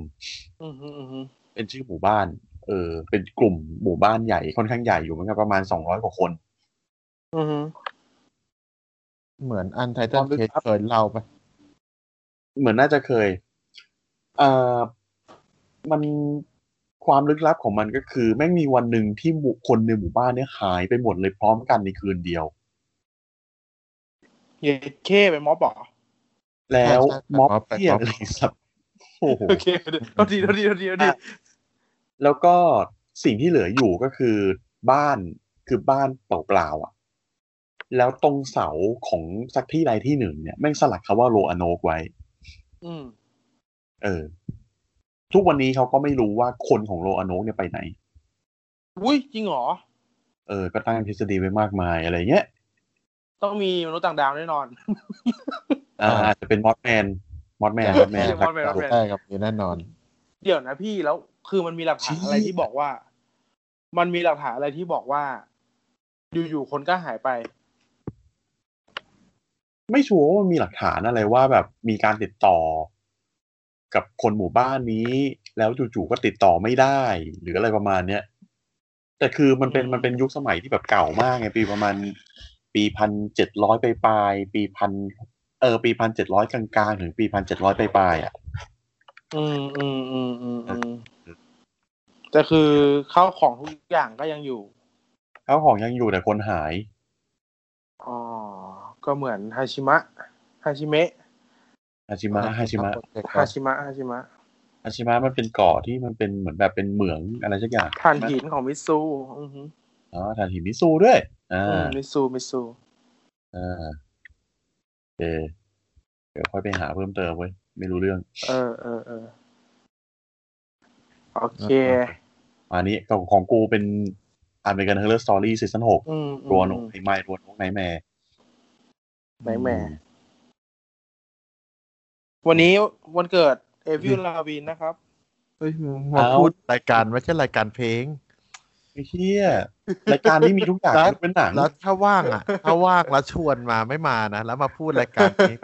D: อือฮึอือฮึ
E: เป็นชื่อหมู่บ้าน เออ เป็นกลุ่มหมู่บ้านใหญ่ค่อนข้างใหญ่อยู่เหมือนกันประมาณสองร้อยกว่าคน
D: อือฮึ
A: เหมือนอันไทเทนเคสเคยเล่าไปะ
E: เหมือนน่าจะเคยเอ่อมันความลึกลับของมันก็คือ แม่งมีวันหนึ่งที่หมู่คนในหมู่บ้านเนี่ยหายไปหมดเลยพร้อมกันในคืนเดียว
D: เยดเคเป็นม็อบเหรอ
E: แล้วม็อบเทียอะไรสับโอ้โห
D: โอเคเท่าทีเท่าทีเท่าทีเท่าที
E: อ่ะ แล้วก็สิ่งที่เหลืออยู่ก็คือบ้านคือบ้านเปล่าๆอ่ะ แล้วตรงเสาของสักที่ใดที่หนึ่งเนี่ยแม่งสลักคำว่าโลอโนกไว้
D: อืม
E: เออ ทุกวันนี้เขาก็ไม่รู้ว่าคนของโลอโนกเนี่ยไปไหน
D: อุ้ยจริงเหรอ
E: เออ ก็ตั้งทฤษฎีไว้มากมายอะไรเงี้ย
D: ต้องมีมนุษย์ต่างดาวแน่นอน
E: อ่าอาจจะเป็นมอสแมน มอสแมน มอสแมน
D: ใช่ Mothman
E: ครับ
D: Mothman
A: ได้ครับมีแน่นอน
D: เดี๋ยวนะพี่แล้วคือมันมีหลักฐาน
E: เชี่ย
D: อะไรที่บอกว่า มันมีหลักฐานอะไรที่บอกว่า อยู่ๆคนก็หายไป
E: ไม่ชัวร์ว่ามีหลักฐานอะไรว่าแบบมีการติดต่อ กับคนหมู่บ้านนี้ แล้วจู่ๆก็ติดต่อไม่ได้ หรืออะไรประมาณเนี้ย แต่คือมันเป็น
D: อืม
E: มันเป็นยุคสมัยที่แบบเก่ามากไงปีประมาณ ปีพันเจ็ดร้อยปลายๆปีพันเออ ปีพันเจ็ดร้อยกลางๆ ถึงปีพันเจ็ดร้อยปลายๆอ่ะ
D: อืมอืมอืมอืมอืมแต่คือข้าวของทุกอย่างก็ยังอยู่
E: ข้าวของยังอยู่แต่คนหาย
D: อ๋อก็เหมือนฮาชิมะฮาชิเมะ
E: ฮาชิม ะ ฮาชิมะ
D: ฮาชิมะฮาชิมะ
E: ฮาชิมะมันเป็นเกาะที่มันเป็นเหมือนแบบเป็นเหมืองอะไรสักอย่าง
D: ฐานหินของมิตซูอือหือ
E: อ๋อถ่านหินมิซูด้วย อ่
D: อืมา มิตซูมิตซู
E: อ่าโอเคเดี๋ยวค่อยไปหาเพิ่มเติมเว้ย ไม่รู้เรื่อง
D: เออเออเออโอเค
E: อันนี้ของของกูเป็นอเมริกันเฮอร์เรอร์สตอรี่ซีซั่นหก
D: อืม
E: รัวนกไอ้ไม้รัวนกไนแม่
D: ไหนแม่ วันนี้วันเกิดเอวิลลาวินนะครับ
A: เฮ้ยมึงมาพูดรายการไม่ใช่รายการเพลง
E: ไอ้เหี้ยรายการนี้มีทุ กอย่าง
A: แล้ว
E: ยกเป็นหนัง
A: แล้วถ้าว่าง อ่ะ ถ้าว่างแล้วชวนมาไม่มานะ แล้วมาพูดรายการนี้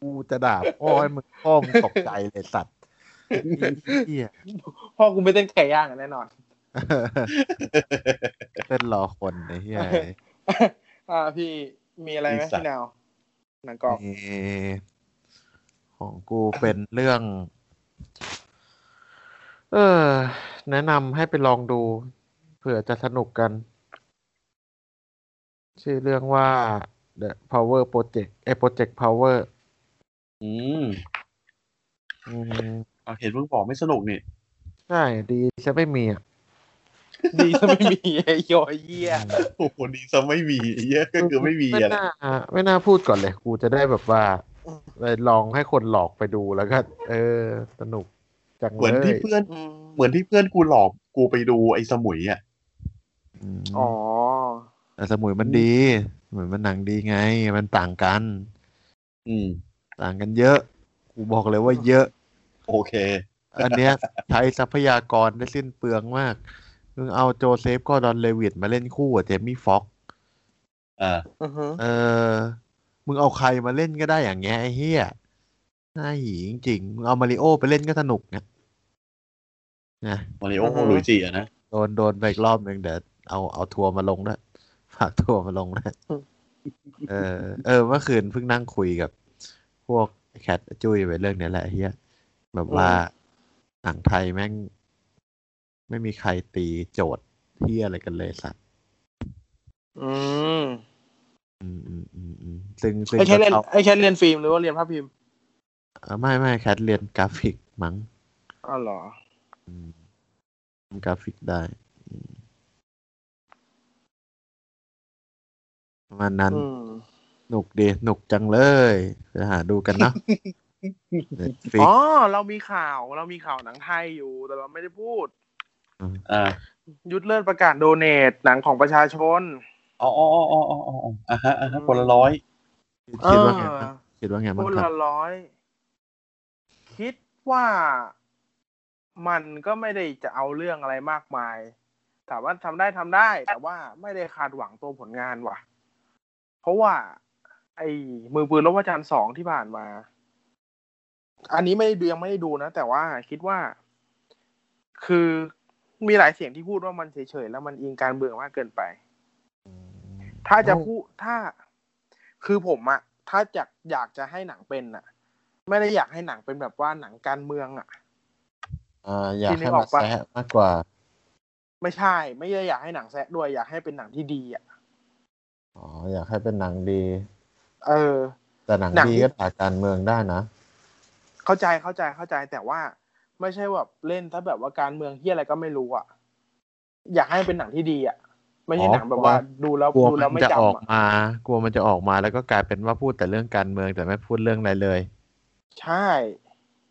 A: กูจะด่าพ่อให้มึงพ่อมึงตกใจเลยสัตว์เหี้ย
D: พ่อกูไม่เต้นไก่ย่างอะแน่นอน
A: เต้นรอคนไอ้เหี้ย
D: อ่าพี่มีอะไรไหมพี่แนวหนังกร อบ
A: นี่ของกูเป็นเรื่อง เออ แนะนำให้ไปลองดู เผื่อจะสนุกกัน ชื่อเรื่องว่า The Power Project เอ Project Power
E: อืม
A: อืม
E: เอาเห็นมึงบอกไม่สนุก นี่
A: ใช่ดีจะไม่มีอ่ะ
D: ดีถ้าไม่มี ไอ้โยอยเยี่ย
E: โอ้โหดีซะไม่มีไอ้เหี้ยก็คือไม่มี
A: ไม่
E: อะไร
A: น่าไม่น่าพูดก่อนเลย กูจะได้แบบว่า เลยลองให้คนหลอกไปดูแล้วก็ เออ สนุกจัง
E: เห
A: เล
E: มือนที่
A: ย
E: เพื่อน
D: อืม
E: เหมือนที่เพื่อนกูหลอกกูไปดูไอ้สมุยอ่ะ
A: ม
D: อ๋อ
A: แต่สมุยมันดี เหมือนมันหนังดีไง มันต่างกัน
E: อืม
A: ต่างกันเยอะ กูบอกเลยว่าเยอะ
E: โอเค
A: อันเนี้ยใช้ทรัพยากรได้สิ้นเปลืองมากมึงเอาโจเซฟก็ดอนเลวิดมาเล่นคู่กับเจมี่ฟ็อกซ์
E: อ่า
D: อือฮึ
A: เออ มึงเอาใครมาเล่นก็ได้อย่างเงี้ยไอ้เหี้ยน่าหยีจริงๆมึงเอามาริโอไปเล่นก็สนุกนะนะ
E: มาริโอโอลุยจิอ่ะนะ
A: โดนโดนไปอีกรอบหนึ่งเดี๋ยวเอาเอาทัวร์มาลงด้วย ฝากทัวร์มาลงด้วย เออ เออ เมื่อคืนเพิ่งนั่งคุยกับ พวกแคทจุ้ยไปเรื่องเนี้ยแหละเฮียแบบว่าหนังไทยแม่ง ไม่มีใครตีโจทย์เฮียอะไรกันเลยสัตว์
D: อืม
A: อืมอืมอืมอืมซึ่งซึ่ง
D: ไอ้แค่เรียน
A: ก็
D: ไอ้แค่เรียนฟิล์มหรือว่าเรียนภาพพิมพ์
A: เอ่อไม่ไม่แคทเรียนกราฟิกมั้ง
D: อ๋อเหรอ
A: อืมทำกราฟิกได้อืมประมาณนั้น
D: อืม
A: หนุกดีหนุกจังเลยไปหาดูกัน เนอะ Netflix
D: อ๋อ เรามีข่าวเรามีข่าวหนังไทยอยู่แต่เราไม่ได้พูด
E: อ่า
D: ยุทธเลิศประกาศโดเนทหนังของประชาชน
E: อ๋ออ๋ออ๋ออ๋ออ๋ออ๋ออ่าฮะอ่าฮะคนละร้อย
A: คิดว่าไง
D: เออ
A: บ้างคิดว่าไง
D: ค
A: บ้าง
D: น
A: ครั
D: ละ
A: บ
D: ร้อย คิดว่ามันก็ไม่ได้จะเอาเรื่องอะไรมากมาย ถามว่าทำได้ทำได้ แต่ว่าไม่ได้คาดหวังตัวผลงานว่ะ เพราะว่า ไอ้มือปืนลบวจันทร์สองที่ผ่านมา อันนี้ไม่ได้ดูยังไม่ได้ดูนะ แต่ว่าคิดว่า คือมีหลายเสียงที่พูดว่ามันเฉยๆแล้วมันอิงการเบืองมากเกินไป ถ้าจะพูดถ้า คือผมอะถ้าจะอยากจะให้หนังเป็นอะไม่ได้อยากให้หนังเป็นแบบว่าหนังการเมืองอะ
A: อ่า อยาก
D: ที่นึ
A: ให้
D: กอ
A: มา
D: อกปะ
A: แซะมากกว่า
D: ไม่ใช่ไม่ได้อยากให้หนังแซะด้วยอยากให้เป็นหนังที่ดีอะ
A: อ๋ออยากให้เป็นหนังดี
D: เออ
A: แต่หนัง
D: หนัง
A: ดีก็ถ่ายการเมืองได้นะ
D: เข้าใจเข้าใจเข้าใจแต่ว่า ไม่ใช่แบบเล่นถ้าแบบว่าการเมืองที่อะไรก็ไม่รู้อะอยากให้เป็นหนังที่ดีอะไม่ใช่หนังแบบว่าดูแล้ว
A: กลัว
D: ดูแล้ว
A: มั
D: ไม่
A: นจะออก
D: จำอะ
A: มากลัวมันจะออกมาแล้วก็กลายเป็นว่าพูดแต่เรื่องการเมืองแต่ไม่พูดเรื่องอะไรเลย
D: ใช่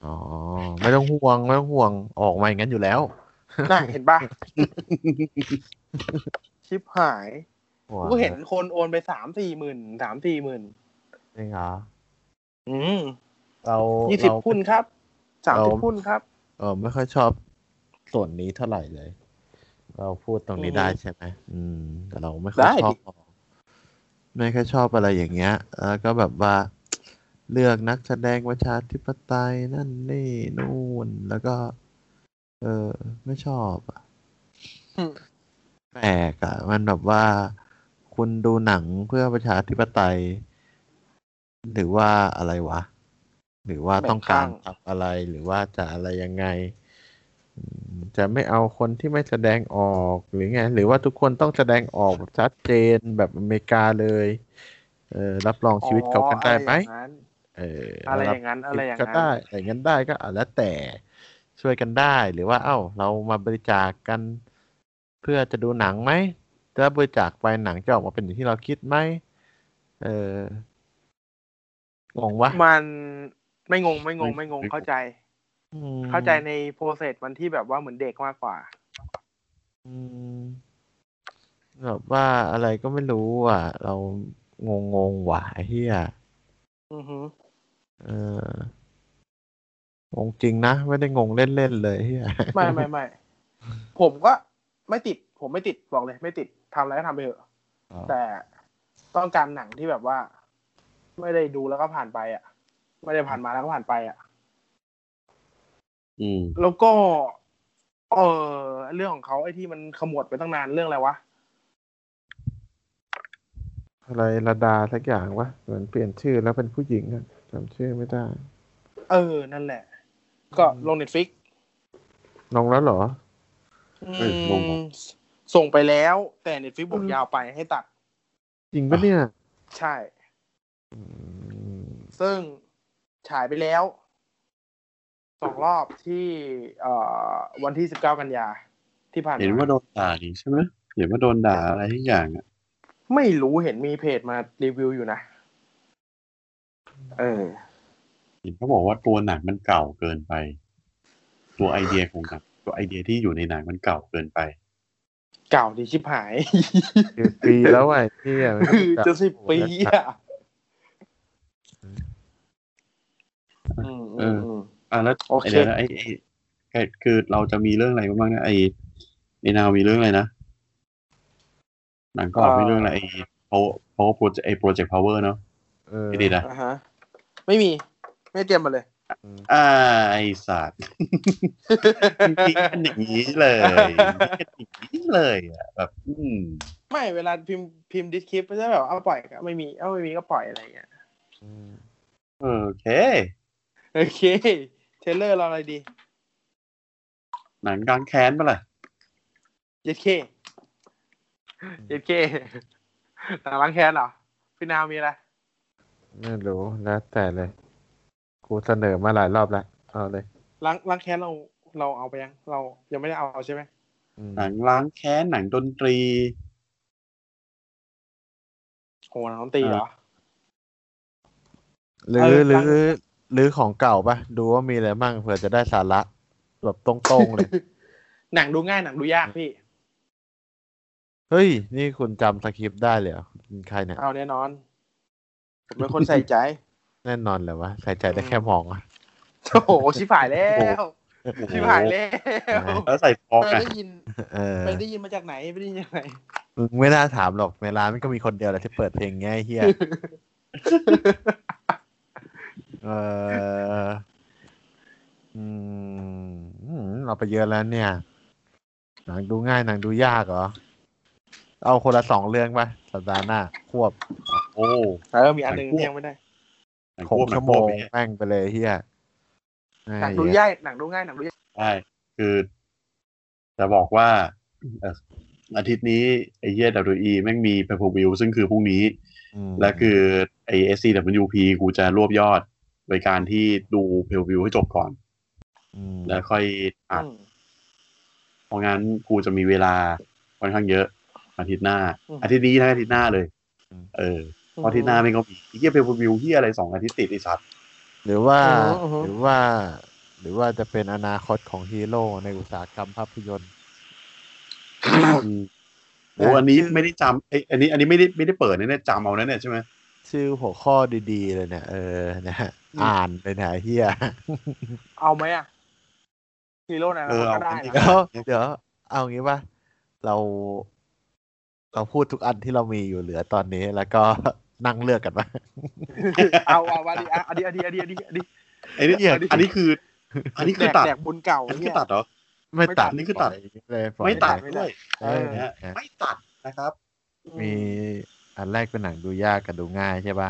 A: อ๋อไม่ต้องห่วงไม่ต้องห่วงออกมาอย่างนั้นอยู่แล้ว
D: น่ะเห็น ปะ ชิบหาย
A: ห่วง
D: กูเห็นคนโอนไปสามสี่หมื่นสามสี่หมื่น
A: จริงเหรอ
D: อืม
A: เรา
D: ยี่สิบ
A: เรา
D: พุ่นครับสามสิบ
A: เรา
D: พุ่นครับ
A: เออไม่ค่อยชอบส่วนนี้เท่าไหร่เลย เราพูดตรงนี้
D: อือฮึ
A: ได้ใช่ไหมอืม แต่เราไม่ค่อย
D: ได้
A: ชอบ
D: ดิ
A: ไม่ค่อยชอบอะไรอย่างเงี้ยแล้วก็แบบว่า เลือกนักแสดงประชาธิปไตยนั่นนี่นู่นแล้วก็ เออ ไม่ชอบอะ
D: อืม
A: แปลกอะมันแบบว่า คุณดูหนังเพื่อประชาธิปไตย หรือว่าอะไรวะ หรือว่าต้องการ
D: แบ่งข้าง
A: ทำอะไรหรือว่าจะอะไรยังไงอืมจะไม่เอาคนที่ไม่แสดงออกหรือไง หรือว่าทุกคนต้องแสดงออกแบบชัดเจนแบบอเมริกาเลย เออรับรองชีวิตเขากันได้ไหม
D: อ๋ออะไรอย่างนั้น
A: เอออ
D: อะไรอย่างนั้นอะไรอย่าง
A: ก็
D: นั้น
A: ได้แต่งั้นได้ก็อ่ะแล้วแต่ช่วยกันได้หรือว่า เอ้า เรามาบริจาคกัน เพื่อจะดูหนังไหมถ้าบริจาคไปหนังจะออกมาเป็นอย่างที่เราคิดไหมเอองงวะ
D: มันไม่งงไม่งงไม่งงเข้าใจ
A: อืม
D: เข้าใจในโปรเซสมันที่แบบว่าเหมือนเด็กมากกว่า
A: อืมแบบว่าอะไรก็ไม่รู้อ่ะ เรางงงๆว่ะไอ้เฮีย
D: อือฮึ
A: เอองงจริงนะ ไม่ได้งงเล่นๆเลยเฮีย
D: ไม่ไม่ไม่ผมก็ไม่ติด ผมไม่ติดบอกเลย ไม่ติดทำอะไรก็ทำไปเถอะแต่ต้องการหนังที่แบบว่า ไม่ได้ดูแล้วก็ผ่านไป อ่ะ ไม่ได้ผ่านมาแล้วก็ผ่านไปอ่ะ
E: อืม
D: แล้วก็ เออเรื่องของเขาไอ้ที่มันขมวดไปตั้งนานเรื่องอะไรวะ
A: อะไรระดาสักอย่างวะเหมือนเปลี่ยนชื่อแล้วเป็นผู้หญิงอะจำชื่อไม่ได้
D: เออ นั่นแหละ ก็ลงเน็ตฟิก
A: ลงแล้วเหรอ
D: อื
E: เอ้ยงงเหรอ
D: มส่งไปแล้วแต่เน็ตฟิกบอกยาวไปให้ตัด
A: จริงปะเนี่ย
D: ใช่ ซึ่งฉายไปแล้วสองรอบที่เอ่อวันที่สิบเก้ากันยา ที่ผ่าน
E: เห็น
D: มา
E: ว่าโดนด่านี่ใช่ไหมเห็นว่าโดนด่าอะไรทุกอย่างอ่ะ
D: ไม่รู้เห็นมีเพจมารีวิวอยู่นะ เออ
E: เห็นเขาบอกว่าตัวหนังมันเก่าเกินไป ตัวไอเดียของหนังตัวไอเดียที่อยู่ในหนังมันเก่าเกินไป
D: เก่าดีชิบ หาย
A: สิบปีแล้วไอ้ที่
D: จะ สิบปีอ่ะอืมอืมอืม
E: อ่ะแล้ว
D: โอเค
E: ไดี๋ยวนะไอ้ไอ้ไอ้คือเราจะมีเรื่องอะไรบ้างนะไอ้ไอ้นาวมีเรื่องอะไรนะหนังก็ออกมีเรื่องอะไรไอ้ power power project ไอ้ project power เนาะ
A: เออ
E: ไอ้ดีนะ
D: อ่าฮะ ไม่มี ไม่เตรียมมาเลย
E: อ่าไอ้สัตว์ ทิ้งกันอย่างนี้เลยทิ้งกันอย่างนี้เลยอ่ะแบบอืม
D: ไม่เวลาพิมพ์พิมพ์ดิสคลิปไม่ใช่แบบเอาปล่อยก็ไม่มีเอาไม่มีก็ปล่อยอะไรอย่างเงี้ย
A: อืม
E: โอเค
D: โอเค เทรลเลอร์เราอะไรดี
E: หนังกลางแค้นปะล่ะ
D: เจ็ดเคเจ็ดเคหนังล้างแค้นเหรอ พี่นาวมีอะไร
A: ไม่รู้แล้วแต่เลย กูเสนอมาหลายรอบแล้วเอาเลย
D: ล้างล้างแค้นเราเราเอาไปยัง เรายังไม่ได้เอาใช่ไหม
A: อืม
E: หนังล้างแค้นหนังดนตรี
D: โหหนังดนตรีเหรอ
A: หรือ
D: เอาเลย
A: หรือ
D: ตั้ง
A: หรือของเก่าปะดูว่ามีอะไรมั่งเผื่อจะได้สาระแบบตรงๆเลย
D: หนังดูง่ายหนังดูยากพี่
A: เฮ้ย นี่คุณจำสคริปต์ได้เลยเหรอคุณใครเนี่ย
D: เอาแน่นอน ผมเป็นคนใส่ใจ
A: แน่นอนเลยวะใส่ใจได้แค่มองอะ
D: โอ้โห ชิบหายแล้ว
E: โอ้โห
D: ชิบหายแล้ว
E: แล้วใส่ฟอง
D: ไป
E: อ่ะ
D: ได้ยิน
A: เออ
D: ไปได้ยินมาจากไหนไปได้ยินจากไหน
A: มึงไม่น่าถามหรอกในร้านมันก็มีคนเดียวแหละที่เปิดเพลงง่ายเฮียเอออืมอืมเราไปเยอะแล้วเนี่ย หนังดูง่ายหนังดูยากเหรอ เอาคนละสองเรื่องไปสัปดาห์หน้า ควบ
E: โอ้
D: เออมีอันหนึ่งที่ยังไม่ได้
E: หนัง
A: ห
E: คว
A: ก
E: บหนั
A: ชั่
E: ง
A: ว
E: ค
A: โม
E: วบ
A: ง
E: ไปเนี่ย
A: แม่งไปเลยเฮียไอ้
D: หนังดู
A: เหี้ย
D: ยากหนังดูง่ายหนังดูยาก
E: ใช่คือ จะบอกว่าเอ่ออาทิตย์นี้ไอ้เหี้ย WE แม่งมีเพอร์ v วิวซึ่งคือพรุ่งนี้
A: อืม
E: และคือไอ้ SCWP กูจะรวบยอด โดยการที่ดูเพอร์ v วิวให้จบก่อน
A: ม
E: แล้วค่อยอัด
D: อืม
E: เพราะงั้นกูจะมีเวลาค่อนข้างเยอะ อาทิตย์หน้า
D: อืม
E: อาทิตย์นี้นะอาทิตย์หน้าเลย เออเพราะอาทิตย์หน้าไม่งก็มีไอ้เหี้ยเพอร์ v วิวเหี้ยอะไรสองอาทิตย์ติดไอ้สัตว์
A: หรือว่า
D: อือฮึอือฮึ
A: หรือว่า หรือว่าจะเป็นอนาคตของฮีโร่ในอุตสาหกรรมภาพยนตร์
E: อืมโอ้อันนี้ไม่ได้จำไอ้ยอันนี้ อันนี้ไม่ได้ไม่ได้เปิดนะเนี่ยจำเอานะเนี่ยใช่ไหม
A: ชื่อหัวข้อดีๆ เลยเนี่ยเออนะฮะอ่านเลยนะเฮีย
D: เอาไหมอ่ะฮีโร่นะ
E: เออ
D: ก็ได้
E: เอาอันนี้
A: เดี๋
D: นะ
A: ยวเดี๋ยว เอางี้ป่ะเรา เราพูดทุกอันที่เรามีอยู่เหลือตอนนี้ แล้วก็ นั่งเลือกกันป่ะ
D: เอาเอาวันดีอ่ะอันดีอันดีอันดีอันดีอันดี
E: ไอ้นี่
A: เหี้ย
E: อันนี้คือ อันนี้
D: แด
E: คือก ตัด
D: แดกบุญเก่า
E: อันนี้คื
D: เนี่
E: อย ตัดเหรอ
A: ไม่ตัด
E: ไม่ตัดนี่คือตัด
A: เลยปล่อย
E: ไม่ตัด
A: ป
E: ด้วย
A: เออ
E: นะฮะ
A: นะฮะ
E: ไม่ตัดนะครับ
A: มีอันแรกเป็นหนังดูยากกับดูง่ายใช่ป่ะ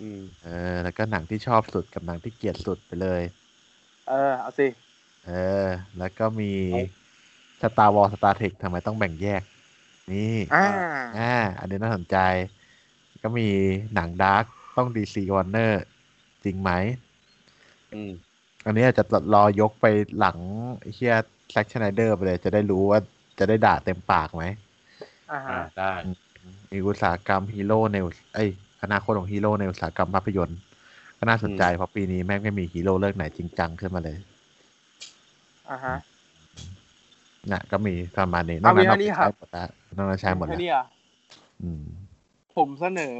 E: อืม
A: เออแล้วก็หนังที่ชอบสุดกับหนังที่เกลียดสุดไปเลย
D: เออเอาสิ
A: เออ แล้วก็มีสตาร์วอลสตาร์เทคทำไมต้องแบ่งแยก นี่
D: อ่า
A: อ่าอันนี้น่าสนใจ ก็มีหนังดาร์กต้องดีซีวอร์เนอร์จริงไหม
E: อืม
A: อันนี้อาจจะรอยกไปหลังไอ้เฮียแซคชไนเดอร์ไปเลย จะได้รู้ว่าจะได้ด่าเต็มปากไหม
D: อ่าฮะ
E: อ่าได้
A: มีอุตสาหกรรมฮีโร่ในอุตเอ้ยอนาคตของฮีโร่ในอุตสาหกรรมภาพยนตร์ก็น่าสนใจเพราะปีนี้แม่งไม่มีฮีโร่เรื่องไหนจริงจังขึ้นมาเลย
D: อ่าฮะ
A: นะก็มีประมาณนี้น
D: เอา
A: อกนั้น
D: เอา
A: เรา
D: นี่ค
A: ใช้
D: รับ
A: หมดแล้วนอกนั้นใช้หมด
D: แค่
A: แล้ว
D: นี้เหรอ่ะ
A: อืม
D: ผมเสนอ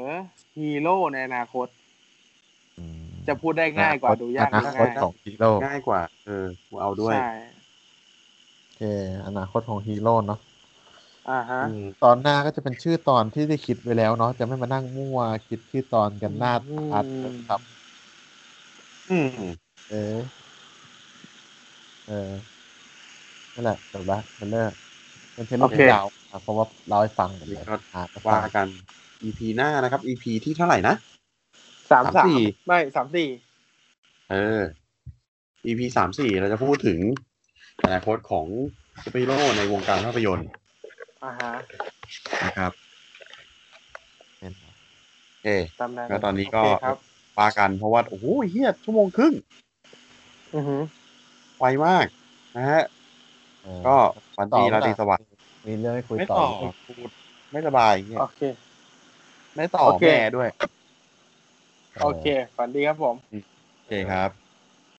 D: ฮีโร่ในอนาคต
A: อืม
D: จะพูดได้ง่ายกว่าดูยาก
A: อนาคต
D: ง่าย
A: ของฮีโร่
E: ง่ายกว่า เออกูเอาด้วย
D: ใช่
A: โอเคอนาคตของฮีโร่เนาะ
D: อ่าฮะ
E: อืม
A: ตอนหน้าก็จะเป็นชื่อตอนที่ได้คิดไว้แล้วเนาะจะไม่มานั่งมั่วคิดชื่อตอนกันหน้า
D: อืม
A: อัดครับ
E: อืม
A: เออ เออ นั่นแหละจบละมันเลิกเป็นเทนนิ
E: โอ
A: ส
E: เค
A: ยาวอ่ะเพราะว่าเราให้ฟังกันเลย
E: ครับ
A: อ่ะไปฟั
E: ว่าง กัน EP หน้านะครับ EP ที่เท่าไหร่นะ
D: สามสา
E: สา
D: ม
E: มสี่
D: ไม่สามสี่
E: เออ EP สามสี่เราจะพูดถึงอนาคตของซูเปอร์ฮีโร่ในวงการภาพยนตร์
D: อ่าฮะ
E: นะครับ
A: เป็น
E: โอเค
D: ตามนั้น
E: ก็ตอนนี้ก็
D: โเคครับ
E: ว่ากันเพราะว่า โอ้โหเฮียชั่วโมงครึ่ง
D: อือฮึ
E: ไวมากนะฮะ
A: เออ
E: ก็วัน
A: ต่อ
E: ดี
A: ไหม
E: ราตรีสวัสดิ์
A: มีเรื่องให้คุย
E: ไม่
A: ต่อ
E: ต่อ
A: ไหม
E: กูไม่สบายเงี้ย
D: โอเค
E: ไม่ต่อ
D: โอเค
E: แม่ด้วย
A: เออ
D: โอเค ฝันดีครับผม
E: โอเค เคครับ